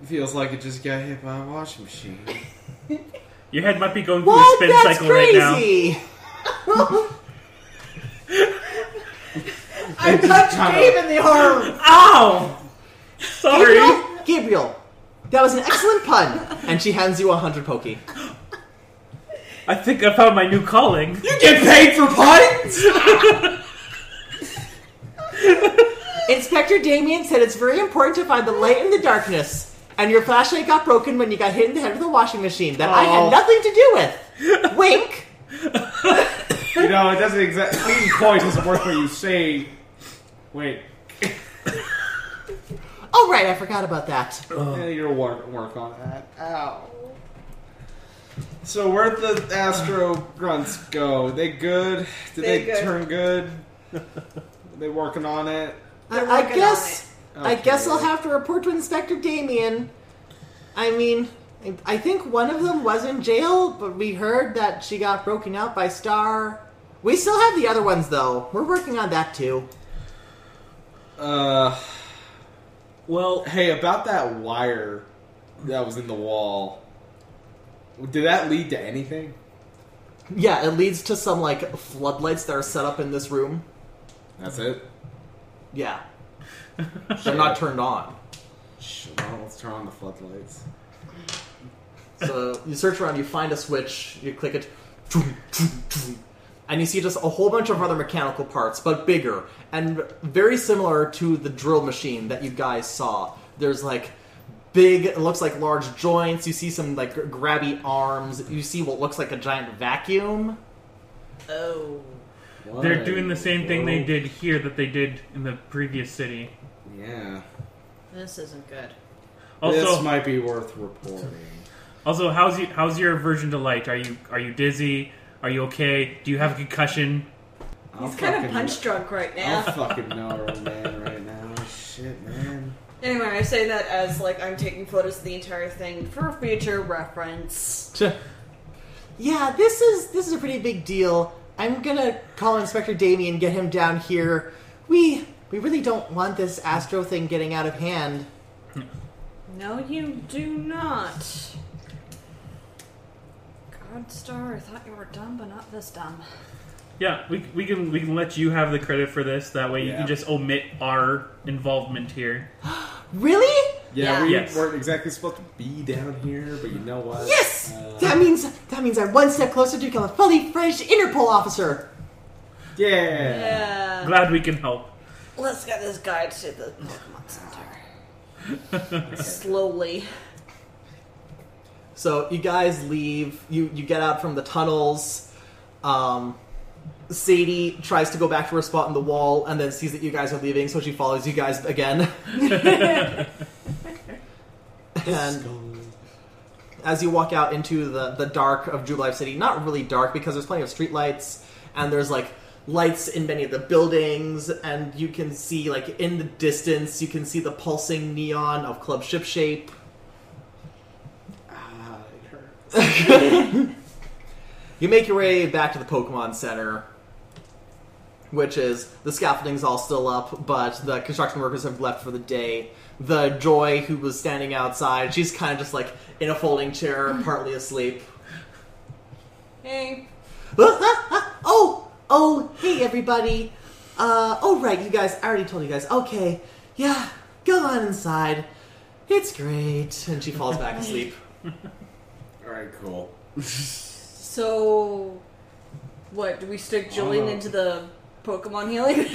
Speaker 2: feels like it just got hit by a washing machine.
Speaker 4: Your head might be going through
Speaker 1: What?
Speaker 4: a spin
Speaker 1: That's
Speaker 4: cycle right
Speaker 1: crazy!
Speaker 3: I touched Gabe in the arm.
Speaker 4: now. Ow! Sorry.
Speaker 1: Gabriel, Gabriel, that was an excellent pun. And she hands you a hundred pokey.
Speaker 4: I think I found my new calling.
Speaker 2: You get paid for puns?
Speaker 1: Inspector Damien said it's very important to find the light in the darkness, and your flashlight got broken when you got hit in the head with a washing machine that I
Speaker 2: Oh.
Speaker 1: had nothing to do with. Wink.
Speaker 2: you know, it doesn't exactly. Being coy doesn't work when you say. Wait,
Speaker 1: Oh right, I forgot about that.
Speaker 2: yeah, you'll work, work on that. Ow. So where'd the Astro Grunts go? They good? Did
Speaker 3: They
Speaker 2: they
Speaker 3: good.
Speaker 2: turn good? they working on it?
Speaker 1: I,
Speaker 3: They're
Speaker 1: I
Speaker 3: working
Speaker 1: guess. I
Speaker 2: Okay.
Speaker 1: guess I'll have to report to Inspector Damien. I mean, I, I think one of them was in jail, but we heard that she got broken out by Star. We still have the other ones though. We're working on that too.
Speaker 2: Uh,
Speaker 4: Well,
Speaker 2: hey, about that wire that was in the wall. Did that lead to anything?
Speaker 1: Yeah, it leads to some like floodlights that are set up in this room.
Speaker 2: That's it.
Speaker 1: Yeah. They're not turned on.
Speaker 2: Shh, well, let's turn on the floodlights.
Speaker 1: So you search around, you find a switch, you click it, and you see just a whole bunch of other mechanical parts, but bigger and very similar to the drill machine that you guys saw. There's like big, it looks like large joints. You see some like grabby arms. You see what looks like a giant vacuum.
Speaker 3: Oh.
Speaker 4: they're
Speaker 2: Why?
Speaker 4: doing the same thing they
Speaker 2: Whoa.
Speaker 4: did here that they did in the previous city.
Speaker 2: Yeah.
Speaker 3: This isn't good.
Speaker 2: this
Speaker 4: Also,
Speaker 2: might be worth reporting.
Speaker 4: also, how's you, how's your aversion to light? Are you are you dizzy? Are you okay? Do you have a concussion?
Speaker 2: I'll
Speaker 3: He's kind of
Speaker 2: fucking-
Speaker 3: punch drunk right
Speaker 2: I'll
Speaker 3: now.
Speaker 2: fucking know, man, right now. Shit, man.
Speaker 3: Anyway, I say that as like I'm taking photos of the entire thing for future reference.
Speaker 1: Yeah, this is this is a pretty big deal. I'm gonna call Inspector Damien, get him down here. We we really don't want this astro thing getting out of hand.
Speaker 3: No, you do not. God, Star, I thought you were dumb, but not this dumb.
Speaker 4: Yeah, we, we can we can let you have the credit for this. That way, you
Speaker 2: Yeah.
Speaker 4: can just omit our involvement here.
Speaker 1: Really?
Speaker 2: Yeah, we
Speaker 4: Yes.
Speaker 2: weren't exactly supposed to be down here, but you know what?
Speaker 1: Yes, that
Speaker 2: Uh,
Speaker 1: means that means I'm one step closer to become a fully fledged Interpol officer.
Speaker 2: yeah.
Speaker 1: Uh.
Speaker 3: Yeah.
Speaker 4: Glad we can help.
Speaker 3: Let's get this guy to the Pokemon Center. Slowly.
Speaker 1: So you guys leave. You you get out from the tunnels. Um, Sadie tries to go back to her spot in the wall, and then sees that you guys are leaving, so she follows you guys again. and as you walk out into the, the dark of Jubilife City, not really dark because there's plenty of streetlights and there's like lights in many of the buildings, and you can see like in the distance you can see the pulsing neon of Club Shipshape.
Speaker 2: Ah, it hurts.
Speaker 1: You make your way back to the Pokemon Center, which is the scaffolding's all still up, but the construction workers have left for the day. The Joy, who was standing outside, she's kind of just like in a folding chair, partly asleep.
Speaker 3: Hey.
Speaker 1: Ah, ah, ah. oh, oh, hey everybody. Uh, oh right, you guys. I already told you guys. Okay, yeah, go on inside. It's great. And she falls back asleep.
Speaker 2: Alright, cool.
Speaker 3: So, what? Do we stick Julian
Speaker 2: Oh.
Speaker 3: into the Pokemon healing?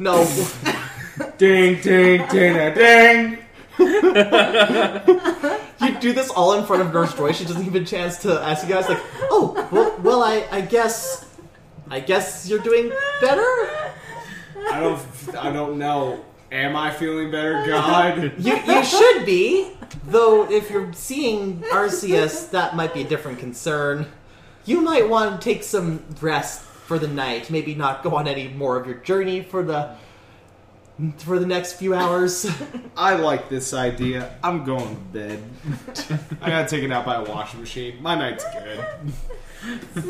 Speaker 1: No,
Speaker 2: Ding, ding, ding, a ding!
Speaker 1: you do this all in front of Nurse Joy. She doesn't even chance to ask you guys. Like, oh, well, well I, I guess, I guess you're doing better.
Speaker 2: I don't, I don't know. Am I feeling better, God?
Speaker 1: You, you should be, though. If you're seeing Arceus, that might be a different concern. You might want to take some rest for the night. Maybe not go on any more of your journey for the for the next few hours.
Speaker 2: I like this idea. I'm going to bed. I got taken out by a washing machine. My night's good.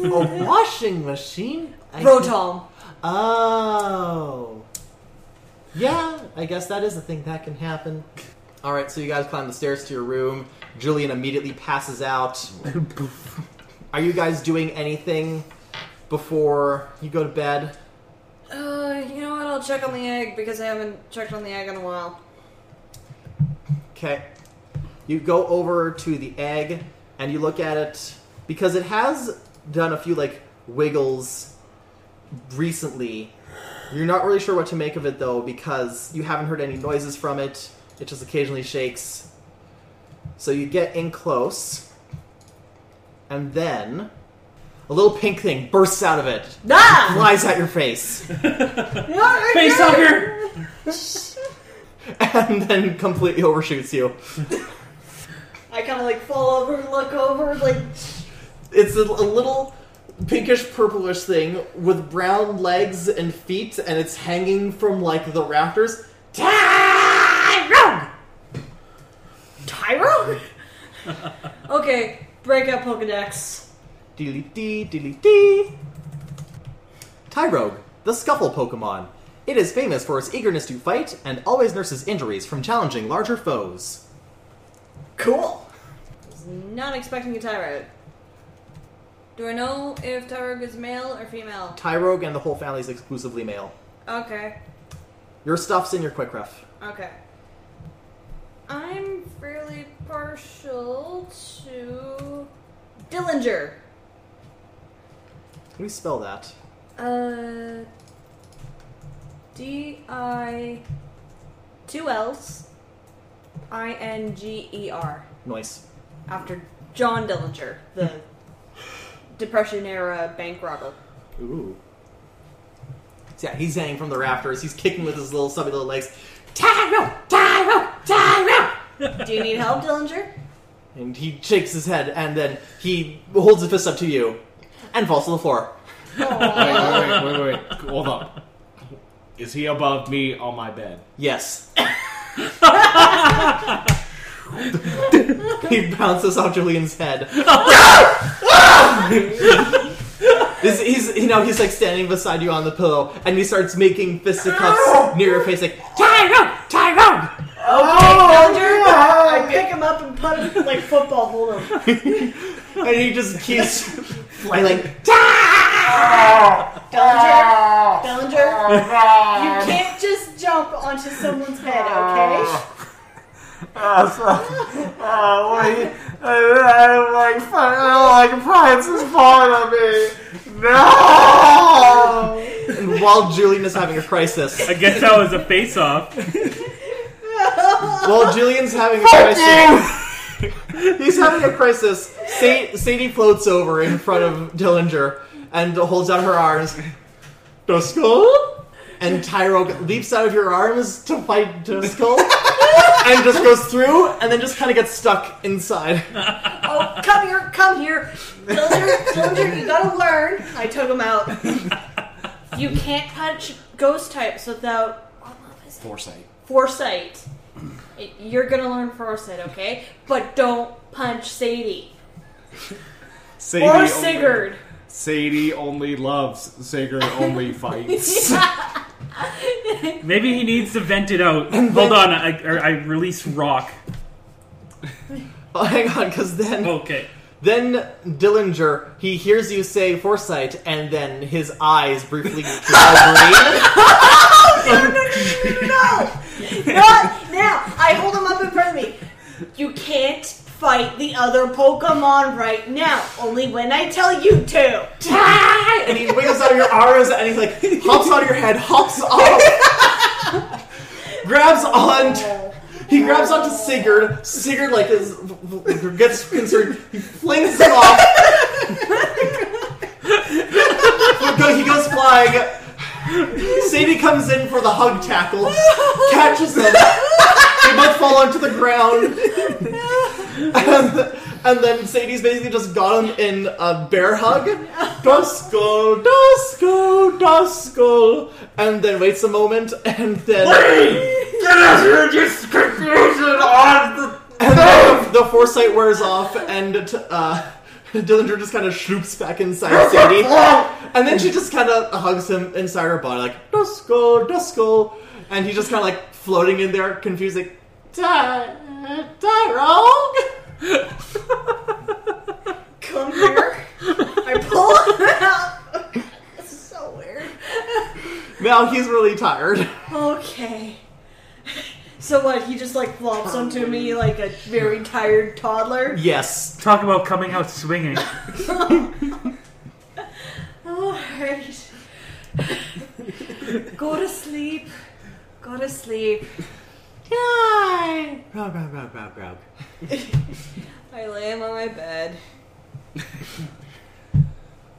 Speaker 1: a washing machine. I-
Speaker 3: Rotom.
Speaker 1: Oh. Yeah, I guess that is a thing that can happen. All right, so you guys climb the stairs to your room. Julian immediately passes out. Are you guys doing anything before you go to bed?
Speaker 3: Uh, you know what? I'll check on the egg because I haven't checked on the egg in a while.
Speaker 1: Okay. You go over to the egg and you look at it because it has done a few like wiggles recently. You're not really sure what to make of it though because you haven't heard any noises from it. It just occasionally shakes. So you get in close, and then a little pink thing bursts out of it,
Speaker 3: Ah!
Speaker 1: flies at your face,
Speaker 4: Face hugger!
Speaker 1: and then completely overshoots you.
Speaker 3: I kind of like fall over, look over, like
Speaker 1: It's a, a little pinkish purplish thing with brown legs and feet, and it's hanging from like the rafters.
Speaker 3: Tyrone. Tyrone. okay, break out Pokedex.
Speaker 1: Dilly dee, dilly dee. Tyrogue, the scuffle Pokemon. It is famous for its eagerness to fight and always nurses injuries from challenging larger foes. Cool.
Speaker 3: Was Not expecting a Tyrone.
Speaker 6: Do I know if Targ is male or female?
Speaker 1: Tyrogue and the whole family is exclusively male.
Speaker 6: Okay.
Speaker 1: Your stuff's in your quick ref.
Speaker 3: Okay.
Speaker 6: I'm fairly partial to Dillinger.
Speaker 1: How do you spell that?
Speaker 6: Uh, D I two L's I N G E R
Speaker 1: Noise.
Speaker 6: after John Dillinger, the Depression era bank robber.
Speaker 1: Ooh. So yeah, he's hanging from the rafters. He's kicking with his little stubby little legs. Tyro! Tyro! Tyro!
Speaker 3: Do you need help, Dillinger?
Speaker 1: And he shakes his head, and then he holds a fist up to you and falls to the floor.
Speaker 2: Wait, wait, wait, wait, wait. Hold up. Is he above me on my bed?
Speaker 1: Yes. he bounces off Julian's head. he's, he's, you know, he's like standing beside you on the pillow, and he starts making fisticuffs near your face, like Tyrone, Tyrone.
Speaker 3: Dillinger. I pick him up and put him like football. Hold him.
Speaker 1: and he just keeps flailing. "Ah!"
Speaker 3: Dillinger. Dillinger. You can't just jump onto someone's head, okay?
Speaker 2: I'm like, like appliance is falling on me. No!
Speaker 1: And while Julian is having a crisis,
Speaker 4: I guess that was a face off.
Speaker 1: while Julian's having a crisis, he's having a crisis. Sa- Sadie floats over in front of Dillinger and holds out her arms. Duskull? And Tyrogue leaps out of your arms to fight Duskull. and just goes through and then just kind of gets stuck inside.
Speaker 3: Oh, come here, come here. Dillinger, Dillinger, you gotta learn. I took him out. You can't punch ghost types without
Speaker 2: Foresight.
Speaker 3: foresight. It- You're gonna learn foresight, okay? But don't punch Sadie.
Speaker 2: Sadie
Speaker 3: Or
Speaker 2: only-
Speaker 3: Sigurd.
Speaker 2: Sadie only loves. Sigurd only fights.
Speaker 4: Maybe he needs to vent it out. Hold on, I, er, I, I release rock.
Speaker 1: Oh, hang on, because then.
Speaker 4: Okay.
Speaker 1: Then Dillinger, he hears you say Foresight, and then his eyes briefly glow
Speaker 3: Not now! I hold him up in front of me. You can't fight the other Pokemon right now. Only when I tell you to.
Speaker 1: green, and he wiggles out of your arms, and he like hops out of your head, hops off, grabs on.
Speaker 3: Oh.
Speaker 1: he grabs onto Sigurd. Sigurd like is gets concerned. He flings him off. he goes flying. Sadie comes in for the hug tackle, catches him. They both fall onto the ground. And, and then Sadie's basically just got him in a bear hug. Dusko, Dusko, Dusko. And then waits a moment and then. And then the foresight wears off, and t- uh, Dillinger just kind of shoops back inside Sadie. And then she just kind of hugs him inside her body, like, Dusko, Dusko. And he's just kind of like floating in there, confused, like, "Ty- Tyrone?
Speaker 3: Come here. I pull him out. This is so weird.
Speaker 1: Now he's really tired.
Speaker 3: Okay. So what? He just like flops onto me like a very tired toddler.
Speaker 1: Yes.
Speaker 4: Talk about coming out swinging.
Speaker 6: All right. Go to sleep. Go to sleep.
Speaker 1: Hi. Grog, grog, grog, grog, grog.
Speaker 3: I lay him on my bed. I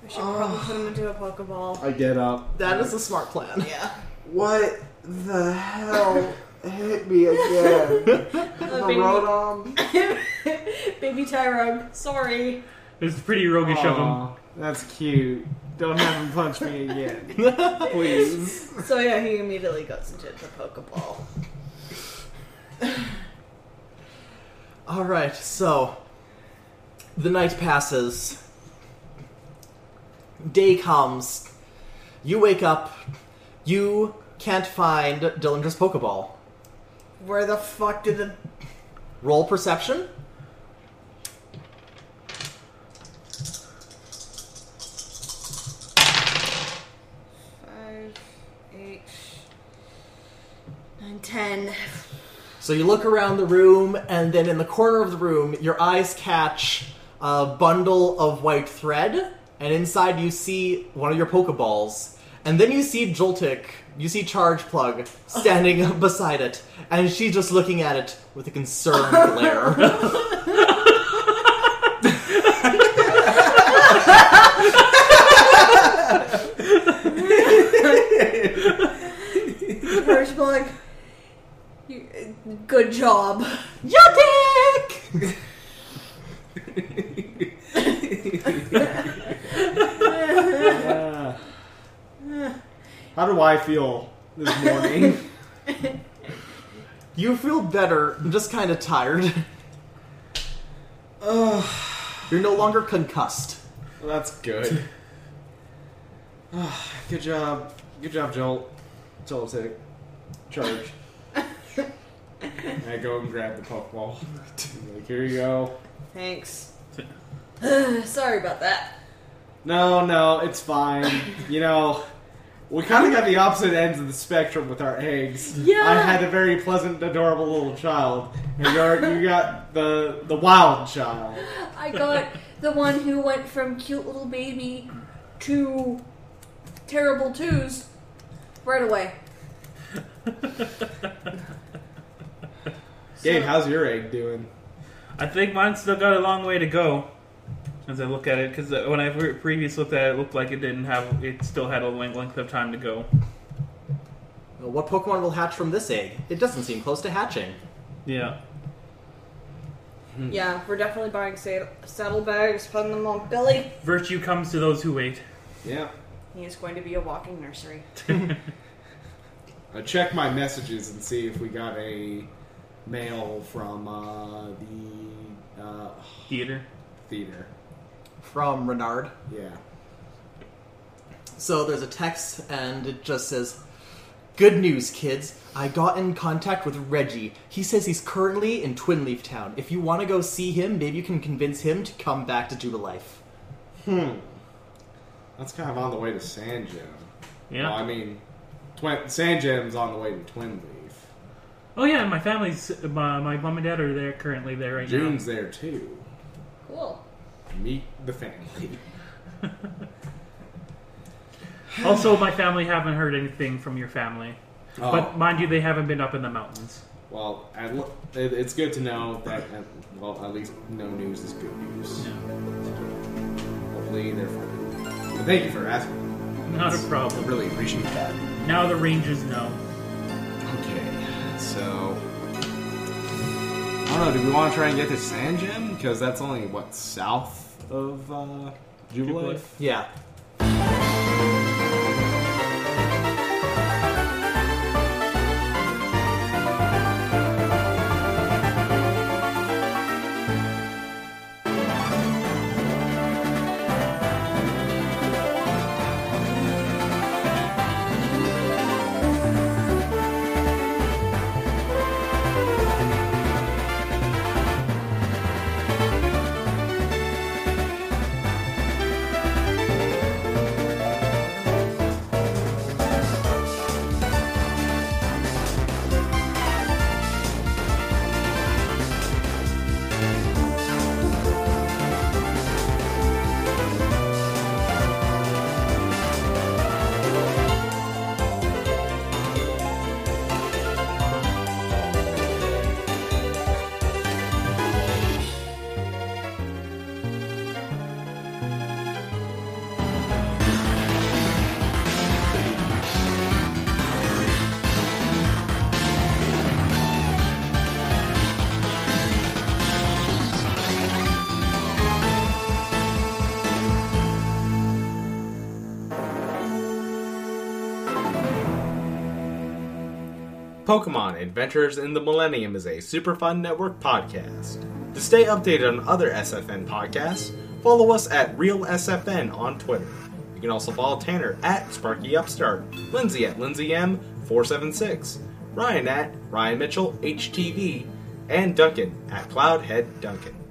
Speaker 3: should probably put him into a pokeball.
Speaker 2: I get up.
Speaker 1: That is a smart plan.
Speaker 3: Yeah.
Speaker 2: What the hell hit me again?
Speaker 3: Uh, baby, baby Tyrone. Sorry.
Speaker 4: It's pretty roguish of him.
Speaker 2: Aw, that's cute. Don't have him punch me again, please.
Speaker 3: So yeah, he immediately goes into the pokeball.
Speaker 1: All right. So the night passes. Day comes. You wake up. You can't find Dillinger's Pokeball.
Speaker 3: Where the fuck did the
Speaker 1: Roll perception.
Speaker 3: five, eight, nine, ten?
Speaker 1: So you look around the room, and then in the corner of the room, your eyes catch a bundle of white thread, and inside you see one of your Pokeballs. And then you see Joltik, you see Charge Plug standing beside it, and she's just looking at it with a concerned glare.
Speaker 3: First like, you- good job.
Speaker 1: Joltik!
Speaker 2: Uh, how do I feel this morning?
Speaker 1: You feel better, I'm just kind of tired. You're no longer concussed.
Speaker 2: Well, that's good. Ah, good job. Good job, Jolt. Jolt take. Charge. And I go and grab the Pokeball. I'm like, here you go.
Speaker 3: Thanks. Sorry about that.
Speaker 2: No, no, it's fine. You know, we kind of got the opposite ends of the spectrum with our eggs.
Speaker 3: Yeah.
Speaker 2: I had a very pleasant, adorable little child, and you're, you got the the wild child.
Speaker 6: I got the one who went from cute little baby to terrible twos right away.
Speaker 2: Gabe, how's your egg doing?
Speaker 4: I think mine's still got a long way to go. As I look at it, because when I re- previous looked at it, it looked like it didn't have, it still had a length length of time to go.
Speaker 1: What Pokemon will hatch from this egg? It doesn't seem close to hatching.
Speaker 4: Yeah.
Speaker 3: Yeah, we're definitely buying sad- saddlebags, putting them on Billy.
Speaker 4: Virtue comes to those who wait.
Speaker 2: Yeah.
Speaker 3: He is going to be a walking nursery.
Speaker 2: I Uh, check my messages and see if we got a mail from uh, the uh,
Speaker 4: Theater.
Speaker 2: theater.
Speaker 1: From Renard.
Speaker 2: Yeah.
Speaker 1: So there's a text, and it just says, Good news, kids. I got in contact with Reggie. He says he's currently in Twin Leaf Town. If you want to go see him, maybe you can convince him to come back to Juba Life.
Speaker 2: That's kind of on the way to San Jim.
Speaker 4: Yeah.
Speaker 2: Well, I mean, Twin- San Jim's on the way to Twin Leaf.
Speaker 4: Oh yeah, my family's my, my mom and dad are there currently there right
Speaker 2: June's there too.
Speaker 3: Cool.
Speaker 2: Meet the family.
Speaker 4: now. Also, my family haven't heard anything from your family,
Speaker 2: Oh,
Speaker 4: but mind you, they haven't been up in the mountains.
Speaker 2: well, at l- it- it's good to know that, at, well, at least no news is good news. Hopefully they're fine. But thank you for asking.
Speaker 4: Not a
Speaker 2: I
Speaker 4: problem.
Speaker 2: really appreciate that.
Speaker 4: Now the rangers know.
Speaker 2: Okay, so I don't know. Do we want to try and get to San Jim? Because that's only what south of uh, Jubilee.
Speaker 4: Jubilife.
Speaker 1: Yeah.
Speaker 2: Pokemon Adventures in the Millennium is a Superfund Network podcast. To stay updated on other SFN podcasts, follow us at RealSFN on Twitter. You can also follow Tanner at SparkyUpstart, Lindsay at LindsayM476, Ryan at Ryan Mitchell HTV, and Duncan at CloudheadDuncan.